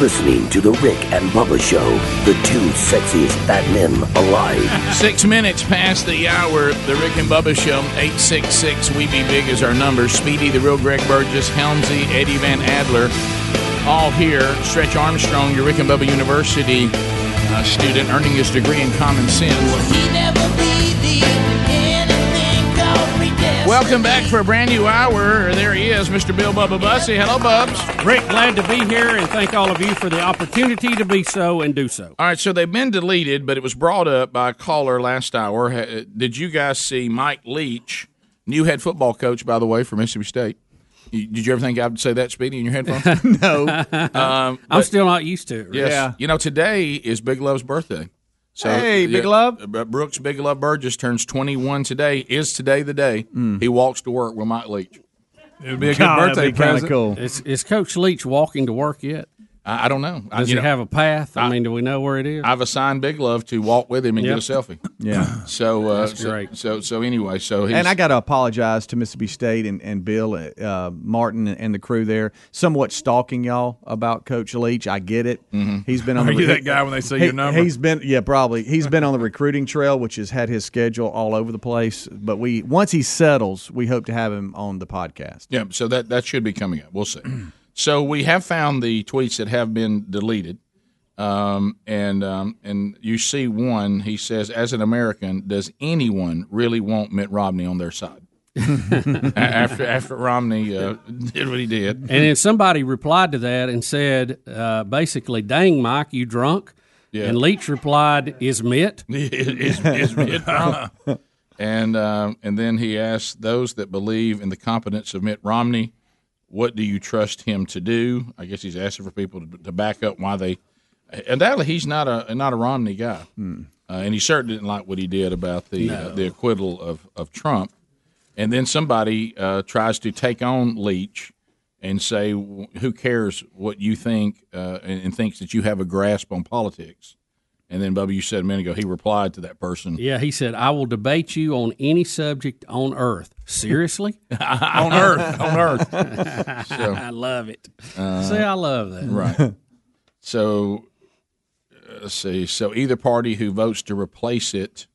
listening to The Rick and Bubba Show, the two sexiest fat men alive. Six minutes past the hour, the Rick and Bubba Show, 866 We Be Big is our number. Speedy, the real Greg Burgess, Helmsy, Eddie Van Adler, all here. Stretch Armstrong, your Rick and Bubba University uh, student, earning his degree in common sense. Welcome back for a brand new hour. There he is, Mr. Bill Bubba Bussy. Hello, Bubs. Rick, glad to be here and thank all of you for the opportunity to be so and do so. All right, so they've been deleted, but it was brought up by a caller last hour. Ha- uh, Did you guys see Mike Leach, new head football coach, by the way, for Mississippi State? You- Did you ever think I'd say that, Speedy, in your headphones? No. um, I'm still not used to it. Rick. yes. Yeah. You know, today is Big Love's birthday. So, Hey, Big Love. B- Brooks Big Love Burgess turns 21 today. Is today the day he walks to work with Mike Leach? It would Mm. be a good God, that'd birthday be kinda present. cool. Is, is Coach Leach walking to work yet? I, I don't know. I, Does you he know, have a path? I, mean, do we know where it is? I've assigned Big Love to walk with him and Yep. get a selfie. Yeah. So, uh, so- great. So, so, anyway, so he's, And I got to apologize to Mississippi State and, and Bill uh, Martin and the crew there. Somewhat stalking y'all about Coach Leach. I get it. He's been on the Are you Mm-hmm. that guy when they see He- your number? He's been yeah, probably. He's been on the recruiting trail, which has had his schedule all over the place. But we once he settles, we hope to have him on the podcast. Yeah, so that that should be coming up. We'll see. so we have found the tweets that have been deleted, um, and um, and you see one. He says, "As an American, does anyone really want Mitt Romney on their side?" A- after after Romney uh, did what he did, and then somebody replied to that and said, uh, basically, dang, Mike, you drunk? Yeah. And Leach replied, is Mitt? is, is Mitt Romney. And um, and then he asked those that believe in the competence of Mitt Romney, what do you trust him to do? I guess he's asking for people to, to back up why they. Undoubtedly, he's not a not a Romney guy, uh, and he certainly didn't like what he did about the uh, the acquittal of of Trump. And then somebody uh, tries to take on Leach and say, "Who cares what you think?" Uh, and, and thinks that you have a grasp on politics. And then, Bubba, you said a minute ago, he replied to that person. Yeah, he said, I will debate you on any subject on earth. Seriously? on earth, on earth. I love it. See, I love that. Uh, Right. So, uh, let's see. So either party who votes to replace it,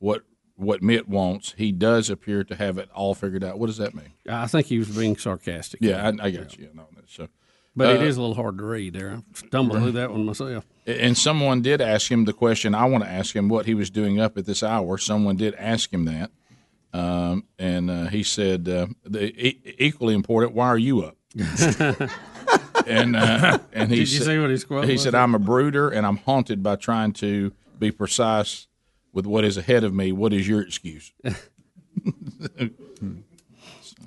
what what Mitt wants, he does appear to have it all figured out. What does that mean? I think he was being sarcastic. Yeah, I, I got you on that. So, But Uh, it is a little hard to read there. I stumbled through that one myself. and someone did ask him the question. I want to ask him what he was doing up at this hour. Someone did ask him that, um, and uh, he said, uh, the, e- "Equally important, why are you up?" and uh, and he Did you said- see what his quote He was? said, "I'm a brooder, and I'm haunted by trying to be precise with what is ahead of me. What is your excuse?"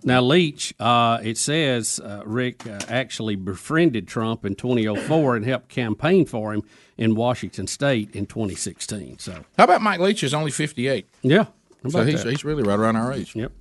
Now, Leach, uh, it says uh, Rick uh, actually befriended Trump in 2004 and helped campaign for him in Washington State in 2016. So, How about Mike Leach is only 58, yeah. How so about he's, that? he's really right around our age. Yep.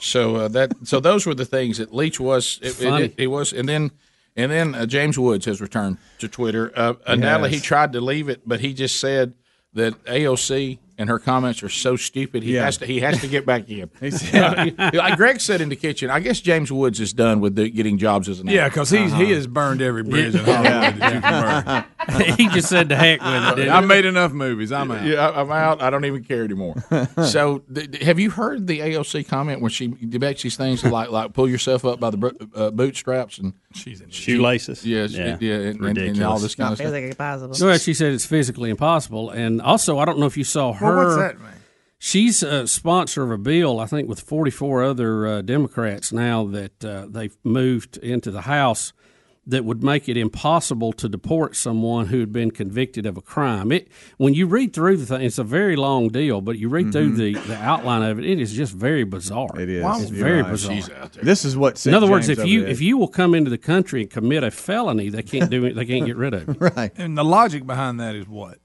So uh, that so those were the things that Leach was. It, it, Funny. it, was, and then and then uh, James Woods has returned to Twitter. Uh, Anally, he tried to leave it, but he just said that AOC and her comments are so stupid. He Yeah. has to he has to get back in. like Greg said in the kitchen, I guess James Woods is done with the, getting jobs as an Yeah, actor. because he's Uh-huh. he has burned every bridge in Hollywood that you can burn. Uh-huh. he just said to heck with it. I made enough movies. I'm out. Yeah, I- I'm out. I don't even care anymore. so, th- th- have you heard the AOC comment where she debates these things like like pull yourself up by the bro- uh, bootstraps and She's in Shoelaces. yeah, yeah, yeah and, and, and all this kind of stuff? Well, she said it's physically impossible. And also, I don't know if you saw her. man? She's a sponsor of a bill, I think, with 44 other uh, Democrats now that uh, they've moved into the House that would make it impossible to deport someone who had been convicted of a crime. It when you read through the thing, it's a very long deal, but you read through the, Mm-hmm. the outline of it, it is just very bizarre. It is. It's You're very right. bizarre. She's out there. This is what. sent In other words, James if over you the if edge. you will come into the country and commit a felony, they can't do it. They can't get rid of you. right, And the logic behind that is what?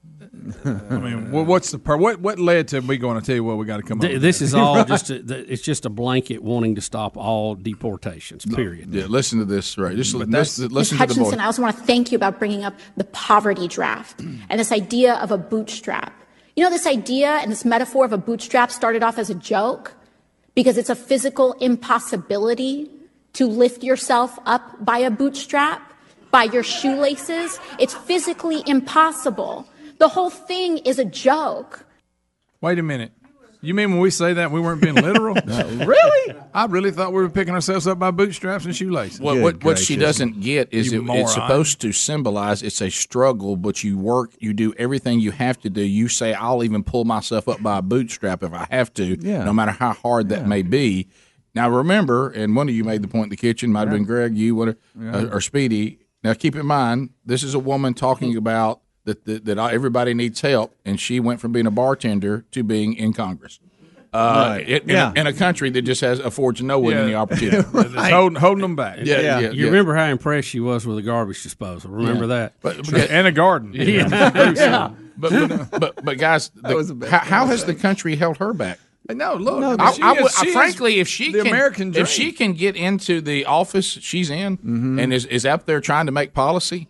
I mean, what, what's the per- what? What led to me going to tell you what we got to come up? Th- with? This is all just a, th- it's just a blanket wanting to stop all deportations. Period. Yeah, listen to this, right? Just that's- uh, listen, Ms. listen to the voice. Hutchinson, I also want to thank you about bringing up the poverty draft and this idea of a bootstrap. You know, this idea and this metaphor of a bootstrap started off as a joke because it's a physical impossibility to lift yourself up by a bootstrap. by your shoelaces. It's physically impossible. The whole thing is a joke. Wait a minute. You mean when we say that we weren't being literal? really? I really thought we were picking ourselves up by bootstraps and shoelaces. What, what, what she doesn't get is You it, moron. it's supposed to symbolize it's a struggle, but you work, you do everything you have to do. You say, I'll even pull myself up by a bootstrap if I have to, Yeah. no matter how hard that may be. Now, remember, and one of you made the point in the kitchen, might have been Greg, you, whatever, uh, or Speedy. Now, keep in mind, this is a woman talking about that, that, that everybody needs help, and she went from being a bartender to being in Congress. Uh, Right. in, in a- Yeah. in a country that just has affords no one any Yeah. opportunity. It's holding, holding them back. Yeah, Yeah. yeah, You yeah. remember how impressed she was with a garbage disposal. Remember that? But, Sure. but, And a garden. but, uh, but, but, but guys, the- was the best how, how has the country held her back? No, look. No, I, Oh, she I is- would, I- she is frankly, if she the can, American dream. Mm-hmm. if she can get into the office she's in and is, is up there trying to make policy,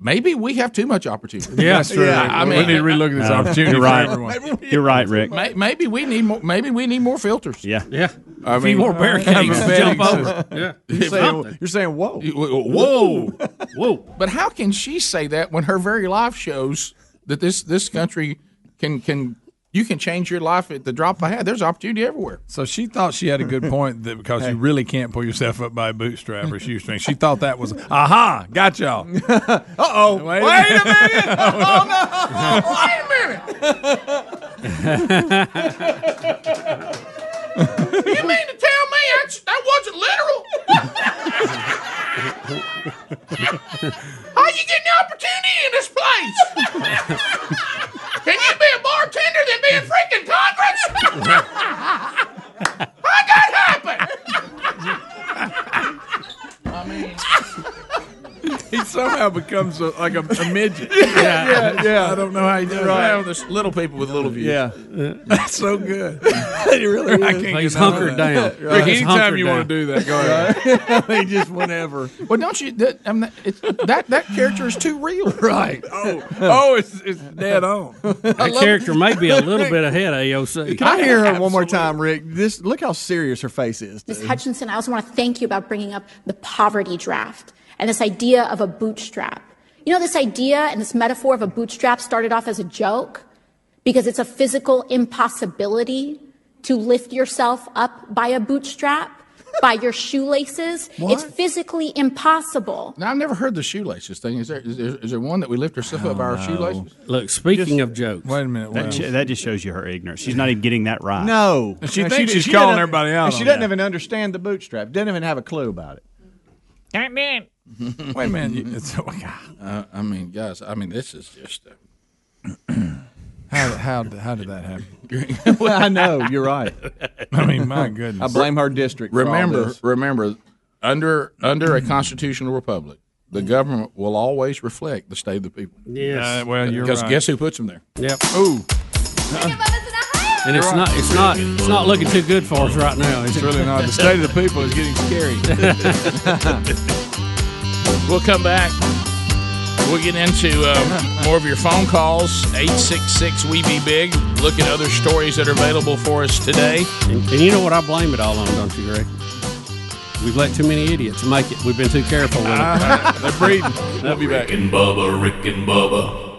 maybe we have too much opportunity. yeah, That's true. I we mean- need to relook at this opportunity Uh, You're for right. everyone. You're right, Rick. May- Maybe we need more. Maybe we need more filters. Yeah. Yeah, I a few mean- more barricades Have to a jump bed over. Yeah, You're saying, you're saying whoa. Whoa, whoa. But how can she say that when her very life shows that this this country can can you can change your life at the drop of a hat? There's opportunity everywhere. So she thought she had a good point that because you really can't pull yourself up by a bootstrap or shoestring. She thought that was aha, got y'all. uh oh, wait, a minute. Oh, You mean to tell me I, that wasn't literal? How you getting the opportunity in this place? Can you be a bartender than be in freaking Congress? How'd that happen? He somehow becomes a, like a, a midget. yeah, yeah, I don't know how he does Well, right. there's little people with little views. Yeah. That's so good. he really I can't He's get enough of hunkered that. down. Rick, He's anytime hunkered you down. want to do that, go ahead. they just whenever. Well, don't you? That, I mean, it's, that that character is too real. right. Oh, oh it's, it's dead on. That character may be a little bit ahead of AOC. Can I hear her one more time, Rick? This look how serious her face is. Ms. Hutchinson, I also want to thank you about bringing up the poverty draft and this idea of a bootstrap. You know, this idea and this metaphor of a bootstrap started off as a joke because it's a physical impossibility to lift yourself up by a bootstrap, by your shoelaces. It's physically impossible. Now, I've never heard the shoelaces thing. Is there is there, is there one that we lift ourselves up by our shoelaces? Look, speaking of jokes, Wait a minute. That, wait. sh- that just shows you her ignorance. She's not even getting that right. No, And she No, thinks d- she's calling doesn't- everybody out and She on doesn't that. even understand the bootstrap. Doesn't even have a clue about it. Wait a minute. You- It's, oh, God. Mm-hmm. Uh, I mean, guys, I mean, this is just. Uh, How, how, how did that happen? I know you're right. I mean, my I goodness. blame her district. for all remember, this. remember, under under a constitutional republic, the government will always reflect the state of the people. Uh, yes, well, you're Because right. guess who puts them there? yep, Ooh, and it's not, it's not, it's not looking too good for us right now. Is it's it? really not. The state of the people is getting scary. We'll come back. We'll get into uh, more of your phone calls. Eight six six we be big. Look at other stories that are available for us today. And, and you know what I blame it all on, don't you, Greg? We've let too many idiots make it. We've been too careful with it. They're breeding. We'll be back. and Bubba, Rick and Bubba.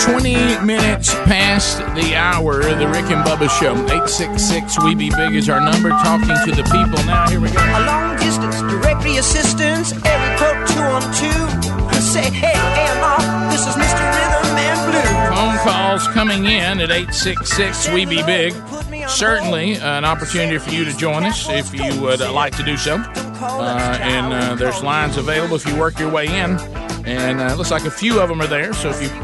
Twenty minutes past the hour. The Rick and Bubba Show. Eight six six we be big is our number. Talking to the people now. Here we go. A long distance directory assistance, area code 212. Say, hey, AMR, this is Mr. Rhythm and Phone calls coming in at 866 We Be Big. Certainly an opportunity for you to join us if you would uh, like to do so. Uh, and uh, there's lines available if you work your way in. And uh, it looks like a few of them are there, so if you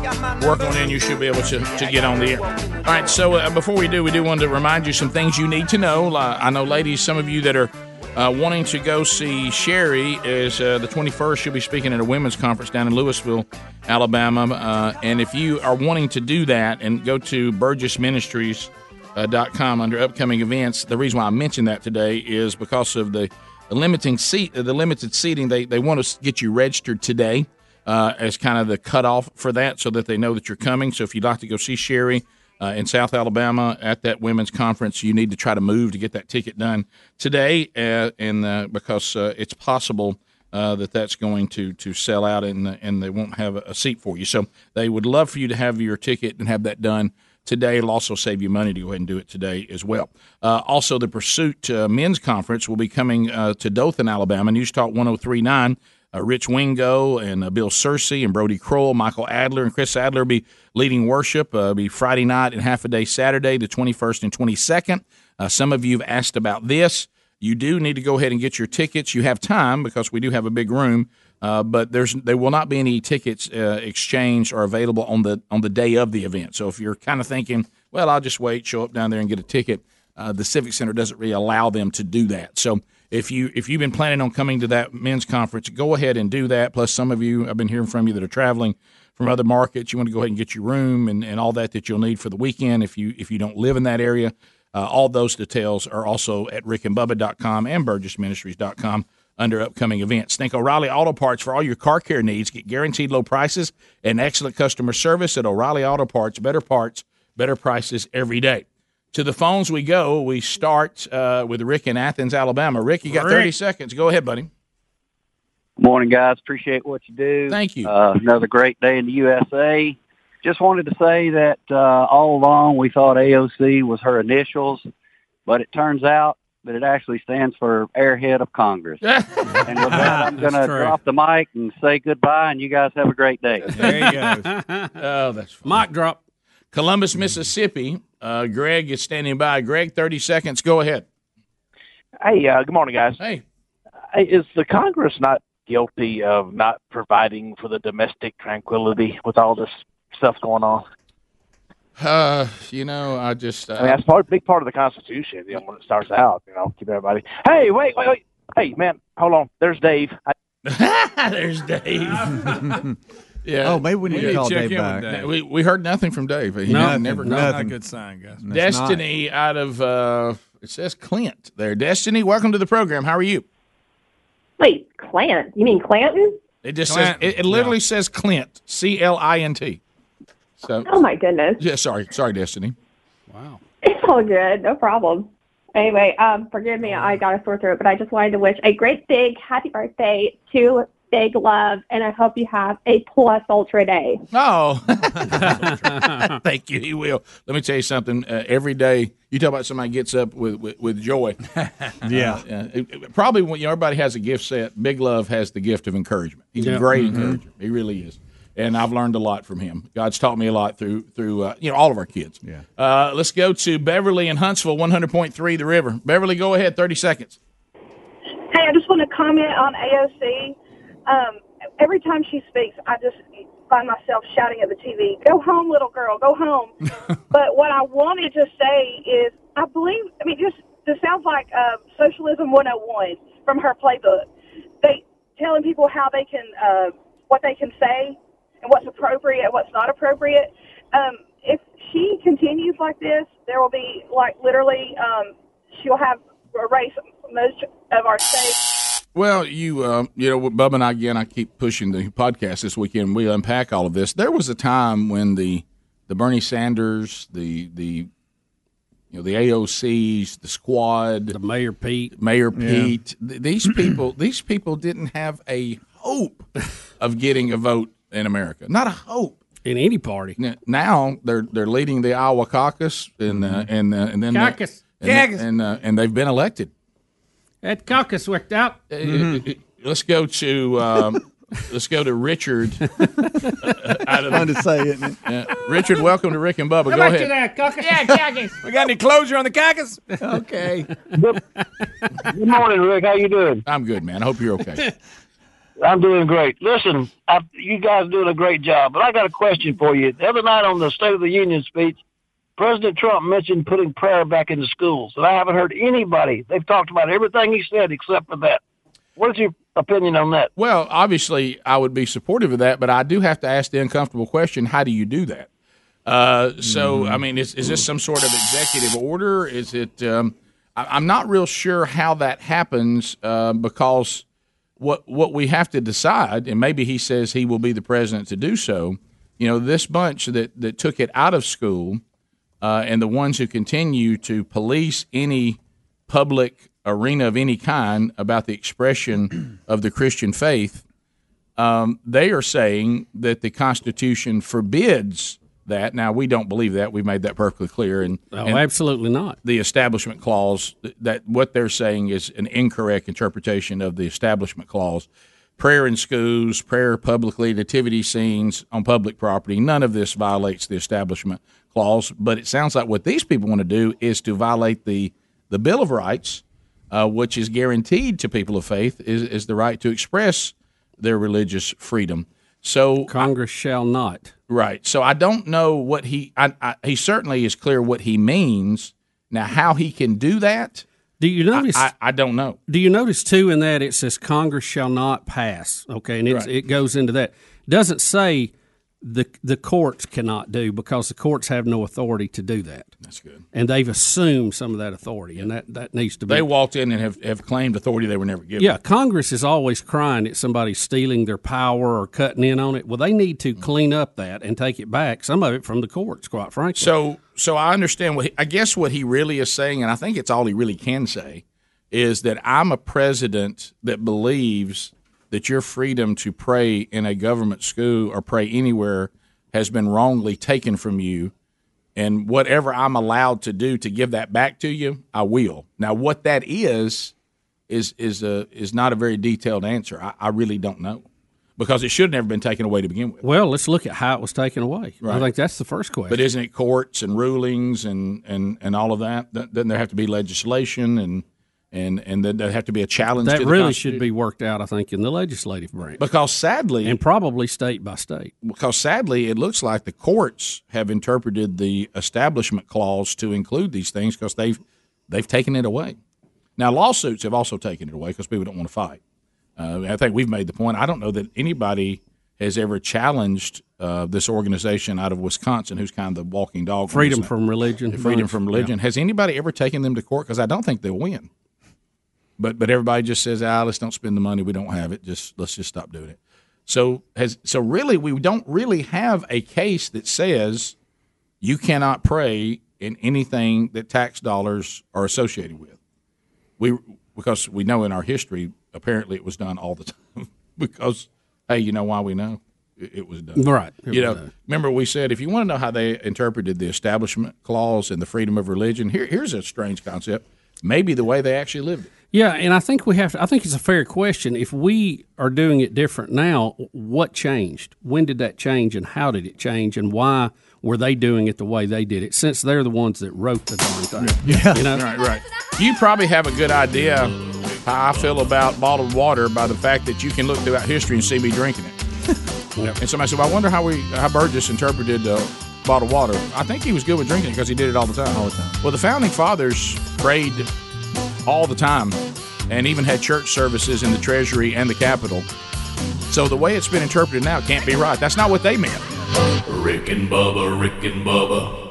work on in, you should be able to, to get on the air. All right, so uh, before we do, we do want to remind you some things you need to know. Uh, I know, ladies, some of you that are uh, wanting to go see Sherry is uh, the 21st. She'll be speaking at a women's conference down in Louisville, Alabama. Uh, and if you are wanting to do that and go to Burgess Ministries uh, dot .com under upcoming events. The reason why I mentioned that today is because of the limiting seat, the limited seating. They they want to s- get you registered today. uh, as kind of the cutoff for that so that they know that you're coming. So if you'd like to go see Sherry uh, in South Alabama at that women's conference, you need to try to move to get that ticket done today uh, and uh, because uh, it's possible uh, that that's going to to sell out and uh, and they won't have a seat for you. So they would love for you to have your ticket and have that done today. It'll also save you money to go ahead and do it today as well. Uh, also, the Pursuit uh, Men's Conference will be coming uh, to Dothan, Alabama. News Talk 1039. Uh, Rich Wingo and uh, Bill Searcy and Brody Kroll, Michael Adler and Chris Adler be leading worship. Uh, be Friday night and half a day Saturday, the 21st and 22nd. Uh, some of you have asked about this. You do need to go ahead and get your tickets. You have time because we do have a big room, uh, but there's there will not be any tickets uh, exchanged or available on the on the day of the event. So if you're kind of thinking, well, I'll just wait, show up down there and get a ticket, uh, the Civic Center doesn't really allow them to do that. So if you if you've been planning on coming to that men's conference, go ahead and do that. Plus, some of you I've been hearing from you that are traveling from other markets. You want to go ahead and get your room and, and all that that you'll need for the weekend if you if you don't live in that area. Uh, all those details are also at rickandbubba.com and burgessministries.com under upcoming events. Think O'Reilly Auto Parts for all your car care needs. Get guaranteed low prices and excellent customer service at O'Reilly Auto Parts. Better parts, better prices every day. To the phones we go. We start uh, with Rick in Athens, Alabama. Rick, you got 30 seconds. Go ahead, buddy. Morning, guys. Appreciate what you do. Thank you. Uh, another great day in the USA. Just wanted to say that uh, all along we thought AOC was her initials, but it turns out that it actually stands for Airhead of Congress. and with that, I'm going to drop the mic and say goodbye, and you guys have a great day. There you go. oh, that's fun. mic drop. Columbus, Mississippi. Uh, Greg is standing by. Greg, thirty seconds. Go ahead. Hey, uh, good morning, guys. Hey. Hey, is the Congress not guilty of not providing for the domestic tranquility with all this stuff going on? Uh, you know, I just uh, I mean, that's part big part of the Constitution. You know, when it starts out, you know, keep everybody. Hey, wait, wait, wait. Hey, man, hold on. There's Dave. I, there's Dave. yeah. Oh, maybe we need We to need call to check Dave in with back. Dave. We, we heard nothing from Dave. He Nothing, never nothing. Not a good sign, guys. That's not- Destiny out of uh, it says Clint there. Destiny, welcome to the program. How are you? Wait, Clant? You mean Clanton? It just Clint, says it, it literally says Clint, C L I N T. So Oh my goodness, yeah, sorry, sorry, Destiny. it's all good, no problem. Anyway, um, forgive me, I got a sore throat, but I just wanted to wish a great big happy birthday to Big Love, and I hope you have a plus ultra day. Oh, Thank you. He will. Let me tell you something. Uh, every day, you talk about somebody gets up with with, with joy. Yeah. Uh, it- it- probably when you know, everybody has a gift set. Big Love has the gift of encouragement. He's Yeah. a great Mhm. encourager. He really is. And I've learned a lot from him. God's taught me a lot through through uh, you know all of our kids. Yeah. Uh, let's go to Beverly in Huntsville, one hundred point three, the river. Beverly, go ahead. Thirty seconds. Hey, I just want to comment on AOC. Um, every time she speaks, I just find myself shouting at the TV, "Go home, little girl, go home." but what I wanted to say is, I believe. I mean, just this sounds like uh, socialism 101 from her playbook. They telling people how they can, uh, what they can say, and what's appropriate, what's not appropriate. Um, if she continues like this, there will be like literally, um, she'll have erased most of our states. Well, you uh, you know, Bub and I again. I keep pushing the podcast this weekend. We unpack all of this. There was a time when the the Bernie Sanders, the the you know the AOCs, the Squad, the Mayor Pete, Mayor Yeah. Pete. th- these people, these people didn't have a hope of getting a vote in America. Not a hope in any party. Now they're they're leading the Iowa caucus and uh, and uh, and then Mm-hmm. Caucus. and, Caucus. and uh, and they've been elected. That caucus worked out. Uh, Let's go to um, let's go to Richard. Uh, out of Fun to say, isn't it? Yeah. Richard, welcome to Rick and Bubba. Go ahead. Yeah, caucus. We got any closure on the caucus? Okay. Good, good morning, Rick. How you doing? I'm good, man. I hope you're okay. I'm doing great. Listen, I, you guys are doing a great job, but I got a question for you. The other night on the State of the Union speech, President Trump mentioned putting prayer back into schools, and I haven't heard anybody. They've talked about everything he said except for that. What is your opinion on that? Well, obviously, I would be supportive of that, but I do have to ask the uncomfortable question: How do you do that? Uh, so, I mean, is, is this some sort of executive order? Is it? Um, I, I'm not real sure how that happens uh, because what what we have to decide, and maybe he says he will be the president to do so. You know, this bunch that that took it out of school, uh, and the ones who continue to police any public arena of any kind about the expression of the Christian faith, um, they are saying that the Constitution forbids that. Now we don't believe that. We've made that perfectly clear. And Oh, and- absolutely not. the establishment clause th- that what they're saying is an incorrect interpretation of the establishment clause prayer in schools prayer publicly nativity scenes on public property none of this violates the establishment clause but it sounds like what these people want to do is to violate the the bill of rights uh, which is guaranteed to people of faith is, is the right to express their religious freedom so Congress shall not. Right. So I don't know what he. I, I, he certainly is clear what he means. Now, how he can do that? Do you notice? I, I don't know. Do you notice too in that it says Congress shall not pass? Okay, and it's, Right. it goes into that. Doesn't say the the courts cannot do because the courts have no authority to do that. That's good. And they've assumed some of that authority, and that, that needs to be. They walked in and have, have claimed authority they were never given. Yeah, Congress is always crying at somebody stealing their power or cutting in on it. Well, they need Mm-hmm. to clean up that and take it back. Some of it from the courts, quite frankly. So, so I understand what he, I guess what he really is saying, and I think it's all he really can say, is that I'm a president that believes that your freedom to pray in a government school or pray anywhere has been wrongly taken from you, and whatever I'm allowed to do to give that back to you, I will. Now, what that is is is a is not a very detailed answer. I, I really don't know because it should have never been taken away to begin with. Well, let's look at how it was taken away. I Right. think that's the first question. But isn't it courts and rulings and, and, and all of that? Th- Doesn't there have to be legislation and and and then there have to be a challenge? that to the really Constitution? should be worked out, I think, in the legislative branch. because sadly and probably state by state. Because sadly, it looks like the courts have interpreted the establishment clause to include these things because they've they've taken it away. Now lawsuits have also taken it away because people don't want to fight. Uh, I think we've made the point. I don't know that anybody has ever challenged uh, this organization out of Wisconsin, who's kind of the walking dog. for Freedom this thing. from religion. Freedom from religion. Has anybody ever taken them to court? Because I don't think they'll win. But but everybody just says, ah, let's don't spend the money. We don't have it. Just let's just stop doing it. So has so really we don't really have a case that says you cannot pray in anything that tax dollars are associated with. We because we know in our history apparently it was done all the time because hey, you know why we know it, it was done. Right. You know, remember we said if you want to know how they interpreted the establishment clause and the freedom of religion, here, here's a strange concept. Maybe the way they actually lived it. Yeah, and I think we have to, I think it's a fair question. If we are doing it different now, what changed? When did that change and how did it change and why were they doing it the way they did it since they're the ones that wrote the darn thing? You know? Right, right. You probably have a good idea how I feel about bottled water by the fact that you can look throughout history and see me drinking it. And somebody said, well, I wonder how we how Burgess interpreted uh, bottled water. I think he was good with drinking it because he did it all the time. All the time. Well, the founding fathers prayed all the time and even had church services in the treasury and the capitol. So the way it's been interpreted now can't be right. That's not what they meant. Rick and Bubba, Rick and Bubba,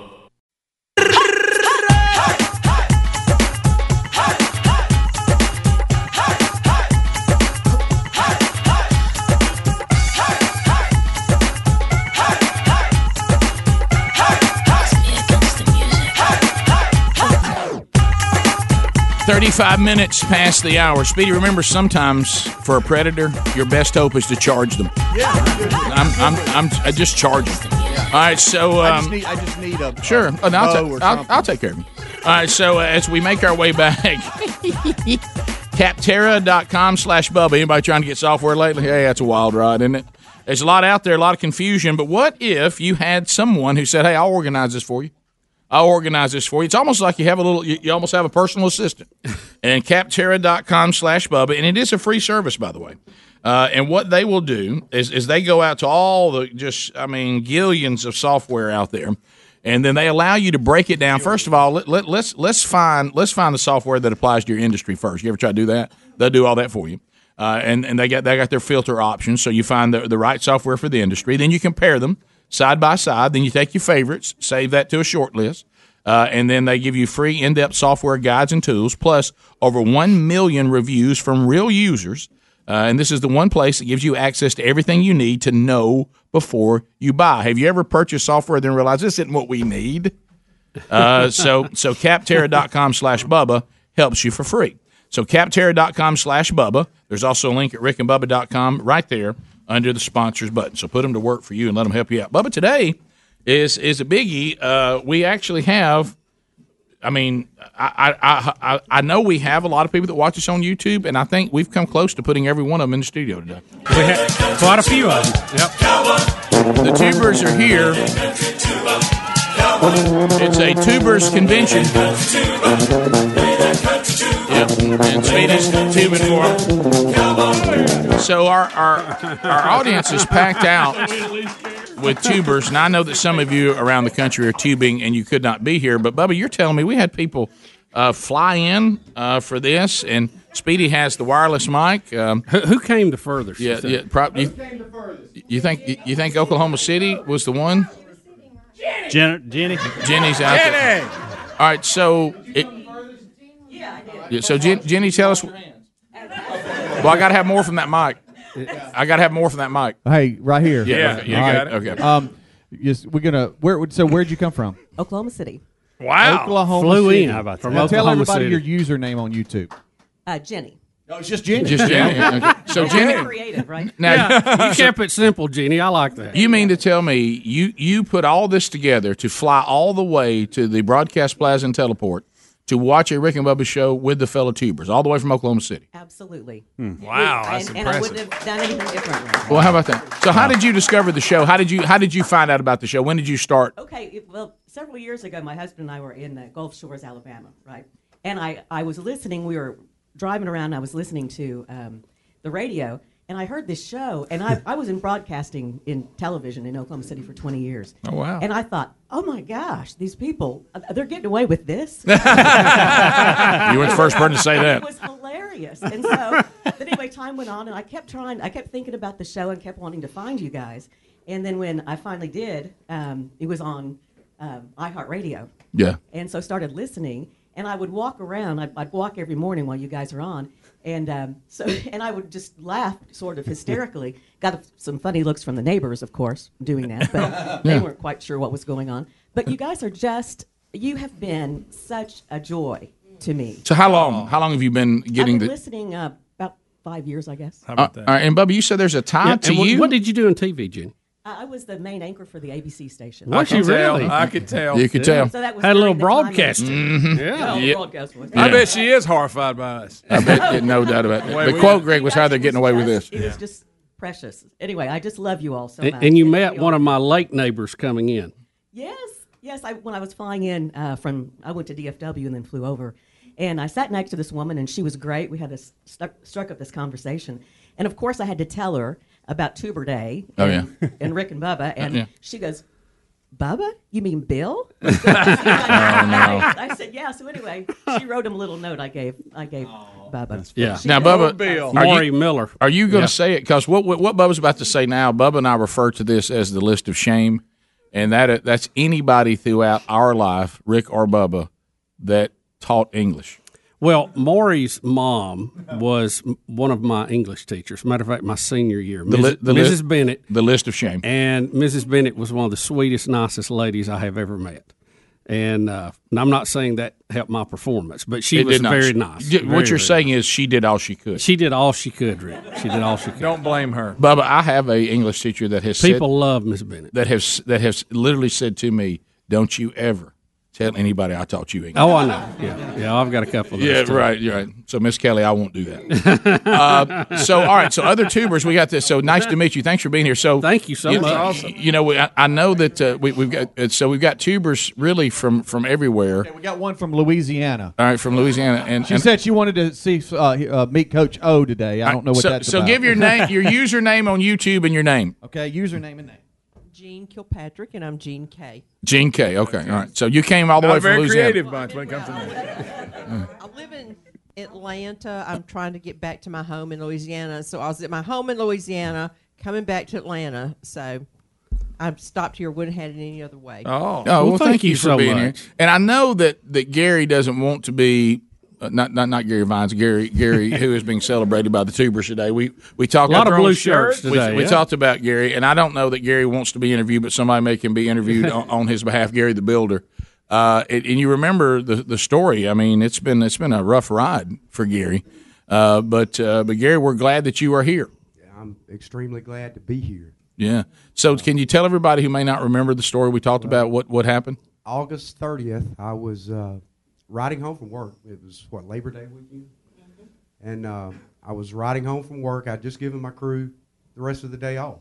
Thirty-five minutes past the hour. Speedy, remember sometimes for a predator, your best hope is to charge them. I'm, I'm, I'm, I just charge them. All right, so I just um, need I just need a sure, a Oh, no, I'll, bow ta- or I'll, something. I'll take care of you. All right, so uh, as we make our way back, capterra.com slash Bubba. Anybody trying to get software lately? Hey, that's a wild ride, isn't it? There's a lot out there, a lot of confusion. But what if you had someone who said, "Hey, I'll organize this for you. I'll organize this for you." It's almost like you have a little, you, you almost have a personal assistant. and capterra.com slash Bubba, and it is a free service, by the way. Uh, and what they will do is, is they go out to all the just, I mean, gillions of software out there, and then they allow you to break it down. First of all, let, let, let's let's find let's find the software that applies to your industry first. You ever try to do that? They'll do all that for you. Uh, and and they got they got their filter options, so you find the, the right software for the industry. Then you compare them side by side. Then you take your favorites, save that to a short list. Uh, and then they give you free in depth software guides and tools, plus over 1 million reviews from real users Uh, and this is the one place that gives you access to everything you need to know before you buy. Have you ever purchased software and then realized this isn't what we need? Uh, so so capterra.com slash Bubba helps you for free. So capterra.com slash Bubba. There's also a link at rickandbubba.com right there under the sponsors button. So put them to work for you and let them help you out. Bubba, today is is a biggie. Uh, we actually have, I mean, I, I, I, I- I know we have a lot of people that watch us on YouTube, and I think we've come close to putting every one of them in the studio today. We had quite a few of them. The tubers are here. It's a tubers convention. Yep, and Swedish tubing forum. So our, our our audience is packed out with tubers, and I know that some of you around the country are tubing and you could not be here. But Bubba, you're telling me we had people uh, fly in uh, for this, and Speedy has the wireless mic. Um, who, came the furthest? Yeah, yeah. Prob- you, you think you, you think Oklahoma City was the one? Jen- Jenny. Jenny's out there. All right, so it, yeah, so Jen, Jenny, tell us. Well, I got to have more from that mic. I got to have more from that mic. Hey, right here. Yeah, Yeah, okay, you All got it. Okay. Um, yes, we're gonna. Where? So, where'd you come from? Oklahoma City. Oklahoma City. Now tell everybody your username on YouTube. Uh, Jenny. No, it's just Jenny. Just Jenny, okay. So That's Jenny- very creative, right? Now, you kept it simple, Jeannie. I like that. You mean to tell me you you put all this together to fly all the way to the broadcast plaza and teleport to watch a Rick and Bubba show with the fellow tubers all the way from Oklahoma City? Absolutely. Hmm. Wow, We- that's and, and I wouldn't have done anything differently. Well, how about that? So, how did you discover the show? How did you how did you find out about the show? When did you start? Okay, it- well, several years ago, my husband and I were in uh, Gulf Shores, Alabama, right? And I, I was listening, we were driving around, and I was listening to um, the radio, and I heard this show, and I, I was in broadcasting in television in Oklahoma City for 20 years. Oh, wow. And I thought, oh my gosh, these people, uh, they're getting away with this. you were the first person to say that. It was hilarious. And so, but anyway, time went on, and I kept trying, I kept thinking about the show and kept wanting to find you guys. And then when I finally did, um, it was on um, iHeartRadio. Yeah. And so started listening, and I would walk around. I'd, I'd walk every morning while you guys are on, and um, so and I would just laugh sort of hysterically. Got some funny looks from the neighbors, of course, doing that, but they Yeah. weren't quite sure what was going on. But you guys are just you have been such a joy to me. So, how long how long have you been getting I've been the? listening uh, about five years, I guess. Uh, all right, and Bubba, you said there's a tie Yeah, to and what- you. what did you do on TV, Jenny? I, I was the main anchor for the ABC station. Was you really? You could tell. So that was had a little during the time of- broadcasting. Mhm. Yeah. Yeah. broadcast was- I bet she is horrified by us. I bet, no doubt about it. Wait, The we- quote, Greg, was how they're getting away with this. It was just precious. Anyway, I just love you all so And, much. and you met one of my lake neighbors coming in. Yes, yes. I, when I was flying in uh, from, I went to DFW and then flew over, and I sat next to this woman, and she was great. We had this struck, struck up this conversation, and of course, I had to tell her about Tuber Day. Oh, and, yeah. and Rick and Bubba, and Yeah. she goes. Bubba, you mean Bill? Oh, no. I said yeah. So anyway, she wrote him a little note. I gave, I gave Bubba. Yeah. She Now, goes, Bubba, are you- Maury Miller. Are you going to Yeah. say it? Because what, what what Bubba's about to say now, Bubba and I refer to this as the list of shame, and that uh, that's anybody throughout our life, Rick or Bubba, that taught English. Well, Maury's mom was m- one of my English teachers. Matter of fact, my senior year, The Mrs. li- the Mrs. li- Bennett. The list of shame. And Mrs. Bennett was one of the sweetest, nicest ladies I have ever met. And, uh, and I'm not saying that helped my performance, but she It was did not- very nice. J- what Very, you're very saying is she did all she could. She did all she could, Rick. She did all she could. Don't blame her. Bubba, I have a English teacher that has said- People love Miss Bennett. that has that has literally said to me, "Don't you ever tell anybody I taught you English." Oh, I know. Yeah, yeah. I've got a couple. Of those Yeah, too. right, you're right. So, Miss Kelly, I won't do that. uh, so, all right. So, other tubers, we got this. So, nice to meet you. Thanks for being here. So, thank you so you, much. You know, we, I, I know that uh, we, we've got uh, so we've got tubers really from from everywhere. We got one from Louisiana. All right, from Louisiana, and, She and said she wanted to see uh, uh, meet Coach O today. I don't know what so, that's so about. give your name, your username on YouTube, and your name, Okay, username and name. Jean Kilpatrick, and I'm Jean K. Gene K. Okay, all right. So you came all the Not way a very from Louisiana. creative bunch when it comes to that. I live in Atlanta. I'm trying to get back to my home in Louisiana. So I was at my home in Louisiana, coming back to Atlanta. So I've stopped here. Wouldn't have had it any other way. Oh, well, thank, you, for being here. And I know that that Gary doesn't want to be uh, not not not Gary Vines, Gary Gary, who is being celebrated by the tubers today. We we talked Lot of about- blue shirts We- today, We, yeah. talked about Gary, and I don't know that Gary wants to be interviewed, but somebody make him be interviewed on, on his behalf. Gary the Builder, uh, and, and you remember the the story. I mean, it's been it's been a rough ride for Gary, uh, but uh, but Gary, we're glad that you are here. I'm extremely glad to be here. Yeah. So can you tell everybody who may not remember the story we talked about what what happened? August 30th, I was uh, riding home from work. It was what Labor Day weekend, and uh, I was riding home from work. I'd just given my crew the rest of the day off.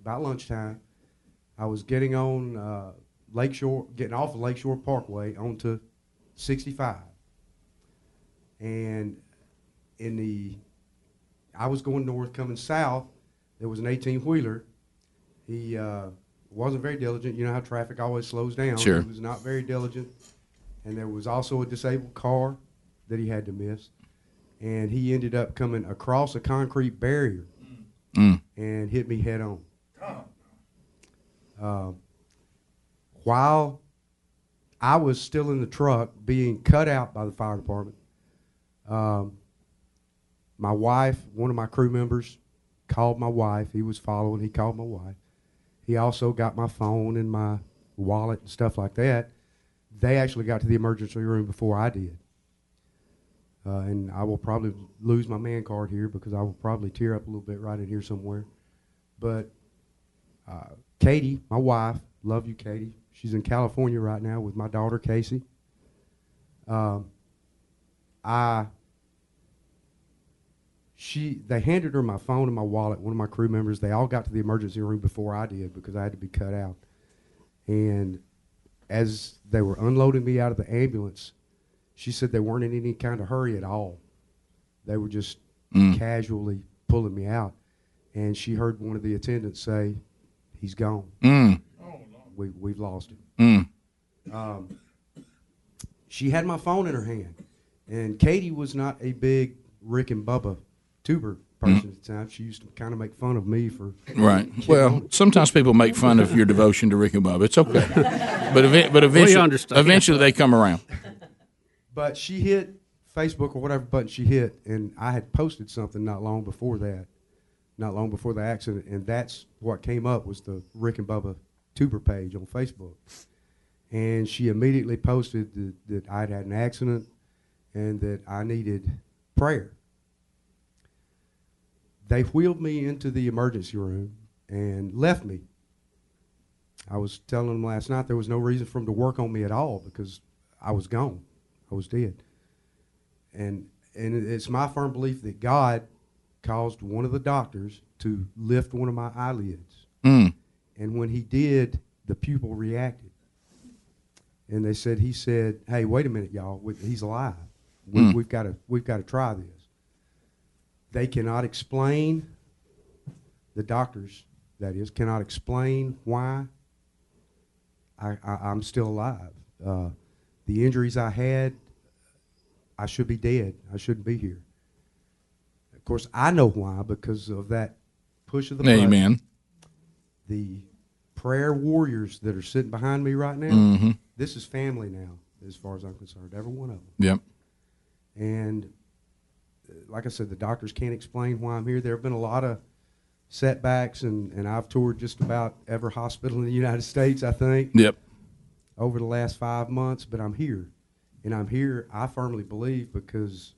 About lunchtime, I was getting on uh, Lakeshore, getting off of Lakeshore Parkway onto 65, and in the, I was going north, coming south. There was an 18 wheeler. He uh, wasn't very diligent. You know how traffic always slows down. Sure. He was not very diligent, and there was also a disabled car that he had to miss, and he ended up coming across a concrete barrier Mm. and hit me head on. Um, while I was still in the truck being cut out by the fire department, um, my wife, one of my crew members, called my wife. He was following. He called my wife. He also got my phone and my wallet and stuff like that. They actually got to the emergency room before I did. Uh, and I will probably lose my man card here because I will probably tear up a little bit right in here somewhere. But uh, Katie, my wife, love you, Katie. She's in California right now with my daughter, Casey. Um, I she they handed her my phone and my wallet. One of my crew members, they all got to the emergency room before I did because I had to be cut out. And as they were unloading me out of the ambulance, she said they weren't in any kind of hurry at all. They were just Mm. casually pulling me out. And she heard one of the attendants say, He's gone. Mm. We, we've lost him. Mm. Um, she had my phone in her hand, and Katie was not a big Rick and Bubba tuber person at the time. She used to kind of make fun of me for Mm-hmm. Right. Well, sometimes people make fun of your devotion to Rick and Bubba. It's okay, but ev- but We eventually, understand. eventually they come around. But she hit Facebook or whatever button she hit, and I had posted something not long before that, not long before the accident, and that's what came up was the Rick and Bubba tuber page on Facebook. And she immediately posted that, that I'd had an accident and that I needed prayer. They wheeled me into the emergency room and left me. I was telling them last night there was no reason for them to work on me at all because I was gone. I was dead. And and it's my firm belief that God caused one of the doctors to lift one of my eyelids. Mm. And when he did, the pupil reacted. And they said he said, "Hey, wait a minute, y'all. We- He's alive. We, Mm. We've got to we've got to try this." They cannot explain. The doctors, that is, cannot explain why I, I, I'm still alive. Uh, the injuries I had, I should be dead. I shouldn't be here. Of course, I know why because of that push of the button. Amen. The prayer warriors that are sitting behind me right now. Mhm. This is family now, as far as I'm concerned. Every one of them. Yep. And uh, like I said, the doctors can't explain why I'm here. There have been a lot of setbacks, and, and I've toured just about every hospital in the United States, I think. Yep. Over the last five months, but I'm here. And I'm here, I firmly believe, because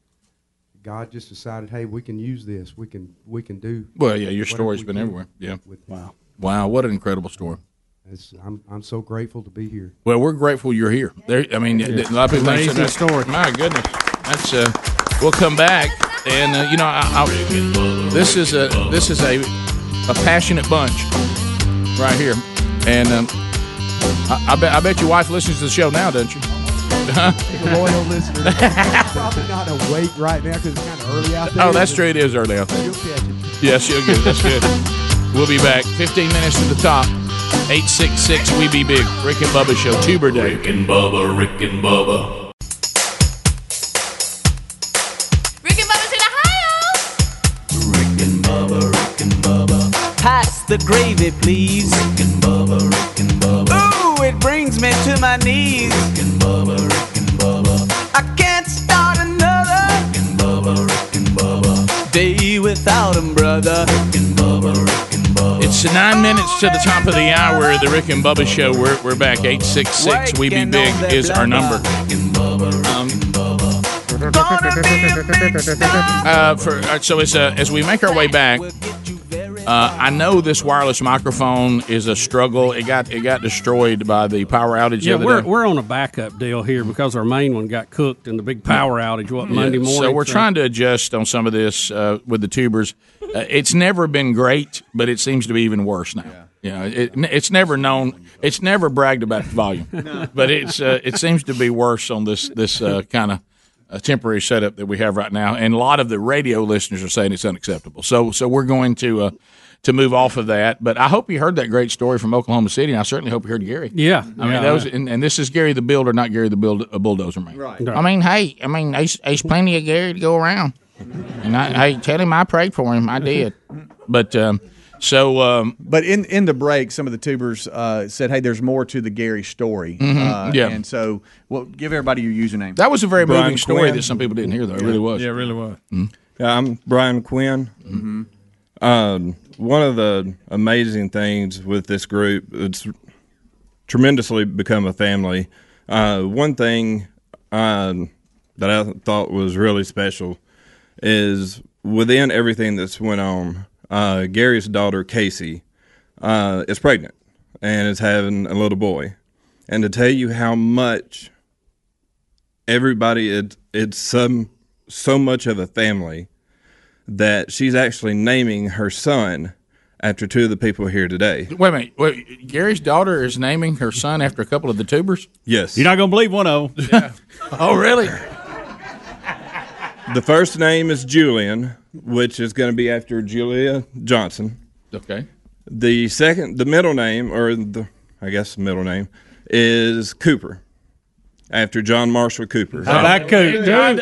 God just decided, hey, we can use this. We can we can do. Well, yeah, your whatever story's we been can everywhere. Yeah. with this. Wow. Wow. What an incredible story. It's, I'm, I'm so grateful to be here. Well, we're grateful you're here. There, I mean, a lot of people think Amazing that- My goodness, that's uh, we'll come back, and uh, you know, I, I, this is a this is a a passionate bunch right here, and um, I, I bet I bet your wife listens to the show now, doesn't she? The loyal listener. I'm probably not awake right now because it's kind of early out there. oh, that's true. It is early out there. You'll catch it. Yeah, she'll get it. That's good. We'll be back. 15 minutes to the top. 866 We Be Big. Rick and Bubba Show. Tuber Day. Rick and Bubba, Rick and Bubba, Rick and Bubba's in Ohio. Pass the gravy, please. Rick and Bubba, Rick and Bubba. Ooh, it brings me to my knees. Rick and Bubba, Rick and Bubba. I can't start another. without 'em, brother. It's nine minutes to the top of the hour. The Rick and Bubba Show. We're, we're back. 866 We Be Big is our number. Um, uh, for, all right, so as, uh, as we make our way back, uh, I know this wireless microphone is a struggle. It got it got destroyed by the power outage. the Yeah, other we're, day. we're on a backup deal here because our main one got cooked in the big power outage, what, Monday Yeah, morning? So we're trying to adjust on some of this uh, with the tubers. Uh, it's never been great, but it seems to be even worse now. Yeah. it, it's never known. It's never bragged about the volume, but it's uh, it seems to be worse on this this uh, kind of uh, temporary setup that we have right now. And a lot of the radio listeners are saying it's unacceptable. So so we're going to uh, to move off of that. But I hope you heard that great story from Oklahoma City, and I certainly hope you heard Gary. Yeah, I mean yeah. that was, and, and this is Gary the Builder, not Gary the Build a Bulldozer Man. Right. I mean, hey, I mean, there's, there's plenty of Gary to go around. And I, hey, tell him I prayed for him. I did. But um, so, um, but in in the break, some of the tubers uh, said, "Hey, there's more to the Gary story." Mhm, Uh, yeah. and so, well, give everybody your username. That was a very Brian moving story Quinn. that some people didn't hear, though. It really was. Mm-hmm. Yeah, it really was. Yeah, I'm Brian Quinn. Um, one of the amazing things with this group, it's tremendously become a family. Uh, one thing um, that I thought was really special is within everything that's went on, uh, Gary's daughter Casey uh, is pregnant and is having a little boy. And to tell you how much everybody it, it's some so much of a family that she's actually naming her son after two of the people here today. Wait a minute. Wait, Gary's daughter is naming her son after a couple of the tubers. Yes, you're not gonna believe one of them. Oh, really? the first name is Julian, which is going to be after Julia Johnson. Okay. The second, the middle name, or the I guess the middle name, is Cooper, after John Marshall Cooper. The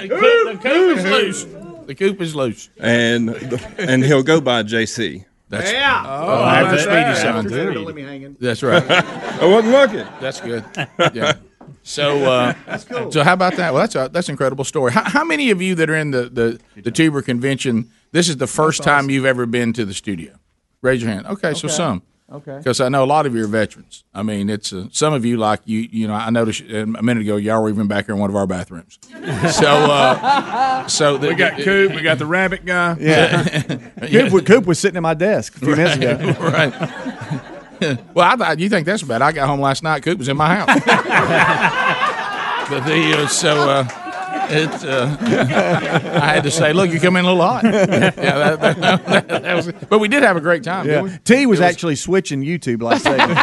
coop- the coop is loose. The coop is loose. and and he'll go by JC. That's- Yeah. Oh, Oh, after that's Speedy right. sounds After good. Let me hang in. That's right. I wasn't looking. That's good. Yeah. So, uh, That's cool. so how about that? Well, that's a, that's an incredible story. How, how many of you that are in the the, the tuber convention? This is the first time you've ever been to the studio. Raise your hand. Okay, so Okay. some. Okay. Because I know a lot of you are veterans. I mean, it's uh, some of you like you. You know, I noticed uh, a minute ago y'all were even back here in one of our bathrooms. So, uh, so the, we got Coop. We got the rabbit guy. Coop, was- Coop was sitting at my desk a few minutes ago. right. well, I thought you think that's bad. I got home last night. Coop was in my house. but the uh, so uh, it, uh, I had to say, look, you come in a little hot. yeah, that, that- that- that was. But we did have a great time. Yeah. Didn't we? T was It actually switching YouTube last segment.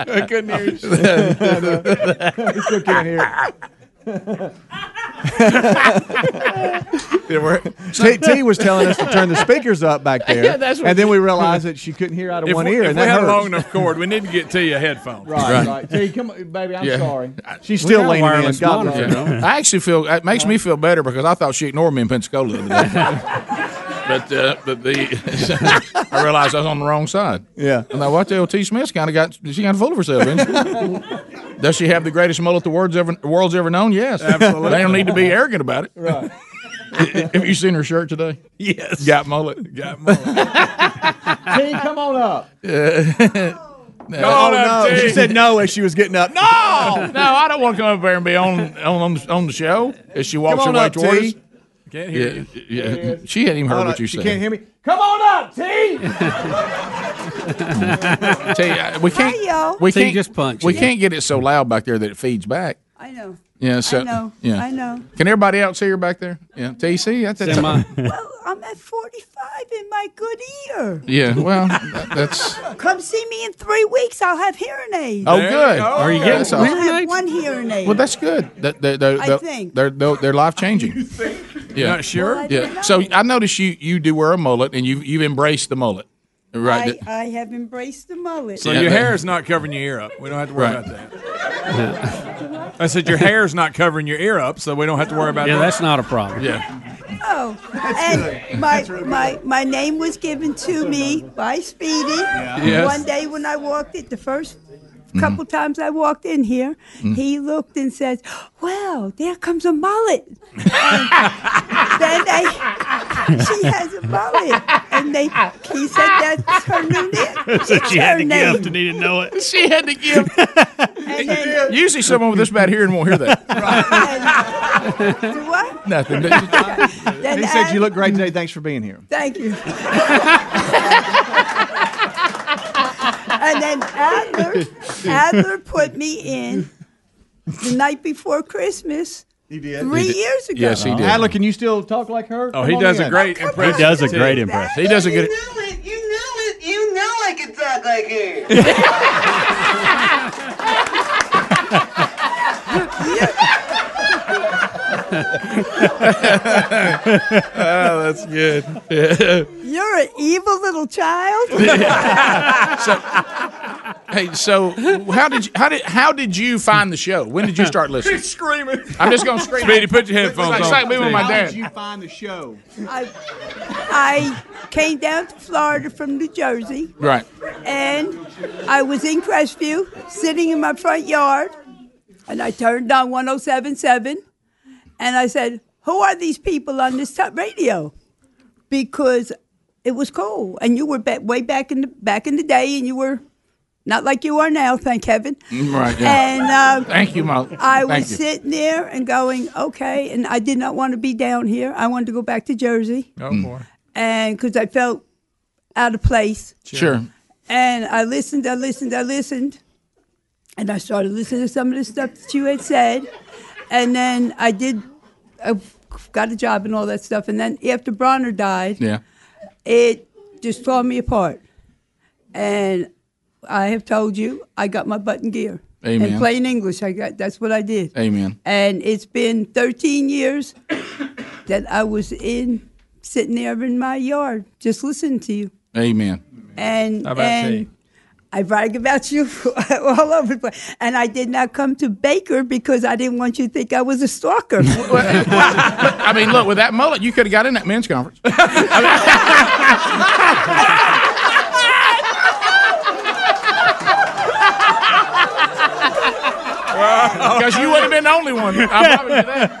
I couldn't hear you. We still can't hear. T, T was telling us to turn the speakers up back there, Yeah, that's what and then she- we realized that she couldn't hear out of If one we, ear, if and we that had hurts. a long enough cord, we need to get T a headphone. Right, Right. right. T, come on, baby. I'm Yeah. sorry. She's still leaning in. God bless Yeah. her. I actually feel it makes me feel better because I thought she ignored me in Pensacola the other day. but uh, but the I realized I was on the wrong side. Yeah. And I what the LT Smith's kind of got she kind of full of herself. Isn't she? Does she have the greatest mullet the world's ever world's ever known? Yes. Absolutely. They don't need to be arrogant about it. Right. have you seen her shirt today? Yes. Got mullet. Got mullet. T, come on up. Come Oh, no. She said no as she was getting up. No, no, I don't want to come up there and be on on on the, on the show as she walks Come her on way up, towards T. us. Can't hear yeah, yeah. She hadn't even heard Hold what on, you she said. can't hear me. Come on up, T. Tell you, I- uh, we can't. Hey, y'all. We T can't just punched We you. can't get it so loud back there that it feeds back. I know. Yeah. So I know. yeah. I know. Can everybody else hear back there? Yeah. TC, that's that's well, I'm at 45 in my good ear. Yeah. Well, that- that's. Come see me in three weeks. I'll have hearing aids. Oh, There good. you go. Are you getting That's awesome. hearing I have one hearing aid. Well, that's good. That they they're, I they're, think. they're, they're, life changing. Yeah. Not sure? Well, I don't yeah. So I noticed you you do wear a mullet and you you've embraced the mullet, right? I, I have embraced the mullet. So your hair is not covering your ear up. We don't have to worry Right. about that. I said your hair's not covering your ear up, so we don't have to worry about Yeah, that. that's not a problem. Yeah. Oh, and my, my, my name was given to me by Speedy. Yes. One day when I walked it, the first Mm-hmm. A couple times I walked in here, Mhm. he looked and said, "Well, there comes a mullet." And then they, she has a mullet, and they, he said that's her new name. so she had her the name. gift and he didn't know it. she had the gift. Usually, someone with this bad hearing won't hear that. What? Nothing. Then he said, I- "You look great today. Thanks for being here." Thank you. and then Adler, Adler put me in the night before Christmas. He did three He did. years ago. Yes, he did. Adler, can you still talk like her? Oh, Come he on does in. a great impression. He does a too. great impression. He does a good. You know I can talk like her. Ah, oh, that's good. You're an evil little child. so, hey, so how did you, how did how did you find the show? When did you start listening? screaming. I'm just gonna scream. Speedy, put your headphones It's like me with my How dad. did you find the show? I, I came down to Florida from New Jersey. Right. and I was in Crestview, sitting in my front yard, and I turned on 1077, and I said, Who are these people on this top radio? Because it was cool, and you were ba- way back in the back in the day, and you were not like you are now, thank heaven. Mm, Right. yeah. And, um, thank you, Mo. I Thank was you. sitting there and going, okay, and I did not want to be down here. I wanted to go back to Jersey, Oh boy. and because I felt out of place. Sure. And I listened, I listened, I listened. And I started listening to some of the stuff that you had said. And then I did, I got a job and all that stuff. And then after Bronner died, Yeah. it just tore me apart. And I have told you, I got my button gear. Amen. In plain English, I got that's what I did. Amen. And it's been 13 years that I was in, sitting there in my yard, just listening to you Amen. and How about and tea? I brag about you all over the place. And I did not come to Baker because I didn't want you to think I was a stalker. I mean, look, with that mullet, you could have got in that men's conference. Because you would have been the only one. I promise you that.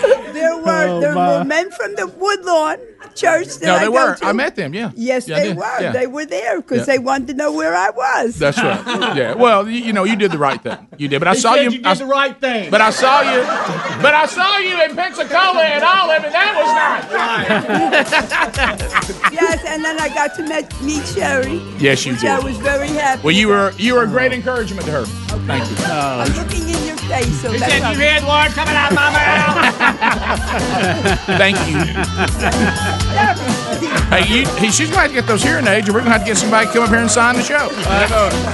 I know. there were Oh, there my. were men from the Woodlawn Church that No, I they go were. to. I met them, yeah. Yes, Yeah, I they did. were. Yeah. They were there Yeah. because they wanted to know where I was. That's right. Yeah. Well, you, you know, you did the right thing. You did. But I He saw said you. you did I, the right thing. But I saw you. But I saw you in Pensacola and all of it. That was nice. yes, and then I got to met, meet Sherry. Yes, you which I did. was very happy. well, you were you were a great encouragement to her. Thank you. I'm looking in your face. So He that's said how- you had one coming out my Thank you. hey, you, he, she's going to have to get those hearing aids, and we're going to have to get somebody to come up here and sign the show.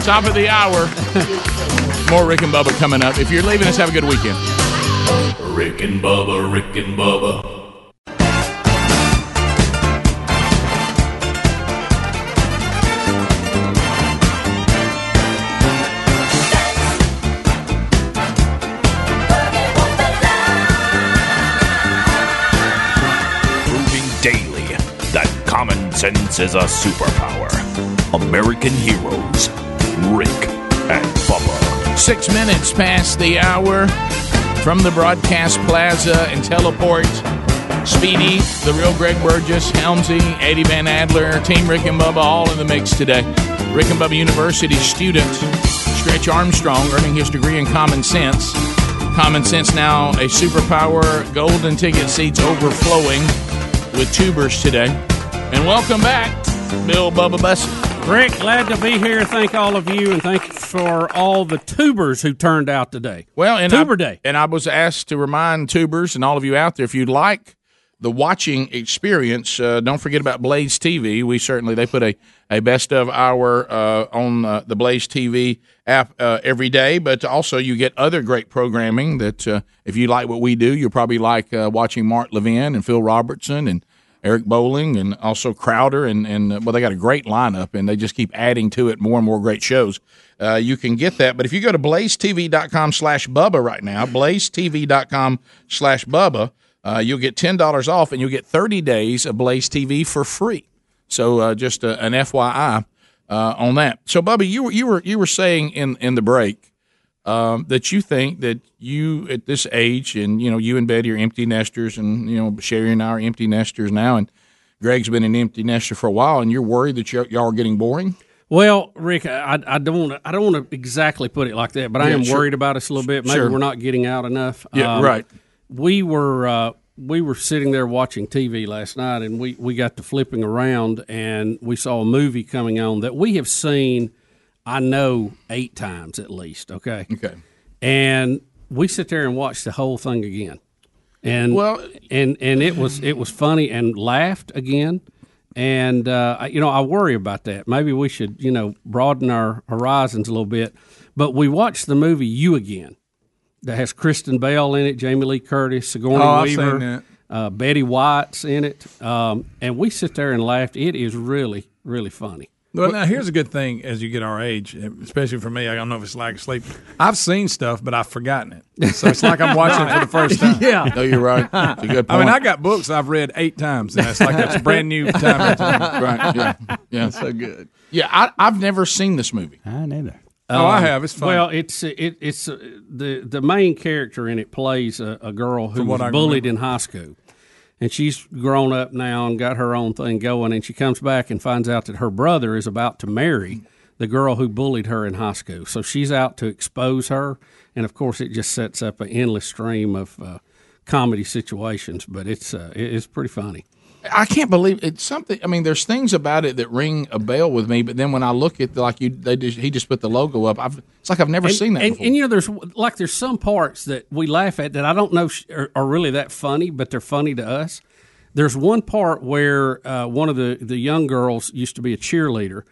Top of the hour. More Rick and Bubba coming up. If you're leaving us, have a good weekend. Rick and Bubba, Rick and Bubba. proving daily that common sense is a superpower. American heroes, Rick and Bubba. Six minutes past the hour from the broadcast plaza and teleport. Speedy, the real Greg Burgess, Helmsy, Eddie Van Adler, Team Rick and Bubba, all in the mix today. Rick and Bubba University student Stretch Armstrong earning his degree in common sense. Common sense now a superpower, golden ticket seats overflowing with tubers today. And welcome back, Bill Bubba Bussett. Rick, glad to be here. Thank all of you, and thank you for all the tubers who turned out today. Well, and Tuber I, Day. and I was asked to remind tubers and all of you out there, if you'd like the watching experience, uh, don't forget about Blaze TV. We certainly they put a, a best of hour uh, on uh, the Blaze TV app uh, every day, but also you get other great programming that uh, if you like what we do, you'll probably like uh, watching Mark Levin and Phil Robertson and. Eric Bowling and also Crowder and and uh, well they got a great lineup and they just keep adding to it more and more great shows. Uh, you can get that, but if you go to blazetv.com slash bubba right now, blazetv.com slash bubba, uh, you'll get ten dollars off and you'll get thirty days of Blaze TV for free. So uh, just uh, an FYI uh, on that. So, Bubby, you were you were you were saying in in the break um, that you think that you at this age and you know you and Betty are empty nesters and you know Sherry and I are empty nesters now and Greg's been an empty nester for a while and you're worried that y'all y'all are getting boring. Well, Rick, I, I don't wanna, I don't want to exactly put it like that, but I Yeah, am sure. worried about us a little bit. Maybe Sure. we're not getting out enough. Um, Yeah, right. We were uh, we were sitting there watching TV last night, and we we got to flipping around, and we saw a movie coming on that we have seen, I know, eight times at least. Okay. Okay. And we sit there and watch the whole thing again, and well, and and it was it was funny and laughed again and uh, I- you know I worry about that. Maybe we should you know broaden our horizons a little bit. But we watched the movie You Again that has Kristen Bell in it, Jamie Lee Curtis, Sigourney Oh, I've Weaver, seen that. Uh, Betty White's in it, um, and we sit there and laughed. It is really really funny. Well, now here's a good thing as you get our age, eh, especially for me. I don't know if it's lack of sleep. I've seen stuff, but I've forgotten it. So it's like I'm watching it for the first time. Yeah. No, you're right. It's a good I mean, point. I got books I've read eight times, and it's like that's brand new time. right? Yeah, yeah. So good. Yeah, I, I've never seen this movie. I neither. Oh, I Um, have. It's fun. Well, it's it, it's uh, the the main character in it plays a, a girl who From what was I bullied in high school, and she's grown up now and got her own thing going. And she comes back and finds out that her brother is about to marry the girl who bullied her in high school. So she's out to expose her, and of course, it just sets up an endless stream of uh, comedy situations. But it's uh, it- it's pretty funny. I can't believe it's something. I mean, there's things about it that ring a bell with me, but then when I look at like you, they just, he just put the logo up. I've, it's like I've never and, seen that. And, before. and you know, there's like there's some parts that we laugh at that I don't know sh- are, are really that funny, but they're funny to us. There's one part where uh, one of the the young girls used to be a cheerleader,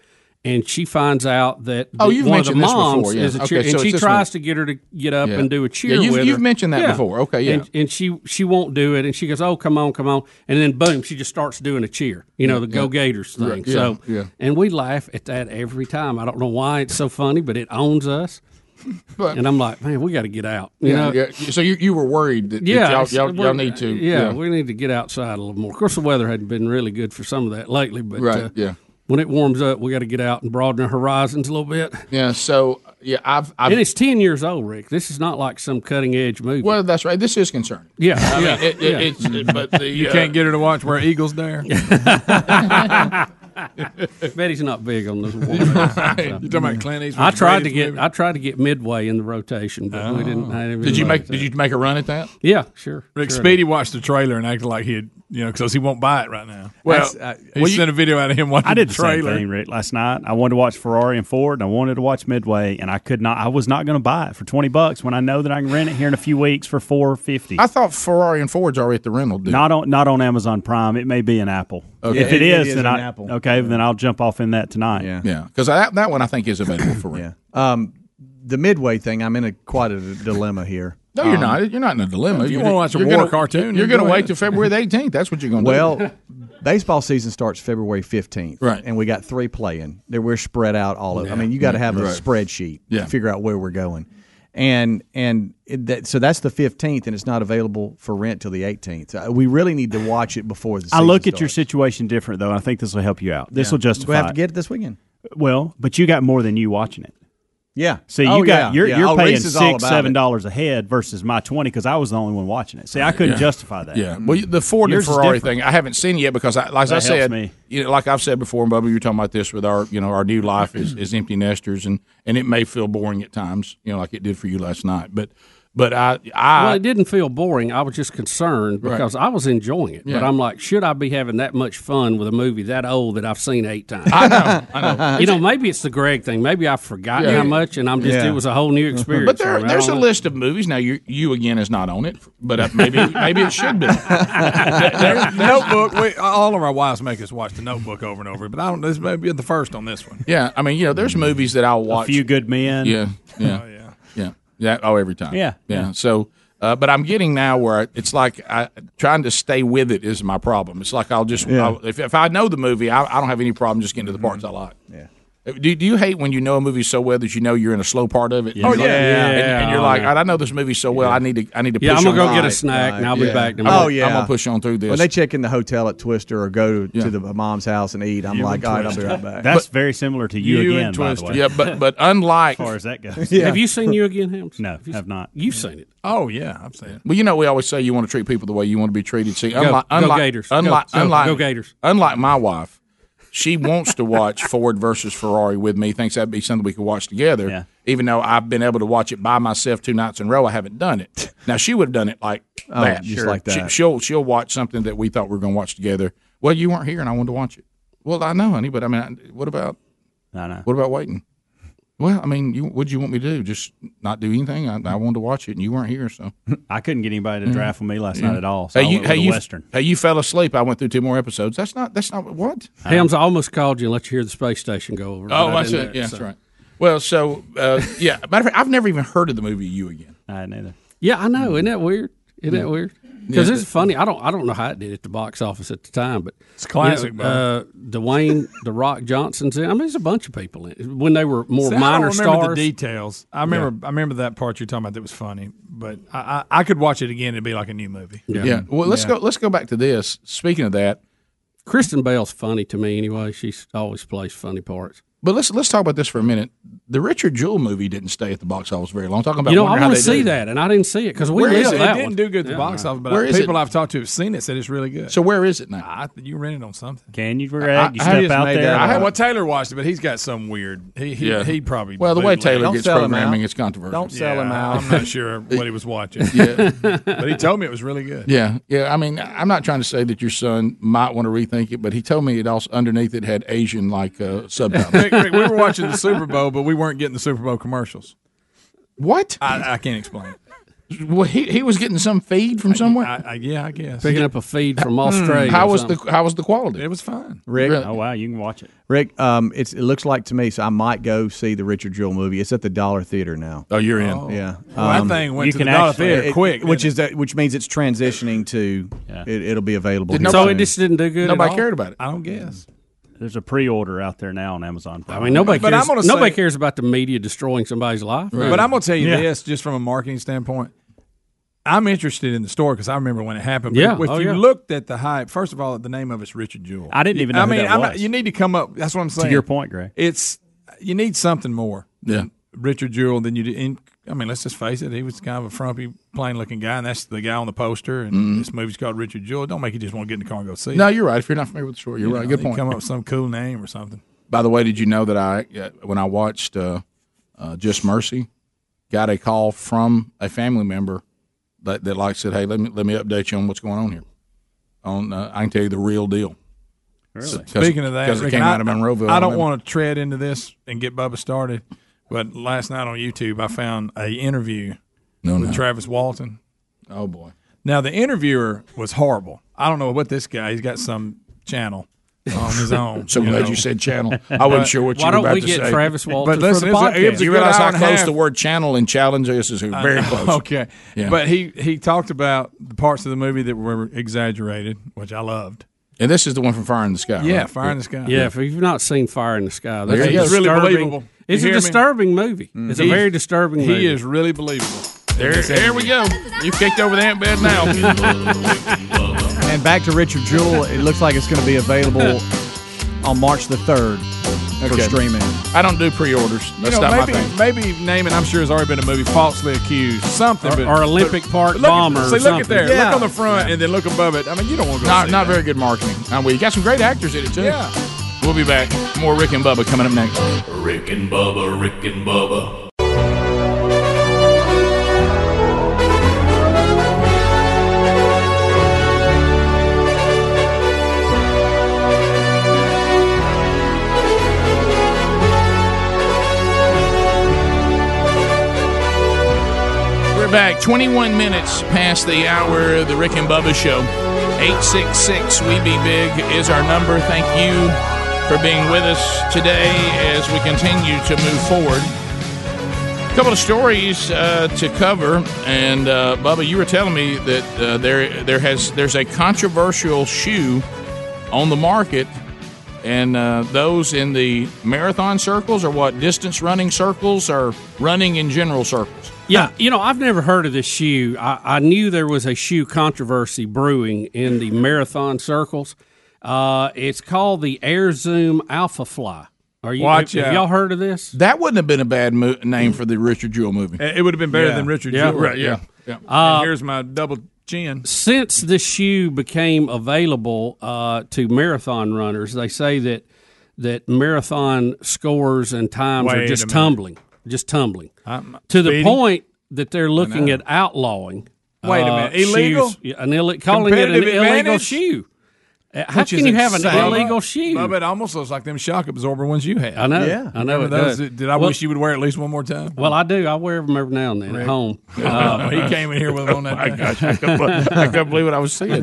and she finds out that Oh, the- you've one of the mentioned this moms before, yeah. is a Okay, cheer, so and it's she this tries one. to get her to get up Yeah. and do a Yeah, cheer. you've- with you've her. mentioned that before. Okay, yeah. And, and she she won't do it, and she goes, "Oh, come on, come on," and then boom, she just starts doing a cheer. You know, the Yeah. Go Gators thing. Right, yeah, So yeah. and we laugh at that every time. I don't know why it's so funny, but it owns us. But- and I'm like, man, we got to get out. You yeah, know, yeah. So you, you were worried that, that yeah, uh, y'all, y'all, we- y'all need to. Yeah, we need to get outside a little more. Of course, the weather hadn't been really good for some of that lately, but Right, uh, yeah. when it warms up, we got to get out and broaden our horizons a little bit. Yeah. So yeah, I've, I've and it's ten years old, Rick. This is not like some cutting edge movie. Well, that's right. This is concerning. Yeah, I mean, yeah, it- it- yeah. it's- it- but the, you uh, can't get her to watch where Eagles there. Betty's not big on those. war movies, so. You're talking about Clint Eastwood's I tried to greatest get movie? Oh. I tried to get midway in the rotation, but we didn't. I didn't Did you really make? Did you make a run at that? Yeah, sure. Rick sure. Speedy watched the trailer and acted like he had, you know, because he won't buy it right now. Well, That's- uh, he well, you- sent a video out of him watching I did the the trailer. same thing, Rick. Last night, I wanted to watch Ferrari and Ford, and I wanted to watch Midway, and I could not. I was not going to buy it for twenty bucks when I know that I can rent it here in a few weeks for four fifty. I thought Ferrari and Ford's already at the rental. Deal. Not on not on Amazon Prime. It may be an Apple. Okay. If it Yeah, it is, is then an I Apple. okay, then I'll jump off in that tonight. Yeah, Yeah, because that, that one I think is available for rent. Um, the midway thing, I'm in a quite a d- dilemma here. No, you're Um, not. You're not in a dilemma. If you You're- wanna watch a you're war gonna- cartoon, you're then going go to wait ahead. till February the 18th. That's what you're going to do. Well, baseball season starts February 15th. Right. And we got three playing. There We're spread out all over. Yeah. I mean, you got to have a Right. spreadsheet Yeah. to figure out where we're going. And and it, that, so that's the 15th, and it's not available for rent till the 18th. Uh, We really need to watch it before the season I look at starts. your situation different though, and I think this will help you out. This will justify. We'll have to it. get it this weekend. Well, but you got more than you watching it. Yeah. So you Oh, got yeah, you're, yeah. you're Oh, paying Reese is all six about seven it. dollars a head versus my twenty because I was the only one watching it. See, I couldn't Yeah. justify that. Yeah. Well, the Ford Yours and is Ferrari different. thing I haven't seen yet because, I, like That I said, helps me. you know, like I've said before, and Bubba, you were talking about this with our, you know, our new life is, is empty nesters, and and it may feel boring at times, you know, like it did for you last night. But but I I well, it didn't feel boring. I was just concerned Right. because I was enjoying it. But Yeah. I'm like, should I be having that much fun with a movie that old that I've seen eight times? I know, I know. you know, maybe it's the Greg thing. Maybe I've forgotten Yeah. how much, and I'm just Yeah. it was a whole new experience. But for there, me. I there's a don't know. list of movies. Now, you, you again is not on it, but uh, maybe maybe it should be. There- notebook. We, all of our wives make us watch the Notebook over and over, but I don't. This may be the first on this one. Yeah, I mean, you know, there's movies that I'll watch. Few Good Men. Yeah, yeah, Oh, yeah. yeah, yeah. Oh, every time. Yeah, yeah. yeah. So, uh, but I'm getting now where it's like I, trying to stay with it is my problem. It's like I'll just Yeah. Mm-hmm. I'll, if if I know the movie, I, I don't have any problem just getting to the parts I like. Uh, Yeah. Do, do you hate when you know a movie so well that you know you're in a slow part of it? Yeah. Oh, yeah. Yeah. And, and you're Oh, like, yeah. "God, I know this movie so well. I need to. I need to. Yeah, push I'm gonna on go get a right." snack, and I'll be back in a Oh minute. yeah, I'm gonna Yeah. push on through this. When they check in the hotel at Twister or go to, to the mom's house and eat, I'm You like, and all right, I'll be Twister. right back. That's very similar to you, again, by the way. Yeah, but but unlike as far as that goes, Have you seen you again, Helms? No, have not. You've seen it. Oh yeah, I've seen it. Well, you know, we always say you want to treat people the way you want to be treated. See, unlike go unlike, Gators. Go, unlike, go, unlike, go Gators. Unlike my wife, she wants to watch Ford versus Ferrari with me. Thinks that'd be something we could watch together. Even though I've been able to watch it by myself two nights in a row, I haven't done it. Now she would have done it like Oh, that, just like that. She, will she'll watch something that we thought we were going to watch together. Well, you weren't here, and I wanted to watch it. Well, I know, honey, but I mean, I- what about? I know. What about waiting? Well, I mean, you, what do you want me to do? Just not do anything? I, I wanted to watch it, and you weren't here, so I couldn't get anybody to draft with me last night at all. So Hey, I you, went with hey, the you, Western. hey, you fell asleep. I went through two more episodes. That's not. That's not what. Helms, I almost called you and let you hear the space station go over. Oh, but I didn't see. do it, Yeah, so. that's right. Well, so uh, yeah. Matter of fact, I've never even heard of the movie You Again. I neither. Yeah, I know. Mm-hmm. Isn't that weird? Isn't Yeah. that weird? Yeah, Because that- it's funny. I don't. I don't know how it did at the box office at the time, but it's classic, bro. uh, Dwayne the Rock Johnson's in. I mean, there's a bunch of people in it. when they were more See, minor I don't remember stars. The details. I remember. I remember that part you're talking about that was funny, but I, I, I could watch it again. It'd be like a new movie. Yeah. Yeah. Well, let's Yeah. go. Let's go back to this. Speaking of that, Kristen Bell's funny to me anyway. She always plays funny parts. but let's let's talk about this for a minute. The Richard Jewell movie didn't stay at the box office very long. Talking about you know, wonder I how want they to see did. that, and I didn't see it because we Where is lived it? that It didn't one. do good at the Yeah. box office, but Where I- is it? people I've talked to have seen it said it's really good. So where is it now? I, you rented on something. Can you, Greg? I- you I step just out made there. that up. I had- well, Taylor watched it, but he's got some weird. He he, Yeah. he probably. Well, the way bootlegged Taylor it. gets programming is controversial. Yeah, I'm not sure what he was watching. Yeah. but he told me it was really good. Yeah, yeah. I mean, I'm not trying to say that your son might want to rethink it, but he told me it also underneath it had Asian like uh, subtitles. Rick, Rick, we were watching the Super Bowl, but we weren't getting the Super Bowl commercials. What? I, I can't explain. well, he, he was getting some feed from somewhere. I, I, yeah, I guess Picking up a feed from Mm. Australia. How or was something. the How was the quality? It was fine. Rick? Oh wow, you can watch it. Rick, um, it's it looks like to me, so I might go see the Richard Jewell movie. It's at the Dollar Theater now. Oh, you're in. Yeah, Um, Well, that thing went You to the can Dollar actually- Theater quick, which didn't is that, which means it's transitioning to. It, it'll be available. Did here nobody- soon. So it just didn't do good at Nobody all? cared about it. I don't guess. There's a pre-order out there now on Amazon. I mean, nobody. But cares, I'm gonna nobody say- cares about the media destroying somebody's life. But I'm going to tell you Yeah. this, just from a marketing standpoint, I'm interested in the story because I remember when it happened. But Yeah. if Oh, you yeah. looked at the hype, first of all, the name of it's Richard Jewell. I didn't even know I who mean, that I'm was. you need to come up. That's what I'm To saying. your point, Greg. It's you need something more. Yeah. Richard Jewell than you did. And, I mean, let's just face it. He was kind of a frumpy, plain-looking guy, and that's the guy on the poster. And Mhm. this movie's called Richard Jewell. Don't make you just want to get in the car and go see. No, it. you're right. If you're not familiar with the story, you're You right. know, Good they point. Come up with some cool name or something. By the way, did you know that I uh, when I watched uh, uh, Just Mercy, got a call from a family member that, that like said, "Hey, let me let me update you on what's going on here. On uh, I can tell you the real deal." So- 'cause- Speaking of that, 'cause it Rick, came and I, out of Monroeville. I don't Alabama. want to tread into this and get Bubba started, but last night on YouTube, I found a interview No, with no. Travis Walton. Oh boy! Now the interviewer was horrible. I don't know what this guy. He's got some channel on his own. So glad you said channel. I wasn't sure what you Why were don't about we to get say. Travis Walton But listen, for the it was a- it was a podcast? You good realize how hour and a close half. the word channel and challenge is? Is I very know. close. Okay, Yeah. but he he talked about the parts of the movie that were exaggerated, which I loved. and this is the one from Fire in the Sky. Yeah, right? Fire in the Sky. Yeah, if you've not seen Fire in the Sky, There that's a you go. It's really disturbing- believable. You It's a hear me? Mm. disturbing movie. It's a He's- very disturbing Mm-hmm. he movie. is really believable. There, there we go. You kicked over the ant bed now. And back to Richard Jewell. It looks like it's going to be available on March the third for Okay. streaming. I don't do pre-orders. You That's know, not maybe, my thing. Maybe naming, I'm sure, has already been a movie falsely accused, something. Or- but, or but- Olympic Park but look at- bomber or See, look something. at there. Yeah. Look on the front and then look above it. I mean, you don't want to go. Not, see not that. very good marketing. And we got some great actors in it too. Yeah. We'll be back. More Rick and Bubba coming up next. Rick and Bubba, Rick and Bubba. We're back. 21 minutes past the hour of the Rick and Bubba Show. 866 We Be Big is our number. Thank you for being with us today as we continue to move forward. A couple of stories uh, to cover, and uh, Bubba, you were telling me that uh, there there has there's a controversial shoe on the market And uh, those in the marathon circles or what distance running circles or running in general circles. Yeah, you know, I've never heard of this shoe. I, I knew there was a shoe controversy brewing in the marathon circles. Uh, it's called the Air Zoom Alpha Fly. Are you, Watch have, have out. y'all heard of this? That wouldn't have been a bad mo- name for the Richard Jewell movie. It would have been better than Richard Yeah. Jewell. Right, yeah. yeah. Uh, and here's my double chin. Since the shoe became available uh, to marathon runners, they say that that marathon scores and times Wait are a just minute. tumbling, just tumbling I'm to the speeding? point that they're looking at outlawing. uh, Wait a minute. shoes. Illegal? Yeah, an Ill- calling it an Competitive illegal advantage? shoe. Uh, How Which can is you have an insane. illegal Bubba, shoe? Bubba, it almost looks like them shock absorber ones you had. I know. I know Remember it those? does. Did I Well- wish you would wear it at least one more time? Well, I do. I wear them every now and then Rick. at home. Um, Oh, he came in here with them on that Oh, My day. gosh, I couldn't believe- I couldn't believe what I was seeing.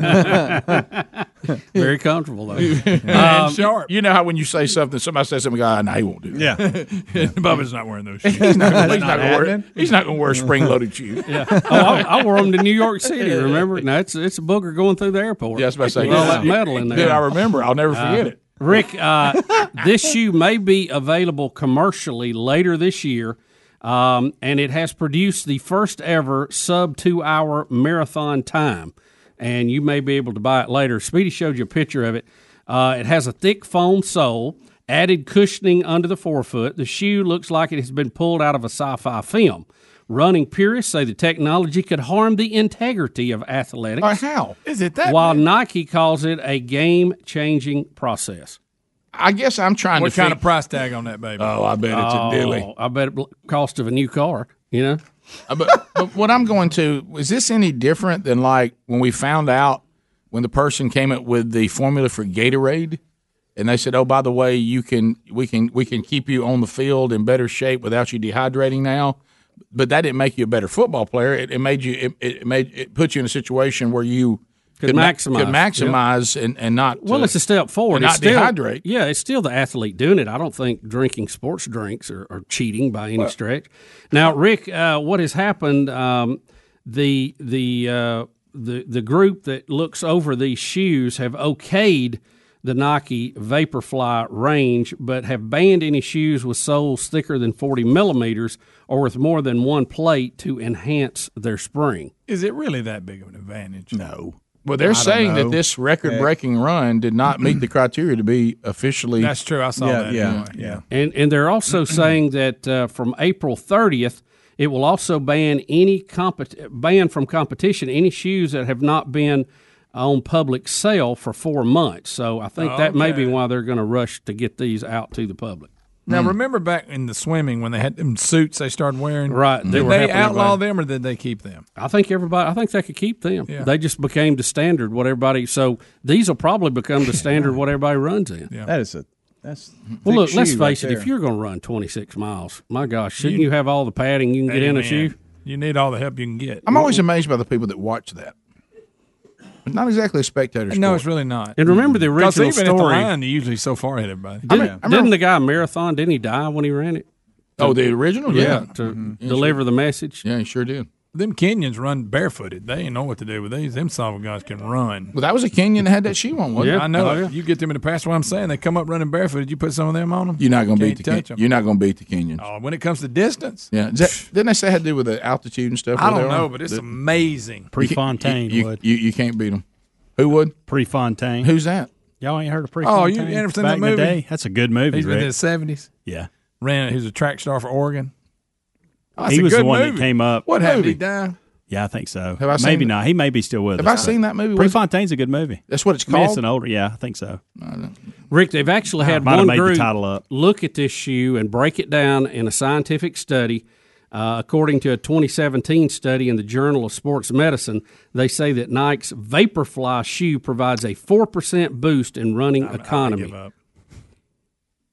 Very comfortable though. Um, and sharp. You know how when you say something, somebody says something, God, no, he won't do that. Bubba's not wearing those shoes. he's not, That's he's not gonna wear. happening. He's not going to wear a spring loaded shoe. Yeah. Oh, I, I wore them to New York City. Remember? No, it's it's a booger going through the airport. Yeah, I was about to say, With all yeah. that metal in there. Dude, I remember. I'll never Uh, forget it. Rick, uh, this shoe may be available commercially later this year, um, and it has produced the first ever sub two hour marathon time. And you may be able to buy it later. Speedy showed you a picture of it. Uh, it has a thick foam sole, added cushioning under the forefoot. The shoe looks like it has been pulled out of a sci fi film. Running purists say the technology could harm the integrity of athletics. how? Uh, Is it that? While Nike calls it a game changing process. I guess I'm trying What to kind think- of price tag on that baby? Oh, I bet it's a dilly. I bet it bl- cost of a new car. You know, Uh, but, but what I'm going to is this any different than like when we found out when the person came up with the formula for Gatorade, and they said, "Oh, by the way, you can we can we can keep you on the field in better shape without you dehydrating now." But that didn't make you a better football player. It, it made you it, it made it put you in a situation where you Could ma- maximize. could maximize and and not Well, uh, it's a step forward. and not it's still, dehydrate. Yeah, it's still the athlete doing it. I don't think drinking sports drinks are, are cheating by any stretch. Now, Rick, uh, what has happened? Um, the the uh, the the group that looks over these shoes have okayed the Nike Vaporfly range, but have banned any shoes with soles thicker than forty millimeters or with more than one plate to enhance their spring. Is it really that big of an advantage? No. Well, they're saying that this record-breaking run did not meet the criteria to be officially. That's true. I saw Yeah, that. yeah, anyway. yeah. And and they're also Mm-hmm. saying that uh, from April 30th, it will also ban any compet- ban from competition any shoes that have not been on public sale for four months. So I think that may be why they're going to rush to get these out to the public. Hmm. Now remember back in the swimming when they had them suits they started wearing. Right, they Did were they helping outlaw everybody. them or did they keep them? I think everybody. I think they could keep them. Yeah. They just became the standard. What everybody. So these will probably become the standard. what everybody runs in. That is a that's Well, thick look. Let's shoe right face it. there. If you're going to run 26 miles, my gosh, shouldn't You- you, have all the padding you can get in a Amen. shoe? You need all the help you can get. I'm always amazed by the people that watch that. It's not exactly a spectator. No, sport. it's really not. And remember the 'Cause original even at the story- line, they're usually so far ahead of everybody. Didn't, didn't the guy marathon? Didn't he die when he ran it? Oh, the original? Yeah. to Mhm. deliver the message. Yeah, he sure did. Mm-hmm. Them Kenyans run barefooted. They ain't know what to do with these. Them son of a guns can run. Well, that was a Kenyan that had that shoe on, wasn't it? I know. Oh, it. yeah. You get them in the past. What I'm saying, they come up running barefooted. You put some of them on them. You're not going to beat the Can't touch Ken- you're not going to beat the Kenyans. Oh, when it comes to distance, Yeah, Is that, didn't they say it had to do with the altitude and stuff? I where don't they are? know, but it's The- amazing. you, you, You, you can't beat them. Who would? Prefontaine. Who's that? Y'all ain't heard of Oh, Prefontaine? you you ever seen Back that in the movie? day? That's a good movie, He's Rick. been in the seventies. Yeah. Ran. He's a track star for Oregon. Oh, that's he a was the good one movie. that came up. What happened? He died. Yeah, I think so. Have I seen Maybe it? not. He may be still with Have I us. but seen that movie? Was it- Prefontaine's a good movie. That's what it's I mean, it's called? an older. Yeah, I think so. Rick, they've actually had Might have one made the group title up. look at this shoe and break it down in a scientific study. Uh, according to a 2017 study in the Journal of Sports Medicine, they say that Nike's Vaporfly shoe provides a four percent boost in running economy.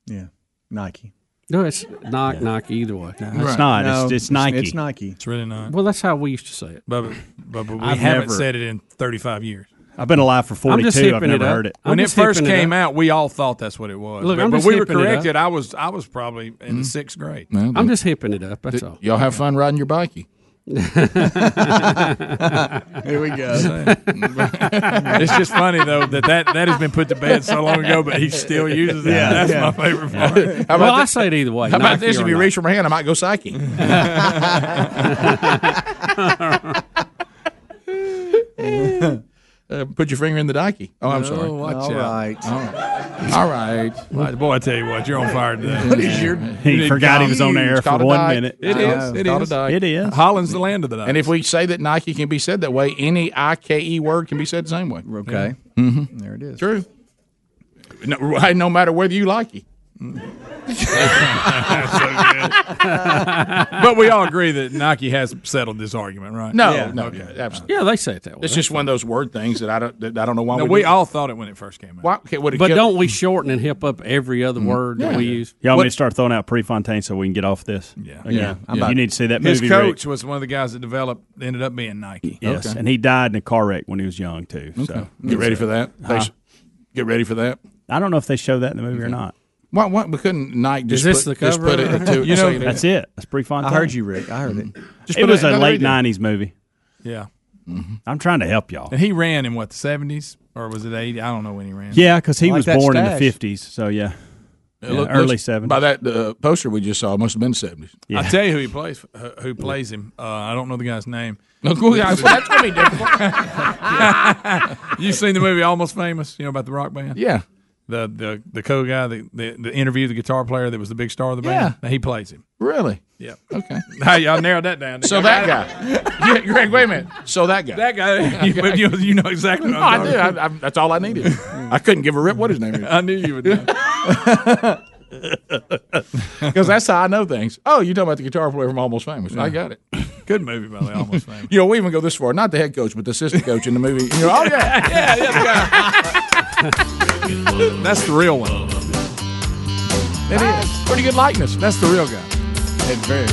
Yeah, Nike. No, it's not Nike either way. No, it's Right. not. It's- No, it's it's- Nike. it's Nike. It's really not. Well, that's how we used to say it. But but, we I've haven't never- said it in 35 years. I've been alive for I'm just 42. I've hipping it never up. heard it. I'm When it just first hipping it came up. out, we all thought that's what it was. Look, but, I'm but just we were hipping it up. Mm-hmm. corrected. I was I was probably in the sixth grade. Well, I'm just hipping it up. That's all. Y'all have fun riding your bikey. Here we go. it's just funny though that, that that has been put to bed so long ago, but he still uses it. Yeah, That's yeah. my favorite Yeah. part. How about Well, I thi- say it either way, how about Nike this? or If you not. reach for my hand, I might go psyche. Uh, put your finger in the dike. Oh, I'm No, sorry. watch All out. right. All right. All right. Well, Boy, I tell you what, you're on fire today. What is your- He You didn't forgot he count. was on the air It's for called a one dyke. minute. It I is. know. It It's called is. a dyke. It is. Holland's the land of the dyke. And if we say that Nike can be said that way, any IKE word can be said the same way. Okay. Mm-hmm. There it is. True. No, right, no matter whether you like it. but we all agree that Nike has settled this argument, right? No, no, yeah, absolutely. Yeah, they say it that way. It's just one of those word things that I don't. That I don't know why No, we, we do. all thought it when it first came out. Why, okay, what it But kept- don't we shorten and hip up every other word that we use? Y'all want me to start throwing out Prefontaine so we can get off this? Yeah. Yeah. I'm about- You need to see that His movie. Rick. coach was one of the guys that developed, ended up being Nike. Yes, and he died in a car wreck when he was young too. Okay. So Get ready for that. They s- get ready for that. I don't know if they show that in the movie or not. Why, why we couldn't Nike just put, just put it into you know, say it that's in- it. That's Prefontaine. I heard you, Rick. I heard it. Just it put was it- Mm-hmm. a no, late they did. '90s movie. Yeah. I'm trying to help y'all. And he ran in what the seventies or was it eighty? I don't know when he ran. Yeah, because he was born in the '50s. So yeah, It Yeah, looked- early looks- '70s. By that uh, poster we just saw, it must have been seventies. I tell you who he plays. who- Who plays him? Uh, I don't know the guy's name. Look, well, yeah, that's gonna be difficult. you seen the movie Almost Famous? You know about the rock band? Yeah. The the the co guy, the, the the interview, the guitar player that was the big star of the band. Yeah. Now he plays him. Really? Yeah. Okay. Now y'all narrowed that down. So that guy. yeah, Greg, wait a minute. So that guy. That guy. You, Okay. you, you know exactly. No, what I'm talking I do. about. I, I, that's all I needed. I couldn't give a rip what his name is. I knew you would. Because that's how I know things. Oh, you're talking about the guitar player from Almost Famous. I Yeah. got it. Good movie, by the way. Almost Famous. You know, we even go this far. Not the head coach, but the assistant coach in the movie. You know, oh, yeah. yeah, That's the real one. It is. Pretty good likeness. That's the real guy. It's very,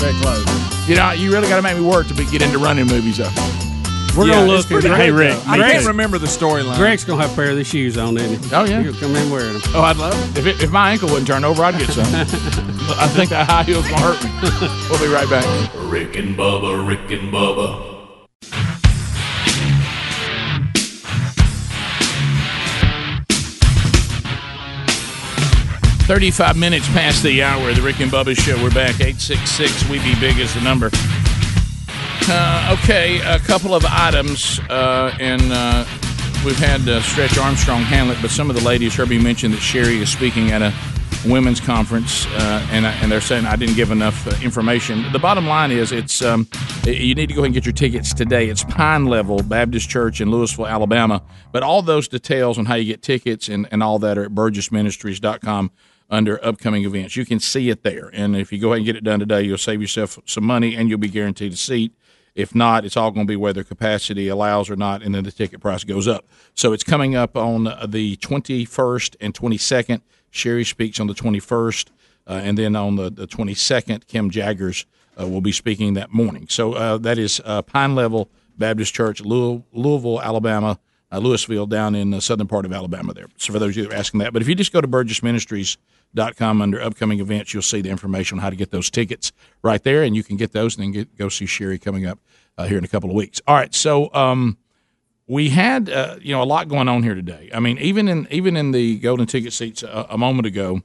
very close. You know, you really got to make me work to be, get into running movies, though. We're Yeah, gonna it's look. pretty at- good, though. I can't remember the storyline. Greg's gonna have a pair of these shoes on, isn't he? Oh yeah. He'll come in wearing them. Oh, I'd love it. If, it, if my ankle wouldn't turn over, I'd get some. I think that high heel's going to hurt me. We'll be right back. Rick and Bubba, Rick and Bubba, Thirty-five minutes past the hour of the Rick and Bubba Show. We're back. Eight six six. We be big as the number. Uh, okay, a couple of items, uh, and uh, we've had uh, Stretch Armstrong handle it, but some of the ladies, Herbie mentioned that Sherry is speaking at a women's conference, uh, and, I- and they're saying I didn't give enough uh, information. The bottom line is, it's um, y- you need to go ahead and get your tickets today. It's Pine Level Baptist Church in Louisville, Alabama. But all those details on how you get tickets and, and all that are at burgessministries.com under upcoming events. You can see it there. And if you go ahead and get it done today, you'll save yourself some money and you'll be guaranteed a seat. If not, it's all going to be whether capacity allows or not, and then the ticket price goes up. So it's coming up on uh, the 21st and 22nd. Sherry speaks on the 21st, uh, and then on the, the 22nd, Kim Jaggers uh, will be speaking that morning. So uh, that is uh, Pine Level Baptist Church, Louis- Louisville, Alabama, uh, Louisville, down in the southern part of Alabama there. So for those of you that are asking that, but if you just go to burgessministries.com under upcoming events, you'll see the information on how to get those tickets right there, and you can get those and then get, go see Sherry coming up uh, here in a couple of weeks. All right, so um, we had uh, you know a lot going on here today. I mean, even in even in the golden ticket seats a, a moment ago,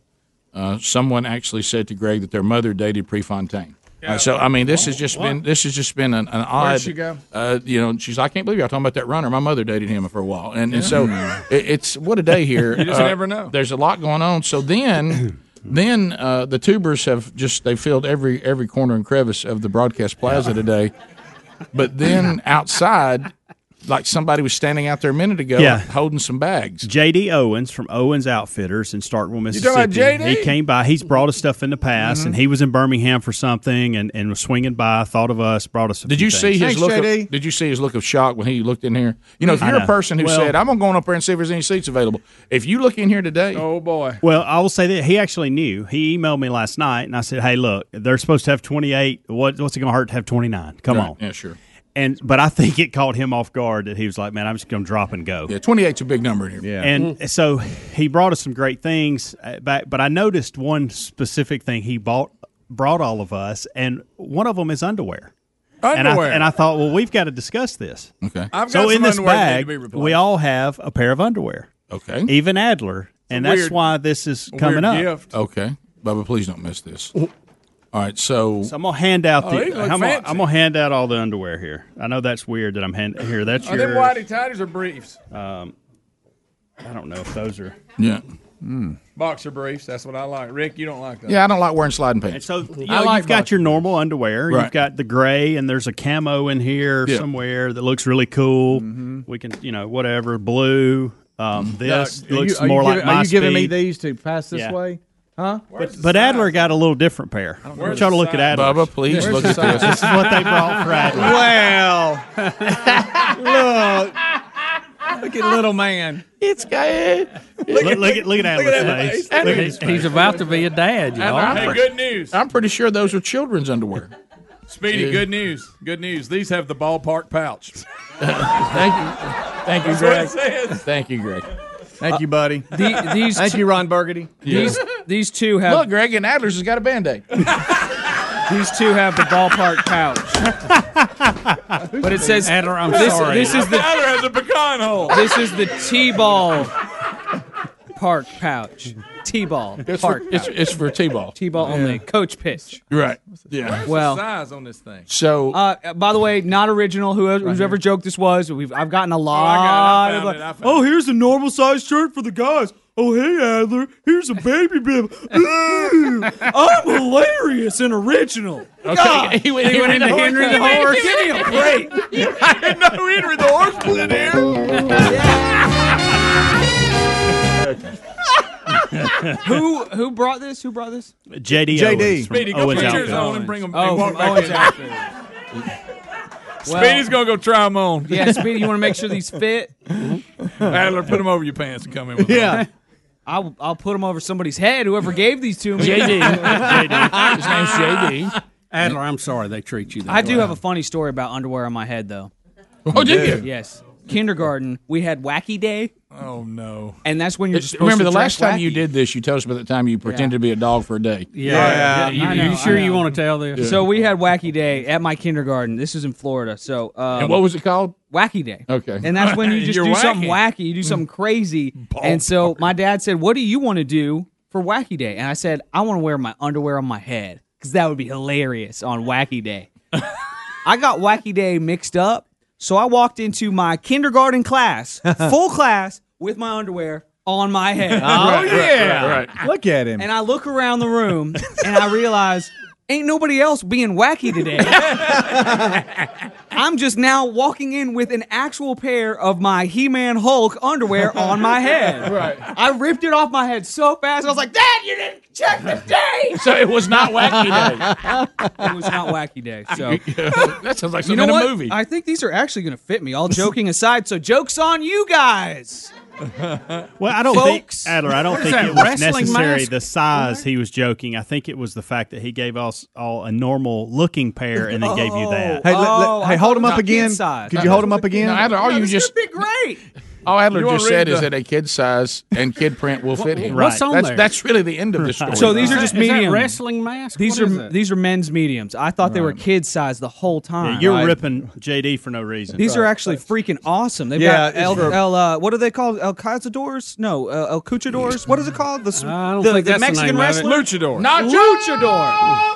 uh, someone actually said to Greg that their mother dated Prefontaine. Uh, so I mean, this has just been this has just been an, an odd. she go? Uh, you know, she's I can't believe y'all talking about that runner. My mother dated him for a while, and, and so it, it's what a day here. You just Uh, never know. There's a lot going on. So then, then uh, the tubers have just they filled every every corner and crevice of the broadcast plaza today. But then outside, like somebody was standing out there a minute ago, Yeah. holding some bags. J.D. Owens from Owens Outfitters in Starkville, talking Mississippi. about Mm-hmm. J.D.? He came by. He's brought us stuff in the past, and he was in Birmingham for something, and, and was swinging by. Thought of us, brought us. a Did few you see things. his look? Of, did you see his look of shock when he looked in here? You know, if I you're a know. person who Well- said, "I'm gonna go on up there and see if there's any seats available," if you look in here today, oh boy, Well, I will say that he actually knew. He emailed me last night, and I said, "Hey, look, they're supposed to have 28. What, what's it going to hurt to have 29? Come Right. on." yeah, sure. And but I think it caught him off guard that he was like, "Man, I'm just going to drop and go." Yeah, 28's a big number in here. Yeah. Mm-hmm. And so he brought us some great things uh, back, but I noticed one specific thing he bought brought all of us, and one of them is underwear. And I, Underwear. and I thought, well, we've got to discuss this. Okay. I've so got in some this underwear that need bag, to be replaced. we all have a pair of underwear. Okay. Even Adler, and that's weird- why this is coming up. Okay, Bubba, please don't miss this. All right, so, So I'm gonna hand out Oh, the. these look I'm, gonna, fancy. I'm gonna hand out all the underwear here. I know that's weird that I'm hand here. That's Are your. them whitey tidies or briefs? Um, I don't know if those are. Yeah. Boxer briefs. That's what I like. Rick, you don't like that. yeah, I don't like wearing sliding pants. And so you I know, like you've got your normal underwear. Right. You've got the gray, and there's a camo in here Yeah. somewhere that looks really cool. We can, you know, whatever blue. Um, Now, this are you- looks are you more like giving- my Are you giving me speed. these to pass this Yeah. way? Huh? But, but Adler got a little different pair. I want Where's y'all the to look size? at Adler. Bubba, please look at this. This is what they brought for Adler. Well, look, look at little man. It's good. Look, look, at look at Look at that Adler's face. face. He's- he's about to be a dad, y'all. Hey, good news. I'm pretty sure those are children's underwear. Speedy, Yeah. good news. Good news. These have the ballpark pouch. Thank you. Thank you, That's what it Greg. says. Thank you, Greg. Thank you, buddy. The- these Thank two- you, Ron Burgundy. These- these two have Look, Greg, and Adler's has got a band aid. These two have the ballpark pouch. but it says Adler, I'm this, sorry. This is the Adler has a pecan hole. This is the T-ball park pouch. T-ball It's for, park. it's, it's for T-ball. T-ball only. Coach pitch. Right. Yeah. Where's Well- the size on this thing? So, Uh, by the way, not original. Who, whoever joke this was, we've I've gotten a got lot it. Oh, I of. found like, it. I found oh, here's a normal size shirt for the guys. Oh, hey Adler, here's a baby bib. Ooh, I'm hilarious and original. Okay, God. he went- he went into Henry the Horse. Give me a break. I didn't know Henry the horse was in here. who who brought this? Who brought this? JD. JD. Owens from Speedy, go Owens put yours Outfitters. on and bring them Oh, and walk from back in. Owens Well- Speedy's gonna go try them on. Yeah, Speedy, you want to make sure these fit. Mm-hmm. Adler, put them over your pants and come in. With Yeah. I'll, I'll put them over somebody's head. Whoever gave these to me. JD. JD. His name's JD. Adler, I'm sorry they treat you that I do way. have a funny story about underwear on my head, though. Oh, did you? Yes. Kindergarten, we had Wacky Day, them. Oh no. and that's when you're It's- just remember the last time you did this, you told us about the time you pretended to be a dog for a day. Yeah. You, I know, you sure I know. you want to tell this? So we had Wacky Day at my kindergarten. This was in Florida. So um, And what was it called? Wacky Day. Okay. And that's when you just You're do something wacky. Mm. wacky, you do something crazy. and so my dad said, "What do you want to do for Wacky Day?" And I said, "I want to wear my underwear on my head because that would be hilarious on Wacky Day." I got Wacky Day mixed up, so I walked into my kindergarten class, full class, with my underwear on my head. right, Look at him. And I Oh, look around the room and I realize ain't nobody else being wacky today. I'm just now walking in with an actual pair of my He-Man Hulk underwear on my head. Right. I ripped it off my head so fast. I was like, "Dad, you didn't check the date." So it was not wacky It was not wacky day. So that sounds like you something know in a what? movie. I think these are actually going to fit me. All joking aside, so jokes on you guys. Well, I don't Folks. think Adler. I don't What is think that, it was wrestling necessary mask? the size he was joking. I think it was the fact that he gave us all a normal looking pair and then gave you that. Hey, let- let- Oh, I hey, hold thought him it up was again. kid size. Could you hold him up again? No, Adler, all No, you this just could be great. all Adler You wanna just read said is the- that a kid size and kid print will fit him. what's Right. on that's, there? That's really the end of the story. So these are Is just that- is that medium. wrestling masks. These What is are it? these are men's mediums. I thought they were kid size the whole time. Yeah, you're Right. ripping JD for no reason. These are actually freaking awesome. They've Yeah, got it's El, for- El uh, what are they called? El Cazadores? No, uh, El Cuchadors. What is it called? The s- I don't the, think the that's the Mexican name of it. wrestler. Luchador. Luchador.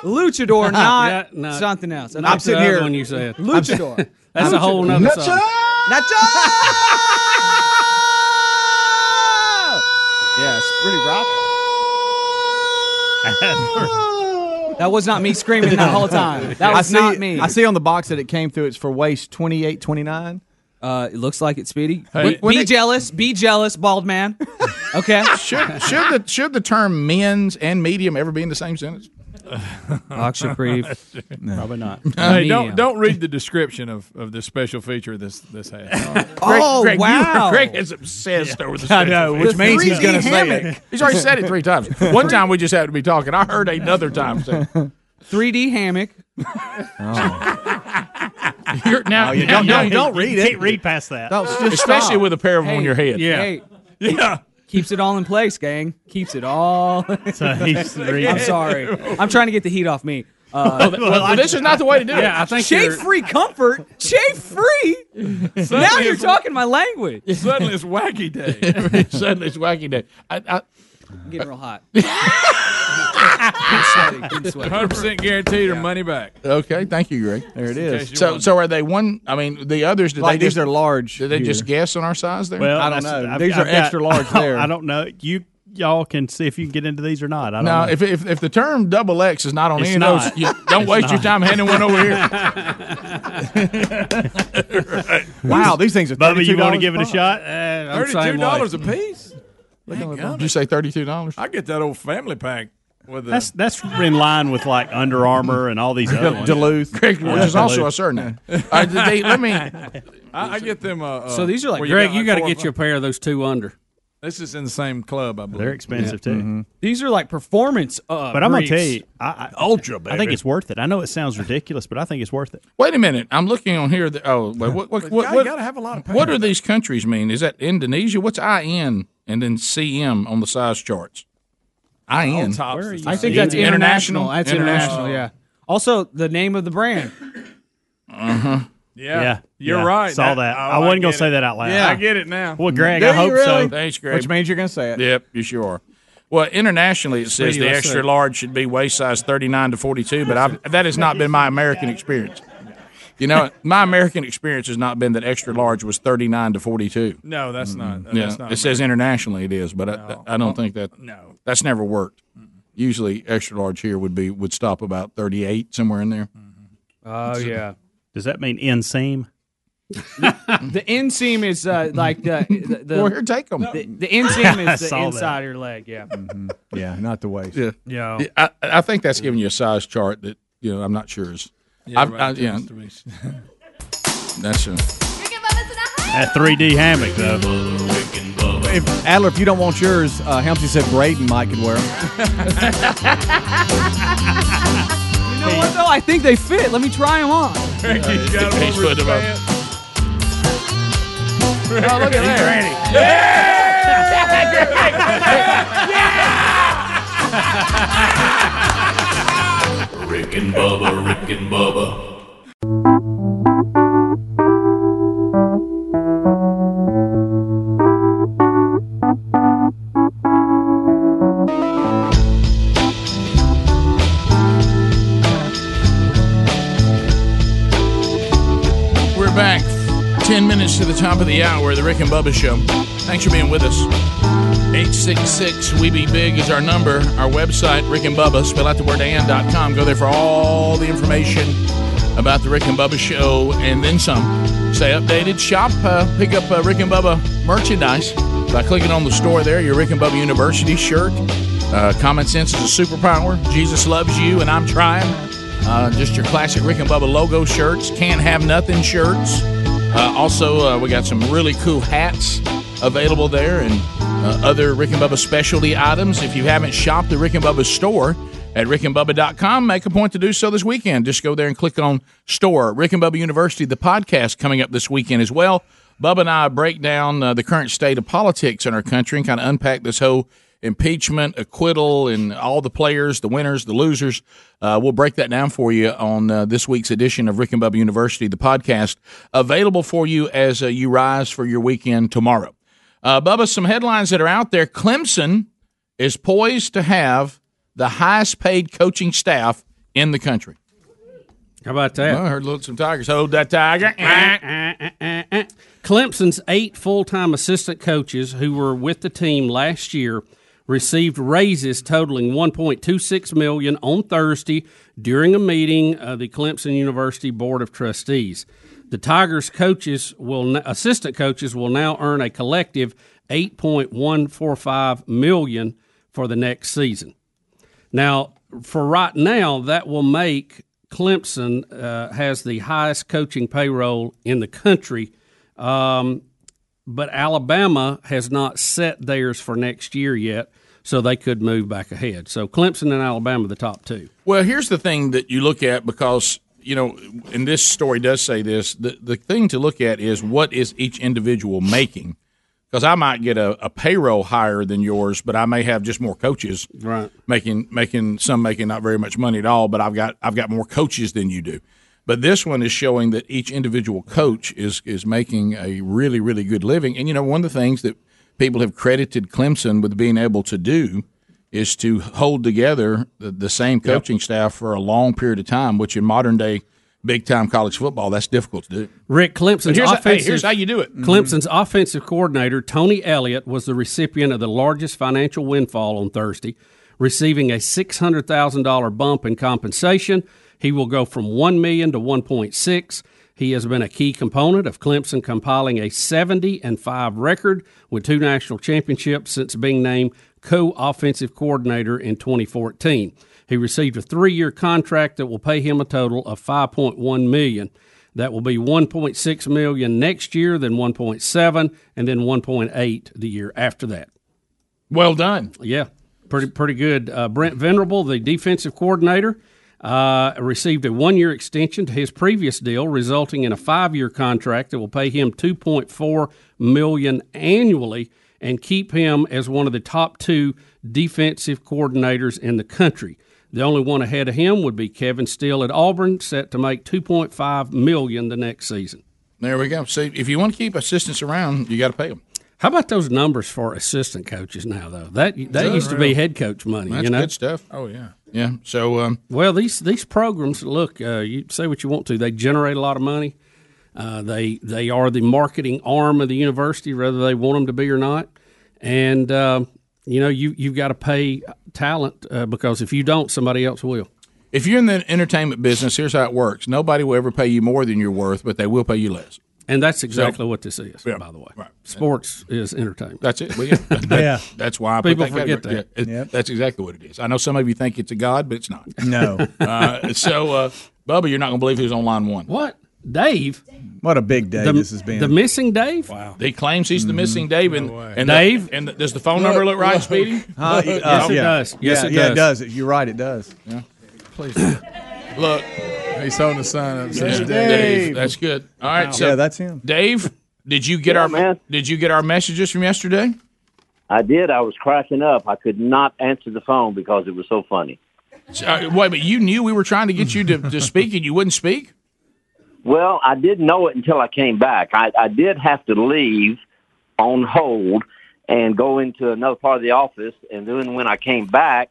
Luchador, not Yeah, no. something else. And Not I'm the sitting other here. one you said. Luchador. That's a whole nother song. Nacho. yeah, it's pretty rock. That was not me screaming that whole time. That was I see, not me. I see on the box that it came through. It's for waist twenty eight twenty nine. Uh, it looks like it, Speedy. Hey, be when be it- jealous. Be jealous, bald man. Okay. should should the should the term men's and medium ever be in the same sentence? Oxypreve. Probably not. Hey, Medium. don't don't read the description of, of this special feature this this has. Oh Greg, wow! You, Greg is obsessed over this. I know, which means he's gonna say it. He's already said it three times. One time we just happened to be talking. I heard another time. Say, 3D hammock. you're, now, you now- don't- now- don't- don't read it. Can't read past that. Don't just especially stop. with a pair of them on your head. Yeah. Hey, yeah. keeps it all in place, gang. Keeps it all. So he's reading. I'm sorry. I'm trying to get the heat off me. Uh, Well, this is not the way to do it. Yeah, I think shade you're- free comfort, shade free. now Suddenly you're it's- talking my language. Suddenly it's wacky day. Suddenly it's wacky day. I, I, I'm getting real hot. Hundred percent guaranteed or money back. Okay, thank you, Greg. There it is. case you So, want- so are they one? I mean, the others. Did Like, they these just, are large Did they just here. guess on our size there? Well, I don't that's- know. I've- I've got- I don't know. You y'all can see if you can get into these or not. I don't No, know. if, if if the term double X is not on It's any of not. those, you, don't It's waste your not. time handing one over here. Wow, these things are Bubba, you wanna $32 give it a pop. shot? I'm Thirty-two saying dollars a like- piece. Thank God. Did you say thirty-two dollars? I get that old family pack with That's that's in line with like Under Armour and all these other ones. Duluth, Greg, which is also a surname. Uh, did they- let me. I, I get them. Uh, uh, So these are like- where Greg, got you gotta four get of you a them. pair of those two under. This is in the same club, I believe. They're expensive Yeah. too. These are like performance. Uh, But I'm gonna briefs. tell you, I, I ultra. I think baby. it's worth it. I know it sounds ridiculous, but I think it's worth it. Wait a minute. I'm looking on here. That, oh, wait, what what But what, God, what, you gotta have a lot of what do these countries mean? Is that Indonesia? What's I N and then C M on the size charts? I N. I think that's international. That's international. Yeah. Also, the name of the brand. Uh huh. Yeah. Yeah. You're Yeah. right. oh, Saw that. I wasn't gonna get say it. that out loud. Yeah, I get it now. Well, Greg, Do I you hope really? so. Thanks, Greg. Which means you're going to say it. Yep, you sure are. Well, internationally, it says the USA. extra large should be waist size 39 to 42, but I've, that has not been my American experience. You know, my American experience has not been that extra large was 39 to 42. No, that's not. uh, yeah, That's it not says internationally it is, but I, I don't think that. No. that's never worked. Usually, extra large here would be would stop about 38 somewhere in there. Mm. Oh yeah. Does that mean inseam? the inseam is uh, like the the, the Well, here, take 'em. Mm-hmm. The, the inseam I is the saw inside that. of your leg. Yeah. Yeah, not the waist. Yeah, Yeah. I, I think that's giving you a size chart that you know I'm not sure is. Yeah, I've- right, I- yeah, Mr. Reese. that's a. That 3D hammock though. If, Adler, if you don't want yours, uh, Hampton said Braden might could wear them. You know what though? I think they fit. Let me try them on. He's put them up. Oh, look at that. Rick and Bubba, Rick and Bubba. We're back. Ten minutes to the top of the hour, the Rick and Bubba Show. Thanks for being with us. 866 We Be Big is our number. Our website, Rick and Bubba, spell out the word and.com. Go there for all the information about the Rick and Bubba Show and then some. Stay updated. Shop, uh, pick up uh, Rick and Bubba merchandise by clicking on the store there. Your Rick and Bubba University shirt. Uh, Common Sense is a superpower. Jesus loves you, and I'm trying. Uh, just your classic Rick and Bubba logo shirts, can't have nothing shirts. Uh, also, uh, we got some really cool hats available there and uh, other Rick and Bubba specialty items. If you haven't shopped the Rick and Bubba store at rickandbubba.com, make a point to do so this weekend. Just go there and click on store. Rick and Bubba University, the podcast coming up this weekend as well. Bubba and I break down uh, the current state of politics in our country and kind of unpack this whole impeachment, acquittal, and all the players, the winners, the losers. Uh, we'll break that down for you on uh, this week's edition of Rick and Bubba University, the podcast, available for you as uh, you rise for your weekend tomorrow. Uh, Bubba, some headlines that are out there. Clemson is poised to have the highest paid coaching staff in the country. How about that? Uh, Well, I heard little some tigers. Hold that tiger. Clemson's eight full time assistant coaches who were with the team last year received raises totaling 1.26 million on Thursday during a meeting of the Clemson University Board of Trustees. The Tigers coaches will n- assistant coaches will now earn a collective 8.145 million for the next season. Now, for right now, that will make Clemson uh, has the highest coaching payroll in the country, um, but Alabama has not set theirs for next year yet, so they could move back ahead. So Clemson and Alabama, the top two. Well, here's the thing that you look at because you know, and this story does say this. The the thing to look at is what is each individual making, because I might get a, a payroll higher than yours, but I may have just more coaches. Right. Making making some making not very much money at all, but I've got I've got more coaches than you do. But this one is showing that each individual coach is is making a really really good living. And you know, one of the things that people have credited Clemson with being able to do is to hold together the, the same coaching staff for a long period of time, which in modern day big time college football that's difficult to do. Rick Clemson's But here's how- hey, offensive. Mm-hmm. here's how you do it. Clemson's offensive coordinator Tony Elliott was the recipient of the largest financial windfall on Thursday, receiving a six hundred thousand dollar bump in compensation. He will go from one million to one point six. He has been a key component of Clemson compiling a seventy and five record with two national championships since being named co-offensive coordinator in twenty fourteen. He received a three-year contract that will pay him a total of 5.1 million. That will be 1.6 million next year, then 1.7, and then 1.8 the year after that. Well done. Yeah, pretty pretty good. Uh, Brent Venerable, the defensive coordinator, uh, received a one-year extension to his previous deal, resulting in a five-year contract that will pay him 2.4 million annually and keep him as one of the top two defensive coordinators in the country. The only one ahead of him would be Kevin Steele at Auburn, set to make 2.5 million the next season. There we go. See, if you want to keep assistants around, you got to pay them. How about those numbers for assistant coaches now, though? That that Yeah, used to be real. head coach money. That's you know, good stuff. Oh yeah. Yeah. So, um, well, these these programs look. Uh, you say what you want to. They generate a lot of money. Uh, they they are the marketing arm of the university, whether they want them to be or not. And um, you know, you you've got to pay talent uh, because if you don't, somebody else will. If you're in the entertainment business, here's how it works. Nobody will ever pay you more than you're worth, but they will pay you less. And that's So- exactly what this is, by the way. Sports is entertainment. That's it. Well, yeah. That- Yeah. That's why I put People that forget category. that. Yeah, it- That's exactly what it is. I know some of you think it's a god, but it's not. No. uh, so, uh, Bubba, you're not going to believe who's on line one. What? Dave? What a big day The- this has been. Mm-hmm. the missing Dave? Wow. He claims he's the missing Dave. And, and Dave? The, and the- does the phone number look right, Speedy? Huh? No. Uh, yeah. yeah, yeah, it does. You're right, it does. Yeah. Please. Look. He's on the sign up. Yeah, says Dave. Dave. That's good. All right. Wow. So Yeah, that's him. Dave, did you get our did you get our messages from yesterday? I did. I was cracking up. I could not answer the phone because it was so funny. Uh, wait, but you knew we were trying to get you to, to speak and you wouldn't speak? Well, I didn't know it until I came back. I, I did have to leave on hold and go into another part of the office. And then when I came back,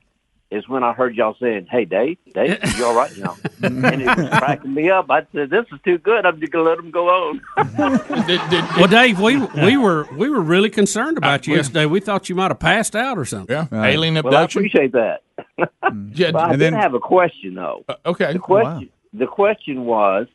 is when I heard y'all saying, "Hey, Dave, Dave, you all right now?" and it was cracking me up. I said, "This is too good. I'm just gonna let them go on." Well, Dave, we we were we were really concerned about you yesterday. We thought you might have passed out or something. Yeah, Mm. Alien abduction? Well, I appreciate that. yeah, Uh, But I and did then- have a question though. okay. Oh, The question, the question was,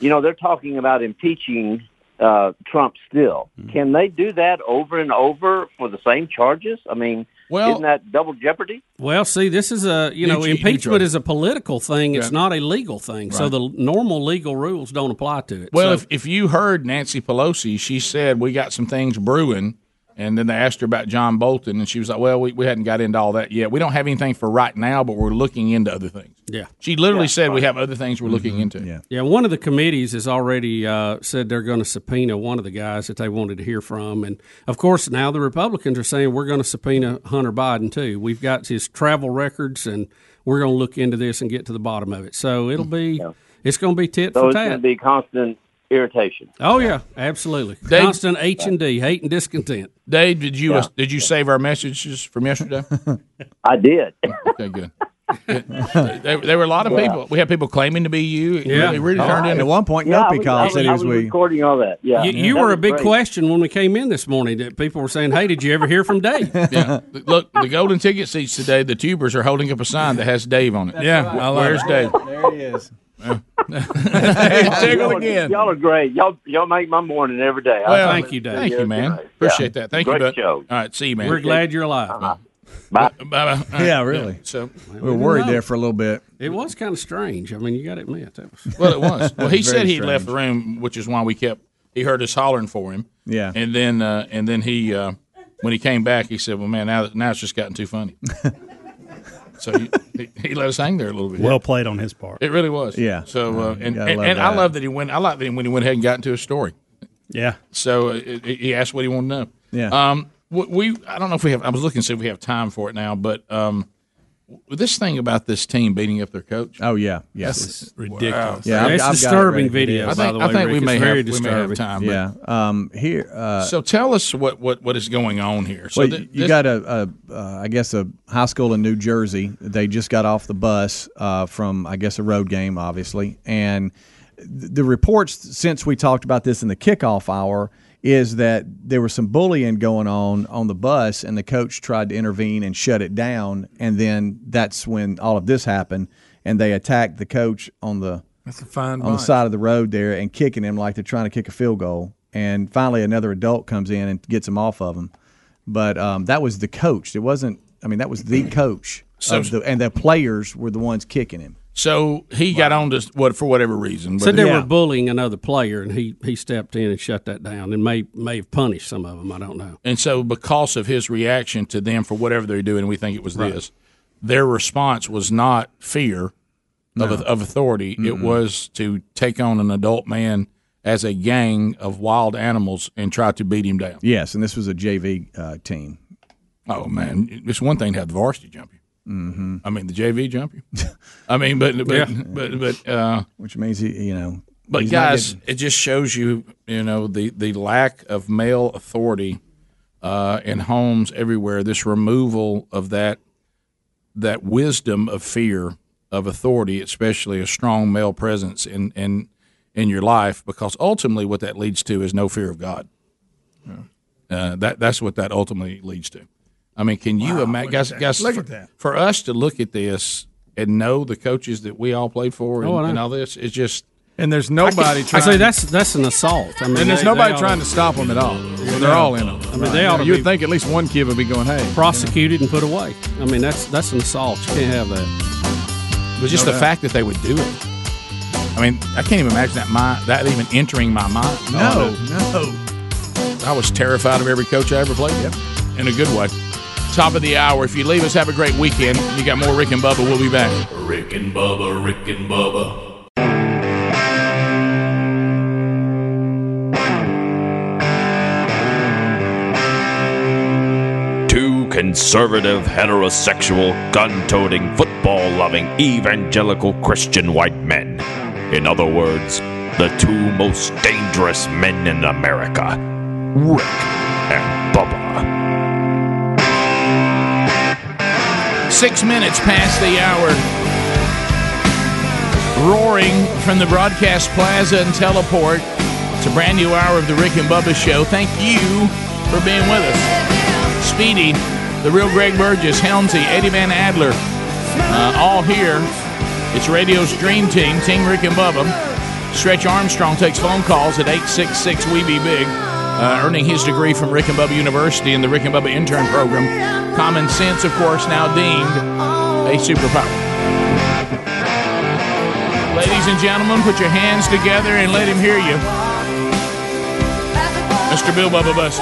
you know, they're talking about impeaching uh, Trump still. Mm-hmm. Can they do that over and over for the same charges? I mean, Well- isn't that double jeopardy? Well, see, this is a you You know cheat, you impeachment judge. is a political thing. It's Yeah. not a legal thing. So Right. the normal legal rules don't apply to it. Well, So- if, if you heard Nancy Pelosi, she said we got some things brewing, and then they asked her about John Bolton, and she was like, "Well, we, we hadn't got into all that yet. We don't have anything for right now, but we're looking into other things." yeah. She literally said we have other things we're looking into. Yeah. Yeah, one of the committees has already uh, said they're going to subpoena one of the guys that they wanted to hear from, and of course now the Republicans are saying we're going to subpoena Hunter Biden too. We've got his travel records, and we're going to look into this and get to the bottom of it. So it'll be it's going to be tit So for it's going to tat. be constant irritation. Oh yeah, absolutely. Dave- Constant H and D, hate and discontent. Dave, did you uh, Yeah. did you save our messages from yesterday? I did. Okay, good. Good. there, there were a lot of Yeah. people. We had people claiming to be you. It Yeah. really, really Oh, turned into at one point, Yeah, Guppy I was- called, I said he was was- I was with you. recording all that. Yeah, you, you That were a was big great. question when we came in this morning that people were saying, "Hey, did you ever hear from Dave?" yeah. Look, the golden ticket seats today. The tubers are holding up a sign that has Dave on it. Yeah, right. I like where's it. Dave? There he is. y'all, are- Y'all are great. Y'all y'all make my morning every day. I- Well, I- thank you, Dave. Thank you, man. Yeah. Appreciate that. Thank you, Great bud. show. All right, see you, man. We're glad you're alive. Bye. Bye. Yeah, really. So we were worried there for a little bit. It was kind of strange. I mean, you got to admit that was. Well, it was. Well, Very he said he strange. left the room, which is why we kept. He heard us hollering for him. Yeah. and then uh, and then he uh, when he came back, he said, "Well, man, now now it's just gotten too funny." so he, he, he let us hang there a little bit. Well played on his part. It really was. Yeah. So uh, Yeah, and gotta and, love and I that. love that he went. I like that he- when he went ahead and got into his story. Yeah. So uh, it, it- he asked what he wanted to know. Yeah. Um, we, we I don't know if we have. I was looking to see if we have time for it now, but um, w- this thing about this team beating up their coach. Oh yeah, yeah. yes, Wow. Yeah, I've- I've got it ready. I think, I think we may have we may have time. but- Yeah. Um, here. Uh, so tell us what, what, what is going on here. So well, thi- you this- got a, a uh, I guess a high school in New Jersey. They just got off the bus uh, from I guess a road game, obviously, and th- the reports since we talked about this in the kickoff hour is that there was some bullying going on on the bus, and the coach tried to intervene and shut it down, and then that's when all of this happened, and they attacked the coach on the That's a fine on the bunch. side of the road there and kicking him like they're trying to kick a field goal. And finally, another adult comes in and gets him off of him. But um, that was the coach. It wasn't. I mean, that was the coach. So- of the, and the players were the ones kicking him. so he got on to what for whatever reason. Said they but- were bullying another player, and he, he stepped in and shut that down, and may may have punished some of them. I don't know. And so, because of his reaction to them for whatever they're doing, we think it was Right. this. Their response was not fear of, No. of authority, it Mm-mm. was to take on an adult man as a gang of wild animals and try to beat him down. Yes, and this was a JV uh, team. Oh, man. It's one thing to have the varsity jump you. Mm-hmm. I mean, the JV jump you. I mean, but, but, Yeah. but, but, uh, which means he, you know, But he's not guys, getting- it just shows you, you know, the the lack of male authority uh, in homes everywhere. This removal of that that wisdom of fear of authority, especially a strong male presence in in in your life, because ultimately what that leads to is no fear of God. Uh, that that's what that ultimately leads to. I mean, can you Wow, imagine, look guys? at that. guys Look for, at that. for us to look at this and know the coaches that we all played for and, Oh, I know. and all this, it's just and there's nobody I trying. say that's that's an assault. I mean, and there's they- nobody they oughta- trying to stop them at all. They're all in them. I mean, they ought to You'd be- think at least one kid would be going, "Hey, prosecuted and put away. I mean, that's that's an assault. You can't have that. But just No the doubt. fact that they would do it. I mean, I can't even imagine that mind that even entering my mind. No, no. I was terrified of every coach I ever played. Yep. In a good way. Top of the hour. If you leave us, have a great weekend. You got more Rick and Bubba. We'll be back. Rick and Bubba, Rick and Bubba, Two conservative, heterosexual, gun toting, football loving, evangelical Christian white men. In other words, the two most dangerous men in America Rick and Bubba. Six minutes past the hour. Roaring from the broadcast plaza and teleport. It's a brand new hour of the Rick and Bubba Show. Thank you for being with us. Speedy, the real Greg Burgess, Helmsy, Eddie Van Adler, uh, all here. It's radio's dream team, Team Rick and Bubba. Stretch Armstrong takes phone calls at 866 We Be Big, uh, earning his degree from Rick and Bubba University in the Rick and Bubba Intern Program. Common sense, of course, now deemed a superpower. Ladies and gentlemen, put your hands together and let him hear you. Mr. Bill Bubba Buss.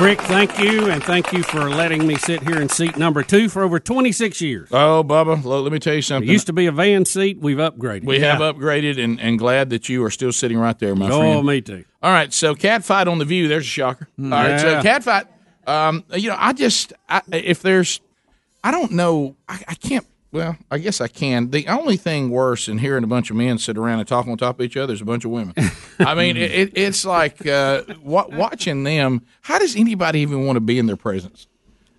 Rick, thank you, and thank you for letting me sit here in seat number two for over 26 years. Oh, Bubba, lo- let me tell you something. It used to be a van seat. We've upgraded. We have upgraded and, and glad that you are still sitting right there, my Oh, friend. me too. All right, so cat fight on the view. There's a shocker. All right, so Yeah. cat fight. Um, you know, I just I, if there's, I don't know. I, I can't. Well, I guess I can. The only thing worse than hearing a bunch of men sit around and talk on top of each other is a bunch of women. I mean, it, it, it's like uh, wa- watching them. How does anybody even want to be in their presence?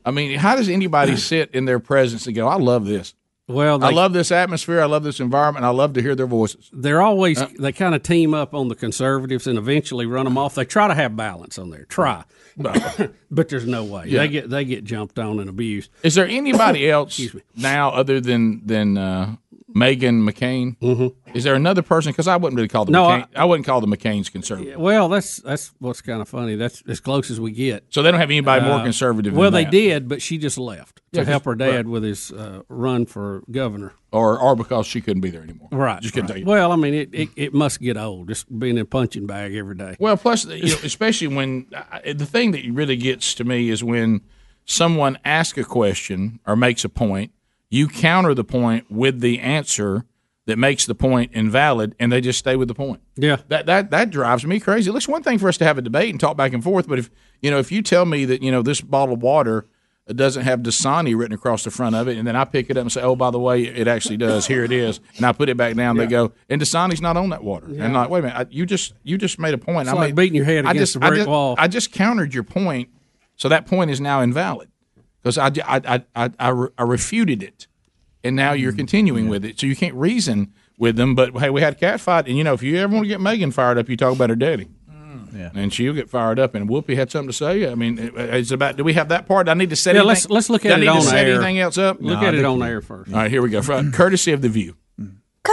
I mean, how does anybody sit in their presence and go, "I love this"? Well, I they- love this atmosphere. I love this environment. I love to hear their voices. They're always Uh, they kind of team up on the conservatives and eventually run them off. They try to have balance on there, try, but there's no way. Yeah. They get they get jumped on and abused. Is there anybody else now other than than uh, Megan McCain? Mm-hmm. Is there another person? Because I wouldn't really call the No, McCain, I, wouldn't call the McCain's conservative. Well, that's that's what's kind of funny. That's as close as we get. Uh, So they don't have anybody more conservative than Well, they that. did, but she just left to Yeah, help her just- dad right. with his uh, run for governor. Or or because she couldn't be there anymore. Right. Just couldn't right. take it. Well, I mean, it, it, it must get old just being in a punching bag every day. Well, plus, you know, especially when I, the thing that really gets to me is when someone asks a question or makes a point, you counter the point with the answer that makes the point invalid, and they just stay with the point. Yeah, that that that drives me crazy. It's one thing for us to have a debate and talk back and forth, but if you know if you tell me that you know this bottle of water doesn't have Dasani written across the front of it, and then I pick it up and say, "Oh, by the way, it actually does. Here it is," and I put it back down. They go, "And Dasani's not on that water." Yeah. And I'm like, wait a minute, I, you just you just made a point. It's I like made- beating your head I against just, a I brick just, wall. I just countered your point, so that point is now invalid because I, I, I, I, I, re- I refuted it, and now Mm. you're continuing with it. So you can't reason with them. But hey, we had a cat fight, and you know if you ever want to get Megan fired up, you talk about her daddy. Mm. Yeah. And she'll get fired up, and Whoopi had something to say. I mean, it- it's about. Do we have that part? Do I need to set. Yeah, anything- let's- let's look do at I it need to on set air. Anything else up? Look No, at I it think on we- air first. All right, here we go. From, courtesy of the view.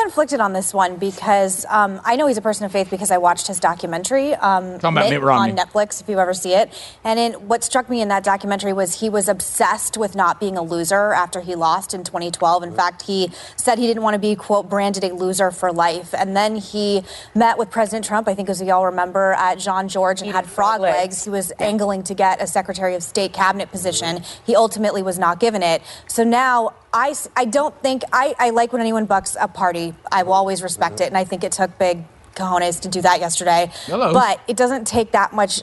conflicted on this one because um, I know he's a person of faith because I watched his documentary um, Talking about Mitt Romney. on Netflix if you ever see it. And in, what struck me in that documentary was he was obsessed with not being a loser after he lost in 2012. In fact, he said he didn't want to be quote branded a loser for life. And then he met with President Trump. I think as we all remember at John George and had frog legs. He was angling to get a Secretary of State cabinet position. He ultimately was not given it. So now I, s- I don't think I, I like when anyone bucks a party. I will always respect it, and I think it took big cojones to do that yesterday. Hello. But it doesn't take that much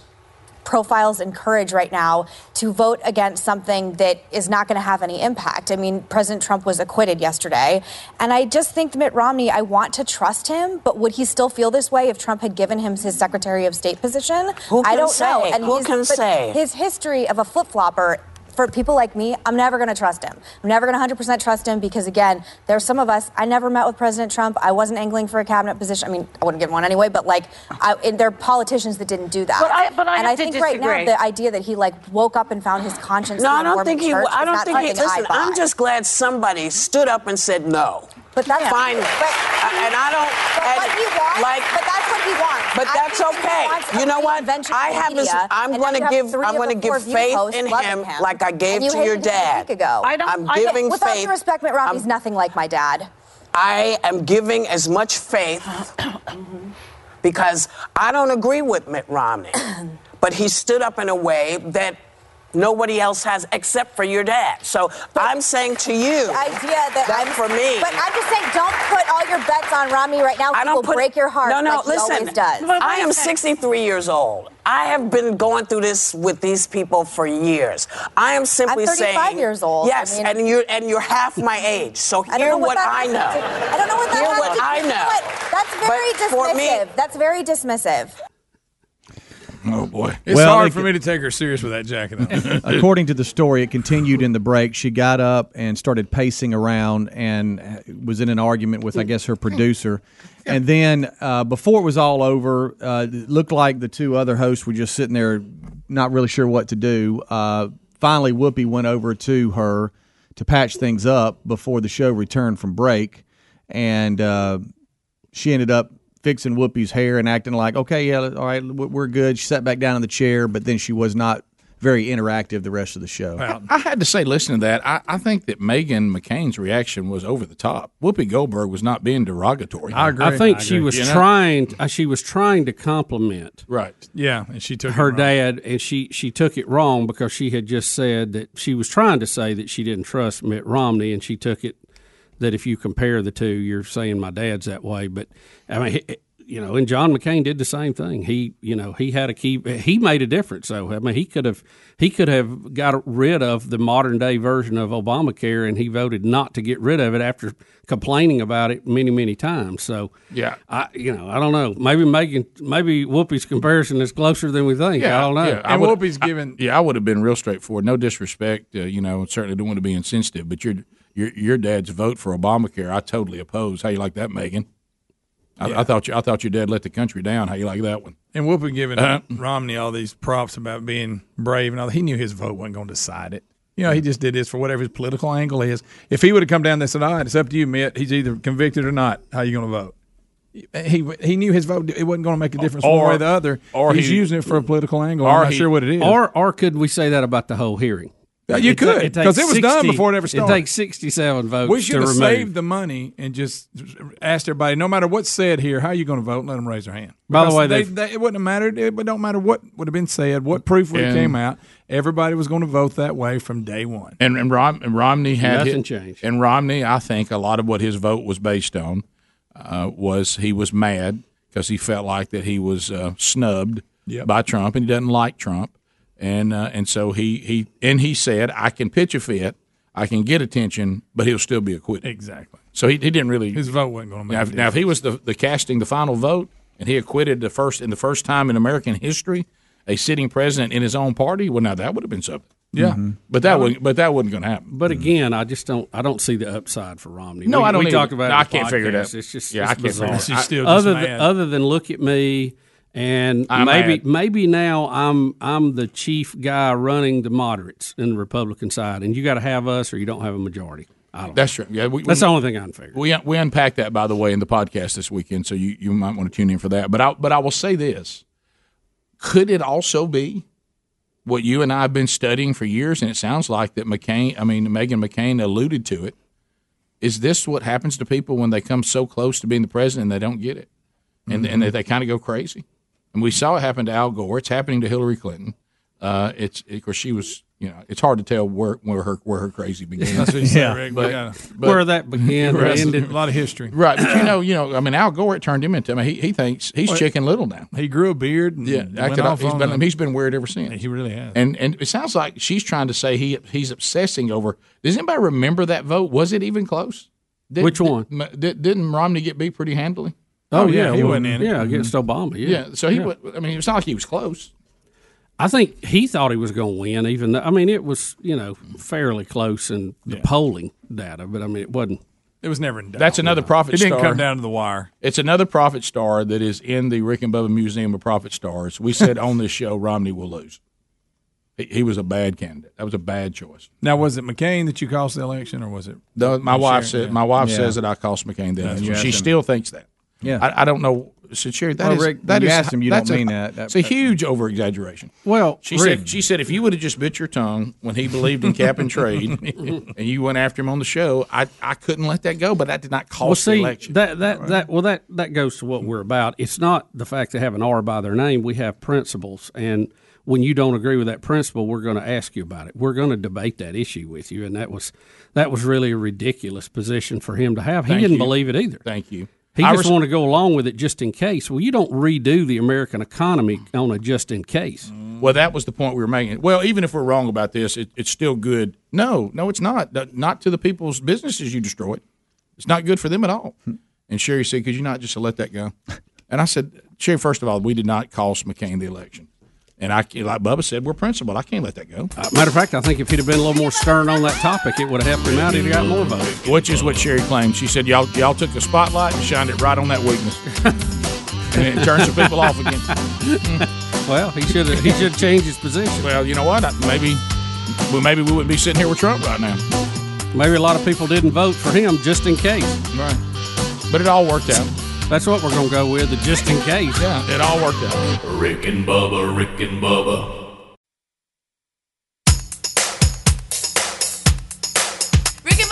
profiles and courage right now to vote against something that is not going to have any impact. I mean, President Trump was acquitted yesterday. And I just think that Mitt Romney, I want to trust him, but would he still feel this way if Trump had given him his Secretary of State position? Who I can don't know. say? Who his, can but say? His history of a flip flopper. For people like me, I'm never going to trust him. I'm never going to 100% trust him because, again, there's some of us. I never met with President Trump. I wasn't angling for a cabinet position. I mean, I wouldn't give him one anyway. But like, I, and there are politicians that didn't do that. But I- but I and have I to think right now disagree. the idea that he like woke up and found his conscience. No, in I a don't Mormon think he. church I don't is not think he. something I Listen, buy. I'm just glad somebody stood up and said no. But that's fine. uh, and I don't. and, like, but that's what he wants. But I that's think he wants okay. You know what? I have. his- media, I'm and now going you to have give. three I'm of going to the give four view faith posts in loving him, like I gave And you to hated your him just a dad. week ago. I don't- I'm I- giving With all faith- due respect, Mitt Romney's I'm- nothing like my dad. I am giving as much faith Mm-hmm. because I don't agree with Mitt Romney, but he stood up in a way that nobody else has except for your dad. So I'm saying to you, The idea that, I'm, for me. But I'm just saying, don't put all your bets on Romney right now. He I don't will put, break your heart. No, no, like he listen. always does. I am 63 years old. I have been going through this with these people for years. I am simply I'm 35 saying years old. I Yes, mean- and you're and you're half my age. So I don't hear know what what, that I has know. to- I don't know what that Hear has what to do- I you know know. what? That's very for me- dismissive. That's very dismissive. Oh boy, It's Well, hard they for me to take her serious with that jacket on. According to the story, it continued in the break. She got up and started pacing around and uh, was in an argument with, I guess, her producer. And then uh, before it was all over, uh, it looked like the two other hosts were just sitting there, not really sure what to do. Uh, finally, Whoopi went over to her to patch things up before the show returned from break. And uh, she ended up fixing Whoopi's hair and acting like, okay, yeah, all right, we- we're good. She sat back down in the chair, but then she was not very interactive the rest of the show. I had to say, listen to that. I, I think that Megan McCain's reaction was over the top. Whoopi Goldberg was not being derogatory. I think she was You know? trying. uh, she was trying to compliment. Right. Yeah, and she took it her wrong. dad, and she she took it wrong because she had just said that she was trying to say that she didn't trust Mitt Romney, and she took it that if you compare the two, you're saying my dad's that way. But I mean, he- you know, and John McCain did the same thing. He, you know, he had a key. He made a difference. So I mean, he could have he could have got rid of the modern day version of Obamacare, and he voted not to get rid of it after complaining about it many many times. So Yeah. I, you know, I don't know. Maybe Megan, maybe Whoopi's comparison is closer than we think. I don't know. Yeah, I would- I- yeah, I would have been real straightforward. No disrespect, uh, you know, and certainly don't want to be insensitive. But your your your dad's vote for Obamacare, I totally oppose. How you like that, Megan? I, I thought you, I thought your dad let the country down. How you like that one? And Whoopi giving Uh-huh. Romney all these props about being brave and all. that. He knew his vote wasn't going to decide it. You know, he just did this for whatever his political angle is. If he would have come down there and said, "All right, it's up to you, Mitt. He's either convicted or not. How you going to vote?" He he knew his vote. It wasn't going to make a difference one way or the other. or he's he- using it for a political angle. I'm not sure what it is. Or, or could we say that about the whole hearing? Yeah, you It ta- could, takes 'cause it was done 60 before it ever started. It takes sixty-seven votes we should to have remove. saved the money and just asked everybody, no matter what's said here, how are you going to vote? Let them raise their hand. By the Because way, they, they've- they- it wouldn't have mattered. It don't matter what would have been said, what proof would have And- came out. Everybody was going to vote that way from day one. And and, Rom, and Romney had Nothing hit- changed. And Romney, I think a lot of what his vote was based on uh, was he was mad because he felt like that he was uh, snubbed by Trump, and he doesn't like Trump, and uh, and so he he and he said, "I can pitch a fit, I can get attention, but he'll still be acquitted." Exactly. So he, he didn't really His vote wasn't going to make now, a if, now, if he was the, the casting the final vote and he acquitted the first in the first time in American history a sitting president in his own party, well, now that would have been something. Mm-hmm. Yeah. Mm-hmm. Mhm. but that wouldn't. But that wasn't going to happen. But again, I just don't. I don't see the upside for Romney. No, we, I don't We either. talked about. No, it I in the can't figure it podcast. out. It's just Yeah, it's I can't figure bizarre. it out. She's still just other mad. Than, other than look at me, and I'm maybe mad. maybe now I'm I'm the chief guy running the moderates in the Republican side, and you got to have us or you don't have a majority. I don't. That's true. Yeah, we, that's we- the only thing I can figure. We we unpacked that by the way in the podcast this weekend, so you, you might want to tune in for that. But I but I will say this: could it also be what you and I have been studying for years, and it sounds like that McCain, I mean Megan McCain, alluded to it. Is this what happens to people when they come so close to being the president and they don't get it, and Mm-hmm. and they, they kind of go crazy? And we saw it happen to Al Gore. It's happening to Hillary Clinton. Uh, it's of course she was. You know, it's hard to tell where where her where her crazy began. That's what you said, Rick. We gotta- Where that began or Right. ended. A lot of history. right? But you know, you know. I mean, Al Gore it turned him into. I mean, he, he thinks he's Well, Chicken Little now. He grew a beard. And Yeah, acted went off, off he's on been the- he's been weird ever since. He really has. And and it sounds like she's trying to say he he's obsessing over. Does anybody remember that vote? Was it even close? Did, Which one? Did, didn't Romney get beat pretty handily? Oh, yeah, he well, wasn't in it. Mm-hmm. yeah, against Mm-hmm. Obama, yeah. so he. Yeah. wa- I mean, it's not like he was close. I think he thought he was going to win, even though I mean it was you know fairly close in the polling data, but I mean it wasn't. It was never in doubt. That's another profit. It didn't star. come down to the wire. It's another profit star that is in the Rick and Bubba Museum of Profit Stars. We said on this show Romney will lose. He, he was a bad candidate. That was a bad choice. Now, was it McCain that you cost the election, or was it? No, my I'm wife sure, said yeah. my wife Yeah. says that I cost McCain the That's election. right. She still thinks that. Yeah. I, I don't know. So Sherry, that Well, is- Rick, that you is- asked him, you that's don't a- mean that. That- It's a huge over exaggeration. Well, she Rick- said she said if you would have just bit your tongue when he believed in cap and trade, and you went after him on the show, I, I couldn't let that go. But that did not cost Well, see the election. that that that well that that goes to what we're about. It's not the fact they have an R by their name. We have principles, and when you don't agree with that principle, we're going to ask you about it. We're going to debate that issue with you, and that was that was really a ridiculous position for him to have. He Thank didn't you. believe it either. Thank you. He I just res- wanted to go along with it just in case. Well, you don't redo the American economy on a just in case. Well, that was the point we were making. Well, even if we're wrong about this, it, it's still good. No, no, it's not. Not- Not to the people's businesses you destroyed. It's not good for them at all. And Sherry said, "Could you not just let that go?" And I said, "Sherry, first of all, we did not cost McCain the election, and I, like Bubba said, we're principled. I can't let that go." Uh, matter of fact, I think if he'd have been a little more stern on that topic, it would have helped him out. He'd have got more votes. Which is what Sherry claimed. She said, "Y'all, y'all took the spotlight and shined it right on that weakness, and it turns the people off again." Well, he should have. He should have changed his position. Well, you know what? I- Maybe, well, maybe we wouldn't be sitting here with Trump right now. Maybe a lot of people didn't vote for him just in case. Right. But it all worked out. That's what we're going to go with, the just in case. Yeah, it all worked out. Rick and Bubba, Rick and Bubba, Rick and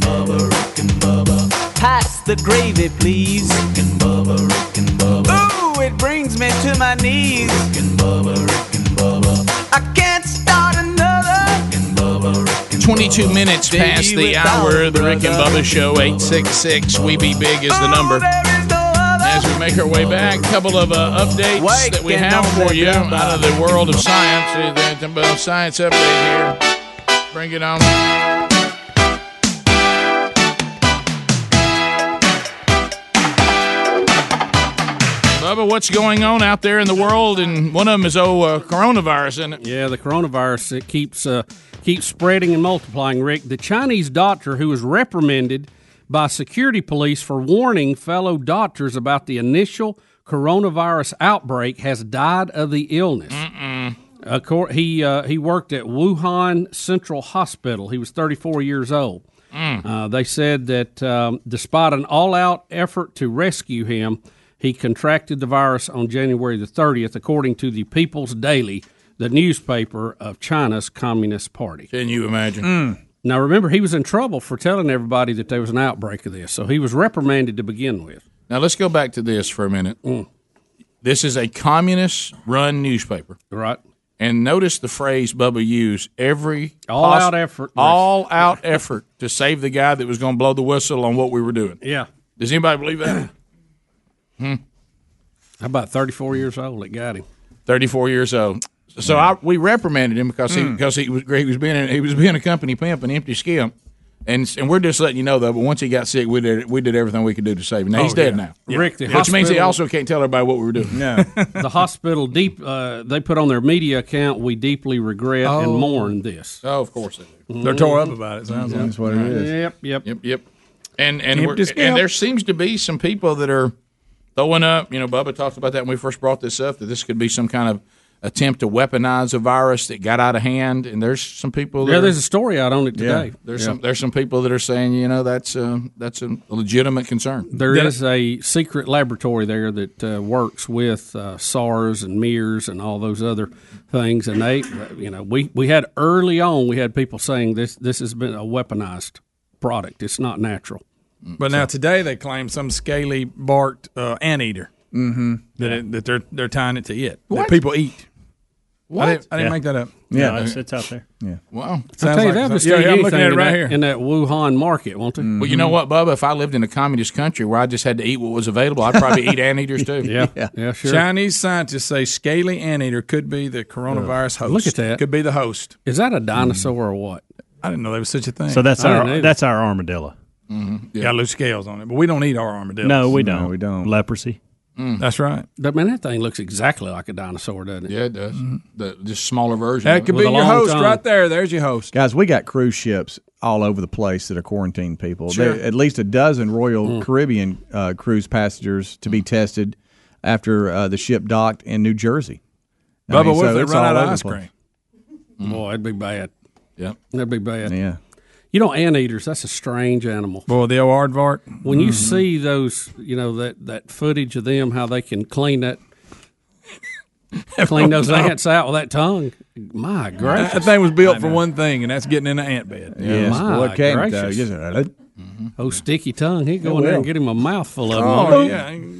Bubba's in Ohio. Pass the gravy, please. Rick and Bubba, Rick and Bubba. Ooh, it brings me to my knees. Rick and Bubba, Rick and Bubba. I can't start another. 22 minutes past the hour of the Rick and Bubba Show. 866 We Be Big is the number. As we make our way back, couple of uh, updates that we have for you out of the world of science. Here's the Rick and Bubba Science update here. Bring it on. Bubba, what's going on out there in the world? And one of them is oh, uh, coronavirus, isn't it? Yeah, the coronavirus it keeps uh, keeps spreading and multiplying. Rick, the Chinese doctor who was reprimanded by security police for warning fellow doctors about the initial coronavirus outbreak has died of the illness. Mm. Accor- he uh, he worked at Wuhan Central Hospital. He was 34 years old. Hmm. Mm. Uh, they said that um, despite an all-out effort to rescue him, he contracted the virus on January the 30th, according to the People's Daily, the newspaper of China's Communist Party. Can you imagine? Hmm. Now, remember, he was in trouble for telling everybody that there was an outbreak of this, so he was reprimanded to begin with. Mm. Now let's go back to this for a minute. This is a communist run newspaper. Right. And notice the phrase Bubba used every All out effort. all out effort to save the guy that was going to blow the whistle on what we were doing. Yeah. Does anybody believe that? How about 34 years old? It got him. 34 years old. So I, we reprimanded him because he Mm. because he was he was being he was being a company pimp, an empty skim, and and we're just letting you know though. But once he got sick, we did we did everything we could do to save him. Now he's Oh, dead yeah. now, Rick, the which means he hospital- also can't tell everybody what we were doing. No, the hospital deep. Uh, they put on their media account. We deeply regret and Oh. mourn this. Oh, of course they do. They're tore up about it, sounds like. That's what it is. Yep, yep, yep, yep. And and Empty we're, scale. and there seems to be some people that are throwing up. You know, Bubba talked about that when we first brought this up that this could be some kind of attempt to weaponize a virus that got out of hand. And there's some people. That yeah, are- there's a story out on it today. There's Yeah. some there's some people that are saying you know that's uh, that's a legitimate concern. There Did is a secret laboratory there that uh, works with uh, SARS and MERS and all those other things, and they, you know, we, we had early on we had people saying this this has been a weaponized product. It's not natural. Mm, But now today they claim some scaly barked uh, anteater Mhm. that it, that they're they're tying it to it What? that people eat. What? I didn't, I didn't Yeah. make that up. Yeah, No, it's- it's out there. Yeah. Wow. I Sounds tell you, like they'll just something- eat yeah, yeah, I'm looking anything at it in right that- here. in that Wuhan market, won't they? Well, you know what, Bubba? If I lived in a communist country where I just had to eat what was available, I'd probably eat anteaters too. Yeah. yeah, Chinese scientists say scaly anteater could be the coronavirus host. Look at that. Could be the host. Mm. Is that a dinosaur or what? I didn't know there was such a thing. So that's our that's our armadillo. yeah. got loose scales on it, but we don't eat our armadillos. No, we don't. we don't. Leprosy. That's right. That man, that thing looks exactly like a dinosaur, doesn't it? Yeah, it does. The just smaller version. Mm-hmm. That could be your host right there. There's your host. Guys, we got cruise ships all over the place that are quarantined people. Sure. There- at least a dozen Royal Mm. Caribbean uh, cruise passengers to be Mm. tested after uh, the ship docked in New Jersey. I Bubba, mean, what if so they it's run all out of over the ice place. cream? Boy, that'd be bad. Yeah, that'd be bad. Yeah. You know, anteaters. That's a strange animal. Boy, the old aardvark. When you Mm-hmm. Mhm. see those, you know that that footage of them, how they can clean that, clean those Everyone's ants out with that tongue. My gracious, That thing was built for one thing, and that's getting in an ant bed. My uh, gracious. Oh, sticky tongue. He'd Oh, go It in there and will. get him a mouthful of Oh, them.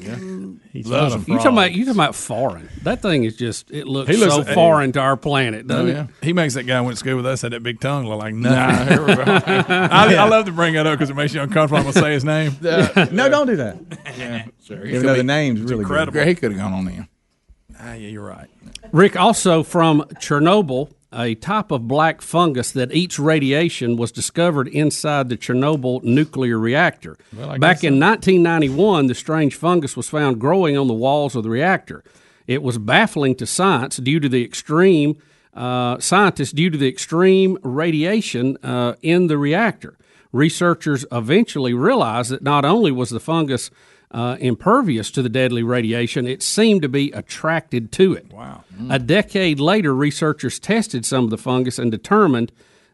yeah. You He's talking frogs. about you talking about foreign? That thing is just it looks, He looks so like- foreign to our planet, doesn't Oh, it? yeah. He makes that guy who went to school with us had that big tongue look like Nah, nothing. here we go. I, I love to bring that up because it makes you uncomfortable. I'm gonna say his name. Yeah. No, don't do that. Yeah, sure. Even though the name's really good. Incredible. He could have gone on in. Ah, yeah, you're right. Rick, also from Chernobyl, a type of black fungus that eats radiation was discovered inside the Chernobyl nuclear reactor. Well, I Back guess in 1991, the strange fungus was found growing on the walls of the reactor. It was baffling to science due to the extreme uh, scientists due to the extreme radiation uh, in the reactor. Researchers eventually realized that not only was the fungus uh, impervious to the deadly radiation, it seemed to be attracted to it. Wow. A decade later, researchers tested some of the fungus and determined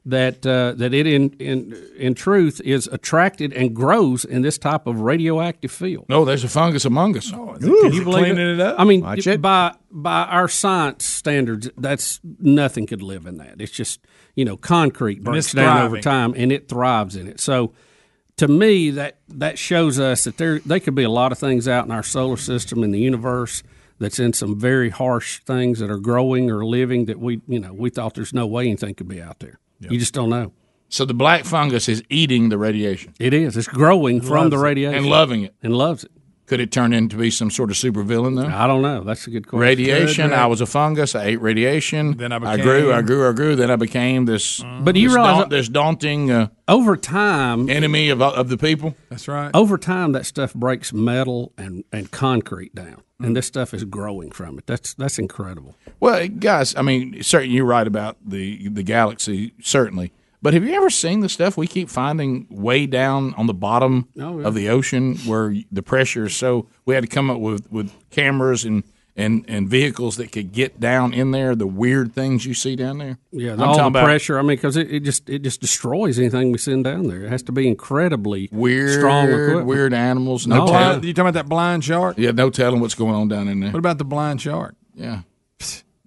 that uh, that it in, in in truth is attracted and grows in this type of radioactive field. No, there's a fungus among us. Can you believe Oh, it? I mean, by by our science standards, that's nothing could live in that. It's just you know concrete And breaks it's down over thriving. time, and it thrives in it. So, to me, that that shows us that there they could be a lot of things out in our solar system in the universe that's in some very harsh things that are growing or living that we you know we thought there's no way anything could be out there. You just don't know. So the black fungus is eating the radiation. It is. It's growing from the radiation and loving it and loves it. Could it turn into be some sort of supervillain though? I don't know. That's a good question. Radiation. Good, I right. was a fungus. I ate radiation. Then I I became- grew. I grew. I grew. Then I became this. But do you this realize- daunt- this daunting uh, over time enemy of of the people? That's right. Over time, that stuff breaks metal and, and concrete down, and this stuff is growing from it. That's that's incredible. Well, guys, I mean, certainly you're right about the the galaxy, certainly. But have you ever seen the stuff we keep finding way down on the bottom Oh, yeah. of the ocean, where the pressure is so? We had to come up with with cameras and and and vehicles that could get down in there. The weird things you see down there. Yeah, I'm all talking the about- pressure. I mean, because it, it just it just destroys anything we send down there. It has to be incredibly weird, strong equipment. weird animals. No, No, I- telling. You talking about that blind shark? Yeah, no telling what's going on down in there. What about the blind shark? Yeah.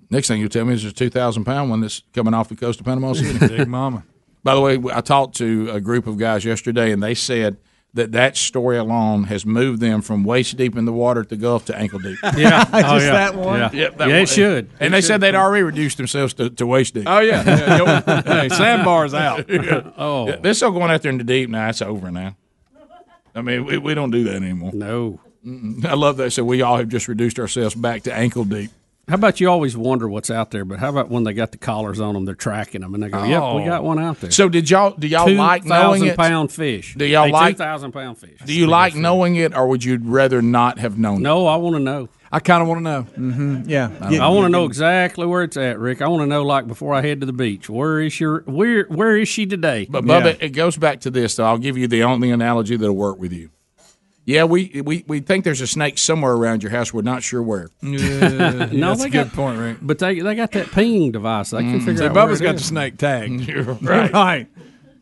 Next thing you'll tell me is there's a 2,000 pound one that's coming off the coast of Panama City. Big mama. By the way, I talked to a group of guys yesterday, and they said that that story alone has moved them from waist deep in the water at the Gulf to ankle deep. Yeah. Just Oh, yeah. that one? Yeah. Yep, that Yeah, it one. should. And It they should. said they'd already reduced themselves to, to waist deep. Oh, yeah. Yeah, yep. Hey, sandbar's sandbars out. Oh, they're still going out there in the deep now. It's over now. I mean, we, we don't do that anymore. No. I love that. So we all have just reduced ourselves back to ankle deep. How about you always wonder what's out there, but how about when they got the collars on them, they're tracking them, and they go, "Yep, we got one out there." Oh. So did y'all? Do y'all like knowing it? Pound fish. Do a y'all like two thousand pound fish? Do you like knowing it, or would you rather not have known? No, I want to know. I kind of want to know. Mm-hmm. Yeah, I want to know exactly where it's at, Rick. I want to know, like before I head to the beach, where is your where where is she today? But Bubba, it goes back to this. Though. I'll give you the only analogy that'll work with you. Yeah, we, we we think there's a snake somewhere around your house. We're not sure where. Yeah, No, that's they a good got- point, Rick. But they they got that ping device. They can Mm. figure See, out. where Bubba's it got is. the snake tagged. You're right. Right.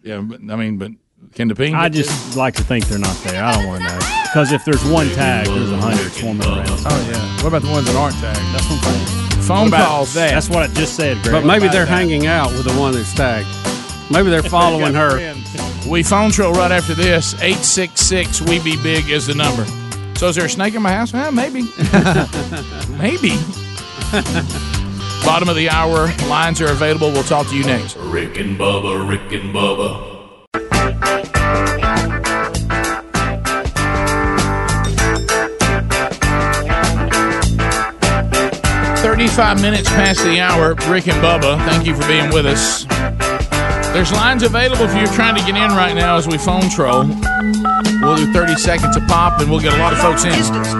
Yeah, but I mean, but can the ping? I just like to think they're not there. I don't want to know because if there's one tag, there's a hundred swarming around. Oh yeah. What about the ones that aren't tagged? That's what I'm saying. Phone calls. That's what I just said, Greg. But maybe they're hanging. hanging out with the one that's tagged. Maybe they're following her. We phone trail right after this. Eight six six. We be big is the number. So is there a snake in my house? Well, maybe. maybe. Bottom of the hour. Lines are available. We'll talk to you next. Rick and Bubba, Rick and Bubba. Thirty-five minutes past the hour. Rick and Bubba, thank you for being with us. There's lines available if you're trying to get in right now as we phone troll. We'll do 30 seconds a pop, and we'll get a lot of folks in.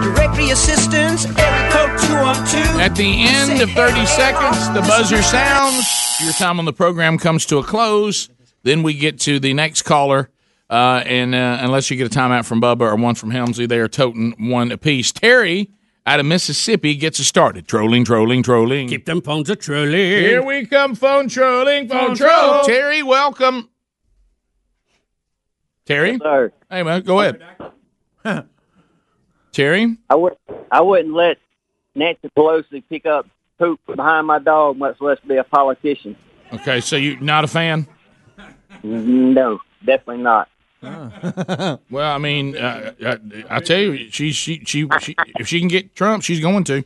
Directory assistance, area code 212. At the end of 30 seconds, the buzzer sounds. Your time on the program comes to a close. Then we get to the next caller. Uh, and uh, unless you get a timeout from Bubba or one from Helmsley, they are toting one apiece. Terry out of Mississippi gets us started. Trolling, trolling, trolling. Keep them phones a trolling. Here we come, phone trolling, Phone phone, troll. troll. Terry, welcome. Terry? Hey, man, go ahead. Terry? I would I wouldn't let Nancy Pelosi pick up poop behind my dog, much less be a politician. Okay, so you not a fan? Mm, No, definitely not. well, I mean, uh, I, I tell you, she, she, she, she, if she can get Trump, she's going to.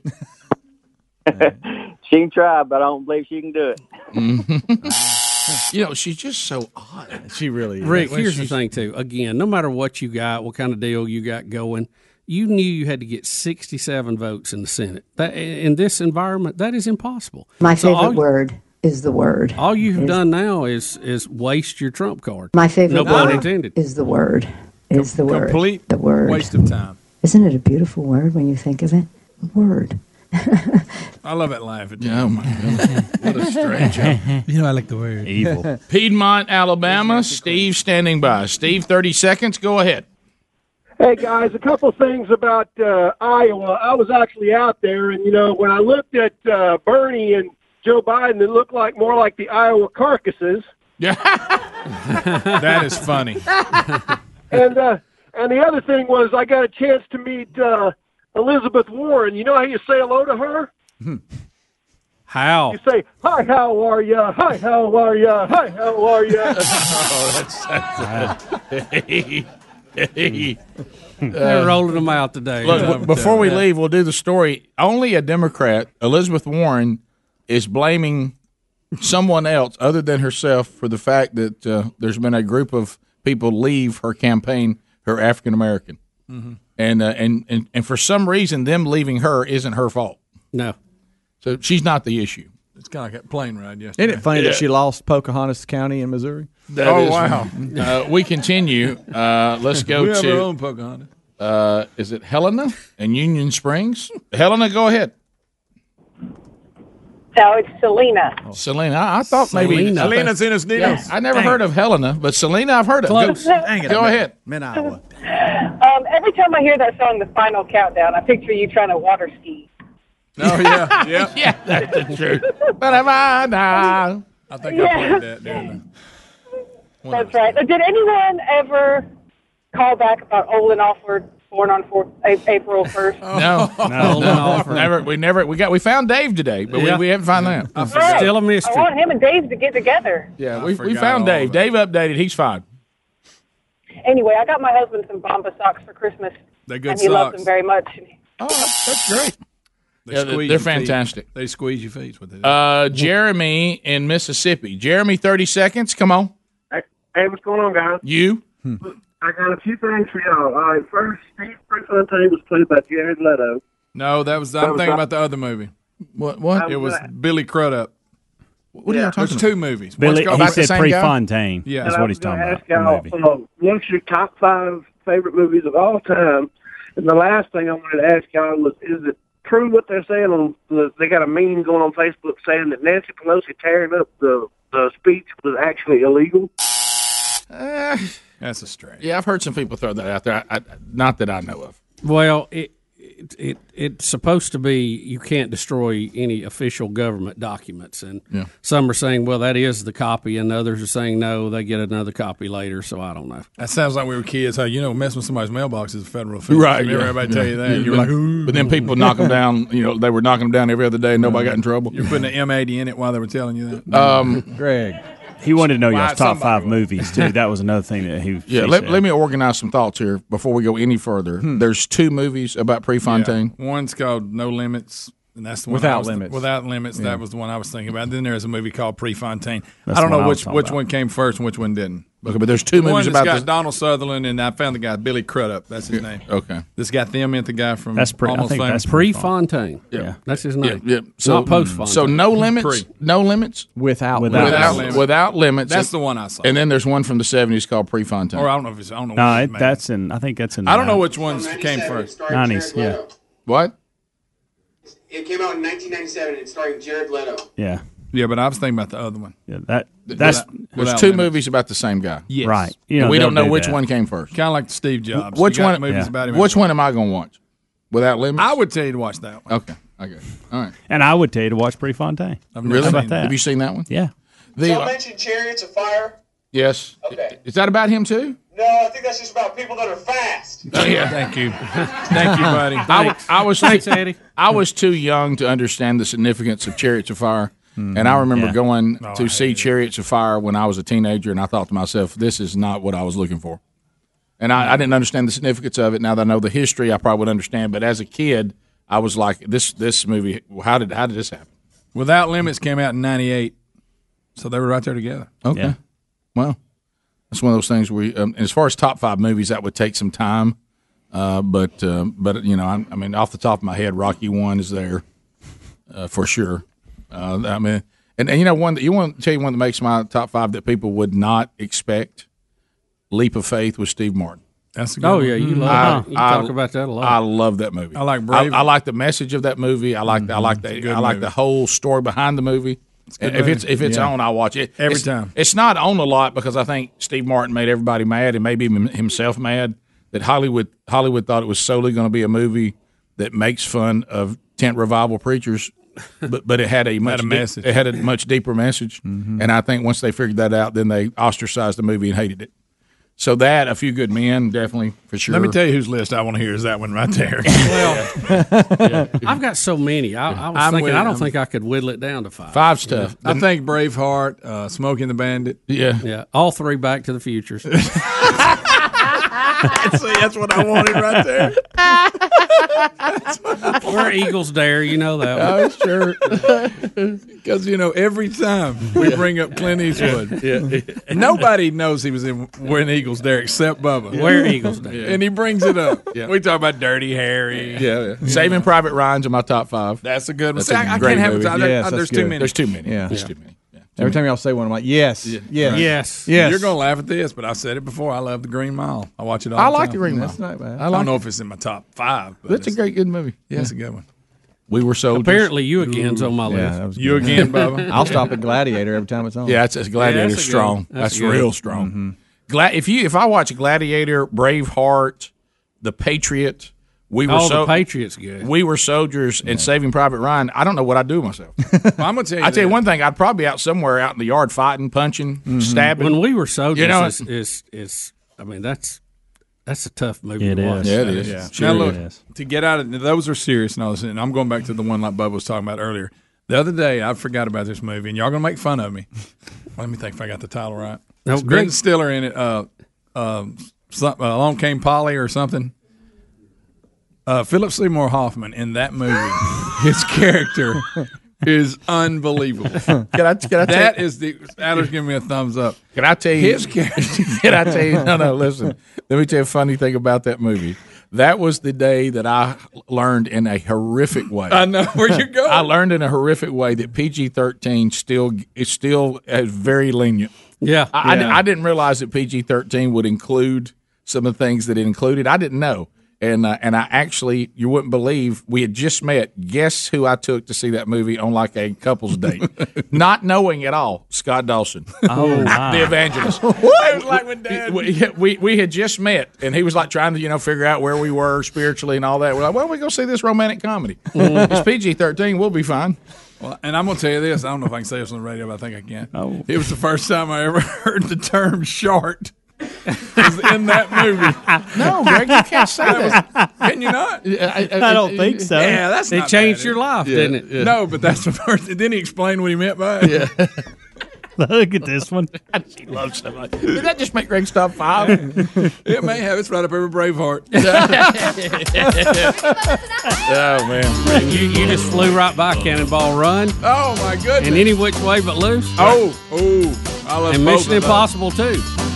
She can try, but I don't believe she can do it. you know, she's just so odd. She really Rick, here's the thing too. Again, no matter what you got, what kind of deal you got going, you knew you had to get 67 votes in the Senate. That in this environment, that is impossible. My So favorite all- word is the word. All you've Is- done now is is waste your trump card. My favorite no pun word intended. is the word. Is the word. Complete the word. waste of time. Isn't it a beautiful word when you think of it? The word. I love that laugh. At oh my god, what a stranger! you know, I like the word Evil. Piedmont, Alabama. Steve standing by. Steve, thirty seconds. Go ahead. Hey guys, a couple things about uh, Iowa. I was actually out there, and you know, when I looked at uh, Bernie and Joe Biden, it looked like more like the Iowa carcasses. that is funny. and uh, and the other thing was, I got a chance to meet uh, Elizabeth Warren. You know how you say hello to her? How? You say, "Hi, how are ya? Hi, how are ya? Hi, how are ya?" oh, that's. hey, They're rolling them out today. Uh, Look, Yeah. w- before we leave, we'll do the story. Only a Democrat, Elizabeth Warren, is blaming someone else other than herself for the fact that uh, there's been a group of people leave her campaign, her African American, and, uh, and and and for some reason, them leaving her isn't her fault. No, so she's not the issue. It's kind of like a plane ride yesterday. Isn't it funny that she lost Pocahontas County in Missouri? That Oh, is- uh, we continue. Uh, let's go we to have our own Pocahontas. uh, is it Helena in Union Springs? Helena, go ahead. So it's Selena. Selena, I, I thought maybe Selena. Selena Zinasdino. Yes. I never Dang heard of Helena, but Selena, I've heard of. Close. Go, Dang it, go I bet. ahead. Um, every time I hear that song, The Final Countdown, I picture you trying to water ski. Oh yeah, yeah, yeah. That's the truth. Ba-da-ba-da. I think I Yeah. played that. During the- That's right. Now, Did anyone ever call back about Olin Offord born on 4th, A- April 1st? No, no, no, never. We never. We got. We found Dave today, but Yeah. we, we haven't found that. I Right. I want him and Dave to get together. Yeah, we, we forgot found all Dave. Dave updated. He's fine. anyway, I got my husband some Bomba socks for Christmas. They're good and he loves socks. them very much. Oh, that's great. Yeah, they're- squeeze they're your feet. fantastic. They squeeze your feet with it. Uh, Jeremy in Mississippi. Jeremy, thirty seconds. Come on, Hey, hey, what's going on, guys? you. Hmm. I got a few things for y'all. All right, first, Steve First on Tape was played by Jared Leto. No, that was. That I'm was thinking not- about the other movie. What? what? It was Yeah. Billy Crudup. What are y'all There's talking two about? movies. Billy- One's he about the said same guy. Prefontaine. Yeah, That's And I what was he's talking gonna about. ask Y'all, um, what's your top five favorite movies of all time? And the last thing I wanted to ask y'all was, is it true what they're saying on the, they got a meme going on Facebook saying that Nancy Pelosi tearing up the the speech was actually illegal? Uh, That's a stretch. Yeah, I've heard some people throw that out there. I, I, not that I know of. Well, it, it it it's supposed to be you can't destroy any official government documents, and Yeah. some are saying, well, that is the copy, and others are saying, no, they get another copy later. So I don't know. That sounds like we were kids. How you know messing with somebody's mailbox is a federal offense. Right, Remember yeah. Everybody tell you Yeah. that. You're like, Ooh. But then people knock 'em down. You know, they were knocking them down every other day. and Nobody got in trouble. You're putting an M80 in it while they were telling you that. Um, Greg. He wanted to know Why, y'all's top somebody five movies too. That was another thing that he. Yeah, she let, said. let me organize some thoughts here before we go any further. Hmm. There's two movies about Prefontaine. One's called No Limits, and that's the one Without I was- Limits. Without limits, Yeah. that was the one I was thinking about. Then there was a movie called Prefontaine. That's I don't the one know I was which talking which about. one came first and which one didn't. Okay, but there's two The one movies that's about got this- Donald Sutherland and I found the guy Billy Crudup. That's his name. Okay, this got them and the guy Mm-hmm. from That's pretty- I Almost think Famous. that's pretty Prefontaine. Yeah. that's his Yeah, name. yeah. So- not post Fontaine. So no limits. No limits. Without Without, Without without, Limits. limits. That's the one I saw. And then there's one from the 70s called Prefontaine. Or I don't know if it's I don't know. No, which it, man. that's in. I think that's in. The I don't know which ones came first. nineties. Yeah, What? It came out in 1997 and it's starring Jared Leto. yeah, yeah. But I was thinking about the other one. Yeah, that that's There's two movies about the same guy. Yes. Right. You And know, we don't they'll know do which that. one came first. Kind of like Steve Jobs. Which You got one? Movies about him. Which one am I going to watch? Without limits. I would tell you to watch that one. Okay. Okay. All right. And I would tell you to watch Prefontaine. I've never How seen about it. that? Have you seen that one? Yeah. The- Y'all mentioned Chariots of Fire. yes. Okay. Is that about him too? No, I think that's just about people that are fast. Oh, yeah. Thank you. Thank you, buddy. I, Thanks. I was Thanks, Eddie. I was too young to understand the significance of Chariots of Fire. And I remember Yeah. going Oh, I to see Chariots of Fire when I was a teenager, and I thought to myself, this is not what I was looking for. And I, I didn't understand the significance of it. Now that I know the history, I probably would understand. But as a kid, I was like, this this movie, how did how did this happen? Without Limits came out in '98, so they were right there together. Okay. Yeah. Well, that's one of those things we, um, and as far as top five movies, that would take some time. Uh, but, uh, but you know, I, I mean, off the top of my head, Rocky One is there uh, for sure. Uh, I mean, and, and you know, one that you want to tell you one that makes my top five that people would not expect Leap of Faith with Steve Martin. That's a good Oh, yeah, you love that. You talk about that a lot. I love that movie. Hmm. I like Brave. I, like the message of that movie. I like the, I like the Mm-hmm. good I like movie. the whole story behind the movie. a good if it's movie. if it's Yeah. on, I watch it Every It's- time. It's not on a lot because I think Steve Martin made everybody mad and maybe even himself mad that Hollywood Hollywood thought it was solely going to be a movie that makes fun of tent revival preachers, but but it had a much a deep- message. Mm-hmm. it had a much deeper message. And I think once they figured that out, then they ostracized the movie and hated it. So that a few good men definitely for sure. Let me tell you whose list I want to hear is that one right there. well, I've got so many. I, I was I'm thinking with- I don't I'm- think I could whittle it down to five. Five's You know? tough. I think Braveheart, uh, Smoking the Bandit. Yeah. Yeah, all three Back to the Futures. See, that's what I wanted right there. We're Eagles Dare, you know that. One. Oh, sure. Because, you know, every time we bring up Clint Eastwood, nobody knows he was in Wearing Eagles Dare except Bubba. Wear Eagles Dare. And he brings it up. Yeah. We talk about Dirty Harry. Yeah, yeah. Saving Private Ryan's in my top five. That's a good one. That's See, a I- I great can't have it. movie. I- there- Yes, uh, that's there's too good. many. There's too many. Yeah. There's Yeah. too many. Every time y'all say one, I'm like, yes, Yeah. yes, Right. yes, You're gonna laugh at this, but I said it before. I love the Green Mile. I watch it all. I the like time. The Green That's Mile. not bad. I I, like don't know it. if it's in my top five. But That's a it's- great good movie. Yeah, it's a good one. We were soldiers. Apparently, you again's on my list. You again, Bubba. I'll stop at Gladiator every time it's on. Yeah, it's, it's Gladiator's that's a good strong. one. That's, That's good. real strong. Gla- if you if I watch Gladiator, Braveheart, The Patriot, we were Oh, The so Patriot's good. We were soldiers and Saving Private Ryan. I don't know what I would do with myself. Well, I'm gonna tell you. I tell you this. one thing, I'd probably be out somewhere out in the yard fighting, punching, stabbing. Mm-hmm. When we were soldiers, You know, is, is is I mean that's that's a tough movie. It to is. watch. Yeah, it is. Yeah. Sure now it look, is. to get out of those are serious and all this. And I'm going back to the one like Bubba was talking about earlier. The other day, I forgot about this movie, and y'all gonna make fun of me. Let me think if I got the title right. No, It's Greg- Ben Stiller in it. Uh, um, some, uh, Along Came Polly or something. Uh, Philip Seymour Hoffman in that movie, his character is unbelievable. Can I- can I tell- That is the Adler's giving me a thumbs up. Can I tell you- his character? Can I tell you? No, no. Listen, let me tell you a funny thing about that movie. That was the day that I learned in a horrific way. I know where you go. I learned in a horrific way that PG thirteen still is still uh, very lenient. Yeah, I, I di- Yeah. I didn't realize that PG thirteen would include some of the things that it included. I didn't know, and uh, and I actually you wouldn't believe we had just met. Guess who I took to see that movie on like a couple's date, not knowing at all. Scott Dawson, Oh, my. the evangelist. It was like when Dad. We, yeah, we we had just met, and he was like trying to you know figure out where we were spiritually and all that. We're like, well, we go see this romantic comedy. it's PG thirteen. We'll be fine. Well, and I'm gonna tell you this. I don't know if I can say this on the radio, but I think I can. Oh. It was the first time I ever heard the term "short." was in that movie. No, Greg, you can't say that. Can you not? I- I- I don't think so. Yeah, that's It not changed bad, your is life, Yeah, didn't it? yeah. No, but that's the first. Then he explained what he meant by it. Yeah. Look at this one. she loves so much. Did that just make Greg stop five? it may have. It's right up every Braveheart. oh man, you, you just flew right by Cannonball Run. Oh my goodness! And any which way but loose. Oh, oh, I love And both Mission of those. Impossible too. Oh,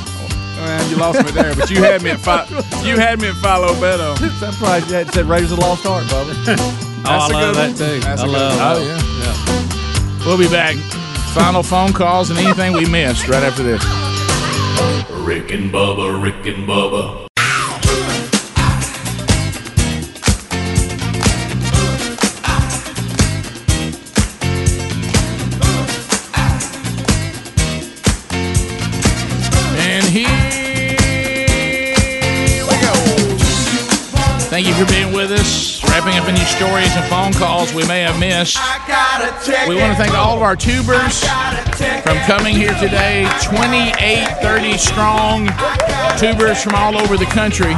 Man, you lost me there, but you had me at fi- you had me at Philo Beto. Oh, That's right. Yeah, it said Raiders of the Lost Ark, Bubba. That's I a love good that one. too. That's I a good love. one. that. We'll be back. Final phone calls and anything we missed right after this. Rick and Bubba, Rick and Bubba. And here we go. Thank you for being with us. Wrapping up any stories and phone calls we may have missed. We want to thank all of our tubers from coming here today. 28, 30 strong tubers from all over the country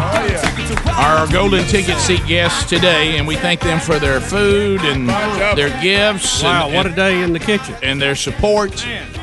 our golden ticket seat guests today, and we thank them for their food and their gifts. Wow, and, what a day in the kitchen! And their support.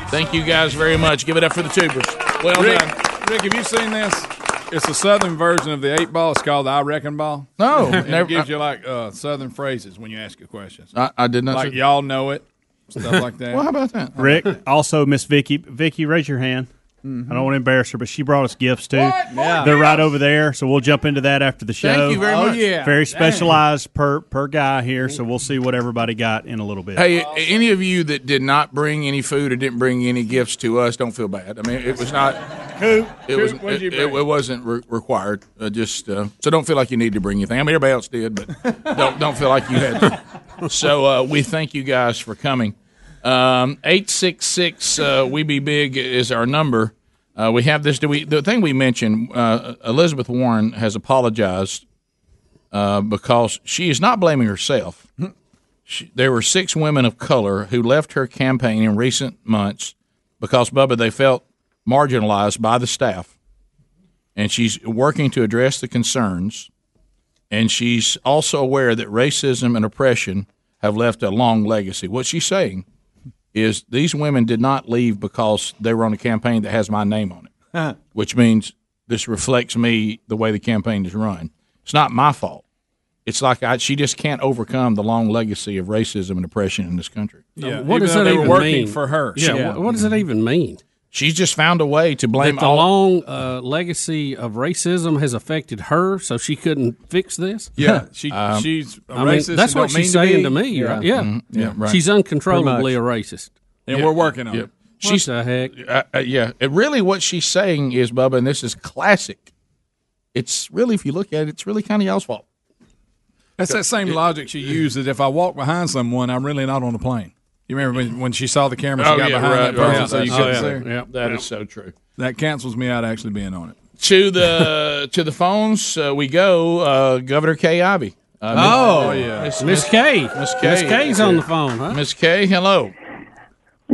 Thank you guys very much. Give it up for the tubers. Well Rick, done. Rick, have you seen this? It's the southern version of the eight ball. It's called the I reckon ball. No, and never- it gives you like uh, southern phrases when you ask your questions. I, I did not. like see- y'all know it, stuff like that. Well, how about that? Rick, also Miss Vicky. Vicky, raise your hand. I don't want to embarrass her, but she brought us gifts too. Yeah. They're right over there, so we'll jump into that after the show. Thank you very Oh, much. yeah. Dang. Very specialized per per guy here, so we'll see what everybody got in a little bit. Hey, any of you that did not bring any food or didn't bring any gifts to us, don't feel bad. I mean, it was not. Coop, It was. Coop, what'd It, you it, it wasn't re- required. Uh, just uh, so don't feel like you need to bring anything. I mean, everybody else did, but don't don't feel like you had. to. So uh, we thank you guys for coming. Um, Eight six six. Uh, we be big is our number. Uh, we have this. Do we? The thing we mentioned. Uh, Elizabeth Warren has apologized uh, because she is not blaming herself. She, there were six women of color who left her campaign in recent months because Bubba they felt marginalized by the staff, and she's working to address the concerns, and she's also aware that racism and oppression have left a long legacy. What she's saying is these women did not leave because they were on a campaign that has my name on it which means this reflects me the way the campaign is run. It's not my fault. It's like I, she just can't overcome the long legacy of racism and oppression in this country. Yeah, What even does though that they were even working mean? for her. Yeah. Yeah. What, what does that even mean? She's just found a way to blame that the all- long uh, legacy of racism has affected her, so she couldn't fix this. Um, Yeah, she- she's a racist and that's what don't mean she's to saying be. to me. Yeah. Right? Mm-hmm. Yeah, Mhm. Mm-hmm. Yeah, right. She's uncontrollably a Pretty racist, And we're working on it. What the heck? Uh, uh, yeah, It really, what she's saying is, Bubba, and this is classic. It's really, if you look at it, it's really kind of y'all's fault. That's that same logic she used that if I walk behind someone, I'm really not on the plane. You remember when, when she saw the camera, she Oh, got yeah, behind right, that person, right. so you Oh, couldn't yeah. see Yeah, that is so true. That cancels me out actually being on it. To the to the phones uh, we go. Uh, Governor Kay Ivey. Uh, Oh, yeah. Miss Kay. Miss Kay. Miss Kay's on the phone, huh? Miss Kay, hello.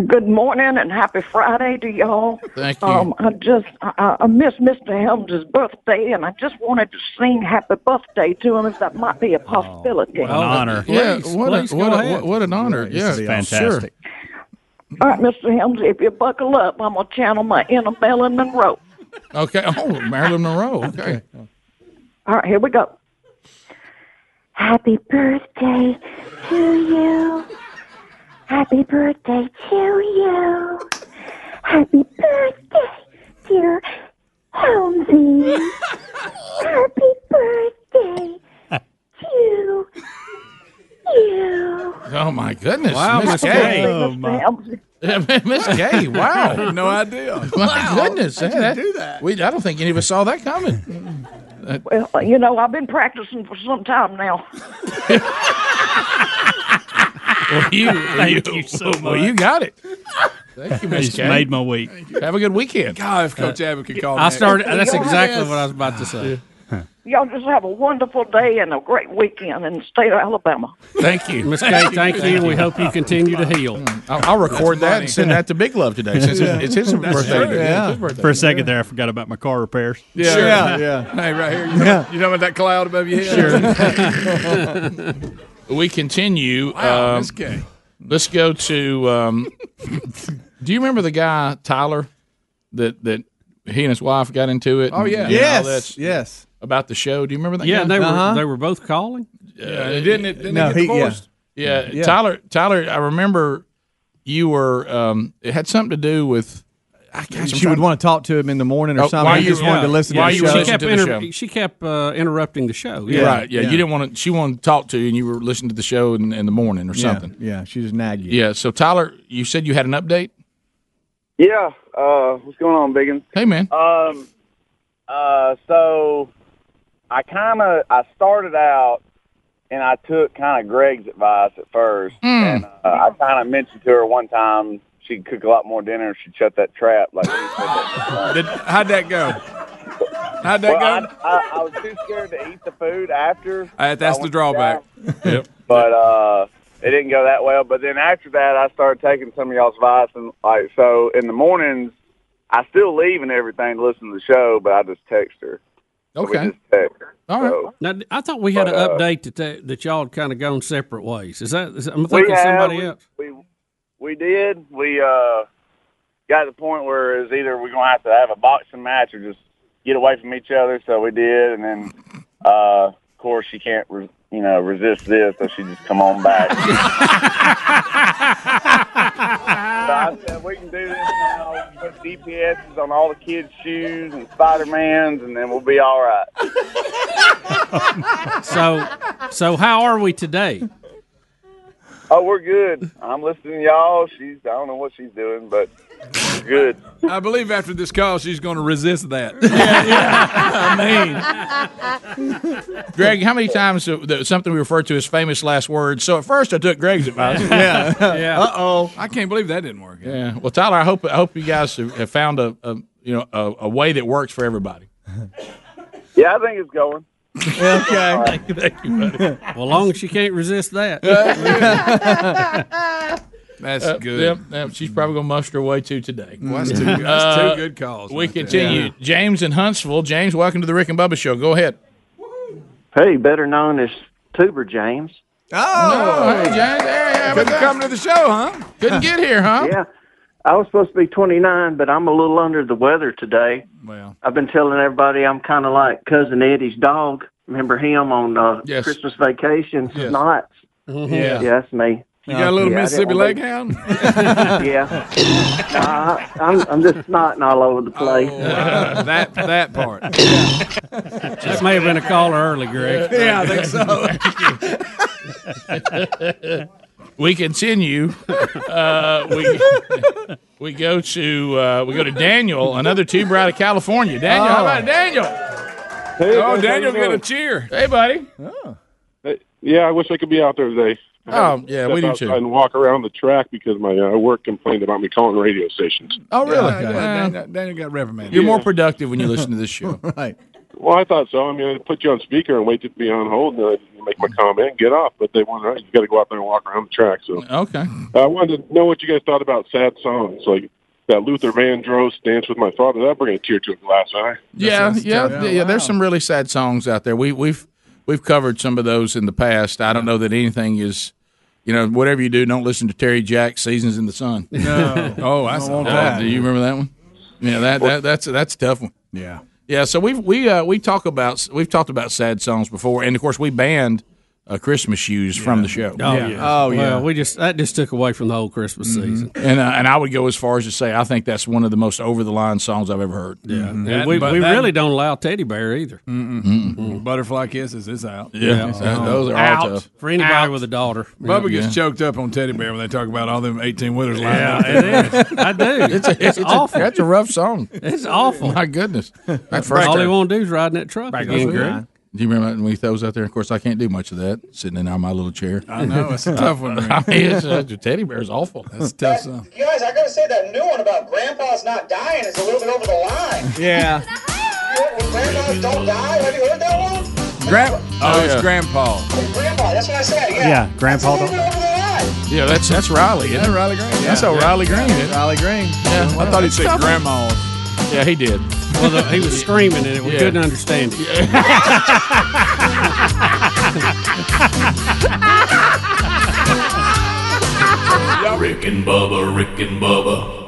Good morning and happy Friday to y'all. Thank you. Um, I just I, I miss Mr. Helms' birthday, and I just wanted to sing happy birthday to him if that might be a possibility. Oh, What an honor. Yeah, what, a, what, a, what, what an honor. This Yeah, would be fantastic. All right, Mr. Helms, if you buckle up, I'm gonna channel my inner Marilyn Monroe. Okay. Oh, Marilyn Monroe. Okay. All right, here we go. Happy birthday to you. Happy birthday to you. Happy birthday, dear Helmsy. Happy birthday to you. Oh my goodness. Wow, Miss Miss Gay. Gay. Oh, my. Miss Gay. Wow. No idea. My Wow. goodness. How'd you yeah, do that? We, I don't think any of us saw that coming. Uh, uh, Well, you know, I've been practicing for some time now. Well, you, Thank you so Well, you much. got it. Thank you, Miss He's Kay. made my week. Have a good weekend. God, if Coach Abbott could call I next. started. That's Y'all have- exactly what I was about to say. Y'all just have a wonderful day and a great weekend in the state of Alabama. Thank you, Mm, Miss Kay. Thank you. We hope you continue to heal. I'll, I'll record that and send that to Big Love today since Yeah. it's, it's his That's birthday. true, today. yeah. It's his birthday. For a second there, I forgot about my car repairs. Yeah, Sure. yeah, Hey, right here. You know, Yeah. you know about that cloud above your head? Sure. we continue. Wow, um, Miss Gay. Let's go to. Um, do you remember the guy Tyler that that he and his wife got into it? Oh, and- yeah. and all Yes, that's yes. Uh-huh. About the show. Do you remember that? Yeah, guy? they were they were both calling. Yeah, and didn't it- didn't No, get he- yeah. divorced? Yeah, Yeah. Tyler. Tyler, I remember you were. Um, it had something to do with. I gosh, I'm she would trying- want to talk to him in the morning or Oh, something. while I you- just wanted to yeah. listen While to you the were show. She Listen kept, to the inter- show. she kept uh, interrupting the show. Yeah, right. Yeah, you didn't want to. She wanted to talk to you, and you were listening to the show in, in the morning or Yeah, something. Yeah, she just nagged you. Yeah. So Tyler, you said you had an update. Yeah. Uh, what's going on, Biggins? Hey, man. Um. Uh. So, I kind of I started out, and I took kind of Greg's advice at first. Hmm. And uh, I kind of mentioned to her one time she'd cook a lot more dinner if she shut that trap. Like, Did, how'd that go? How'd that well, go? I, I, I was too scared to eat the food after. Uh, that's I the went drawback. Yep. but uh it didn't go that well. But then after that, I started taking some of y'all's advice, and like so in the mornings, I still leave and everything to listen to the show, but I just text her. Okay. We just text. All right. Now, I thought we had But, an uh, update that they, that y'all had kind of gone separate ways. Is that? Is, I'm We thinking have, somebody we, else. We we did. We uh got to the point where it's either we're gonna have to have a boxing match or just get away from each other. So we did, and then uh of course she can't. Re- you know, resist this, so she just come on back. So I said, we can do this now. We Put DPSs on all the kids' shoes and Spider Man's, and then we'll be all right. So, so how are we today? Oh, we're good. I'm listening to y'all. She's, I don't know what she's doing, but we're good. I believe after this call, she's going to resist that. yeah, I mean, Greg, how many times uh, th- something we refer to as famous last words? So at first I took Greg's advice. Yeah. Yeah. Uh oh. I can't believe that didn't work. Yeah. Well, Tyler, I hope I hope you guys have have found a, a you know a, a way that works for everybody. Yeah, I think it's going. Okay. Thank you, thank you, buddy. Well, long as you can't resist that. That's good. Uh, Yep, yep, she's probably gonna muster way to today. Well, that's two good- that's two Uh, good calls We right there. continue. Yeah. James in Huntsville. James, welcome to the Rick and Bubba Show. Go ahead. Hey, better known as Tuber James. Oh, hey, James. Hey, Couldn't come to the show, huh? Couldn't get here, huh? Yeah. I was supposed to be 29, but I'm a little under the weather today. Well, I've been telling everybody I'm kind of like Cousin Eddie's dog. Remember him on uh, Yes. Christmas vacation? Yes. Knots. Mm-hmm. Mm-hmm. Yeah. that's me. You got a little Yeah, I Mississippi didn't leg want hound? to- yeah. Uh, I'm, I'm just snotting all over the place. Oh, that that part. that may have been a caller early, Greg. Yeah, I think so. we continue. Uh, we we go to uh, we go to Daniel, another tube out of California. Daniel, how Oh. about it, Daniel? Oh, guys, how you doing? cheer. Hey, buddy. Hey, Yeah, I wish I could be out there today. I had Oh, to yeah, step we do outside too. And walk around the track because my uh, work complained about me calling radio stations. Oh, really? Yeah, Uh, Daniel, Daniel got reprimanded. You're more productive when you listen to this show. right. Well, I thought so. I mean, I put you on speaker and wait to be on hold and uh, make my comment, and get off. But they want to. You got to go out there and walk around the track. So Okay. uh, I wanted to know what you guys thought about sad songs like that Luther Vandross dance with my father. That bring a tear to a glass eye. Yeah, yeah, yeah, There's some really sad songs out there. We we've we've covered some of those in the past. I don't know that anything is, you know, whatever you do, don't listen to Terry Jack "Seasons in the Sun." No. Oh, I Don't saw want that. Do you remember that one? Yeah, that, that that's that's a tough one. Yeah. Yeah, so we've we uh, we talk about we've talked about sad songs before, and of course we banned uh, Christmas shoes from the show. Oh yeah. Oh, yeah. Well, we just that just took away from the whole Christmas season. and uh, and I would go as far as to say I think that's one of the most over the line songs I've ever heard. Yeah, Mm-hmm. And we we really don't allow teddy bear either. Butterfly kisses is out. Yeah. It's Yeah. out. Those are all out. tough. For anybody with a daughter. Bubba Yeah. gets choked up on teddy bear when they talk about all them eighteen wheelers. Yeah, it is. I do. It's, a, It's it's, awful. A, that's a rough song. It's awful. My goodness. That's all he want to do is riding that truck. again, Greg. Do you remember when he throws out there? Of course, I can't do much of that sitting in my little chair. I know, it's a tough one, man. I mean, it's, uh, the teddy bear is awful. That's tough song. You guys, I gotta say that new one about grandpa's not dying is a little bit over the line. Yeah. When grandpas don't die, have you heard that one? Grand- oh, Oh, it's yeah. grandpa. Grandpa, that's what I said. Yeah. Yeah, Grandpa That's a little bit over the line. Yeah, that's that's Riley. Yeah, isn't it? Riley Green. That's yeah. old Riley Green. isn't it? Riley Green. Yeah, I thought he said That's tough. grandma. Yeah, he did. Well, the, he was screaming in it. We Yeah. couldn't understand it. Rick and Bubba, Rick and Bubba.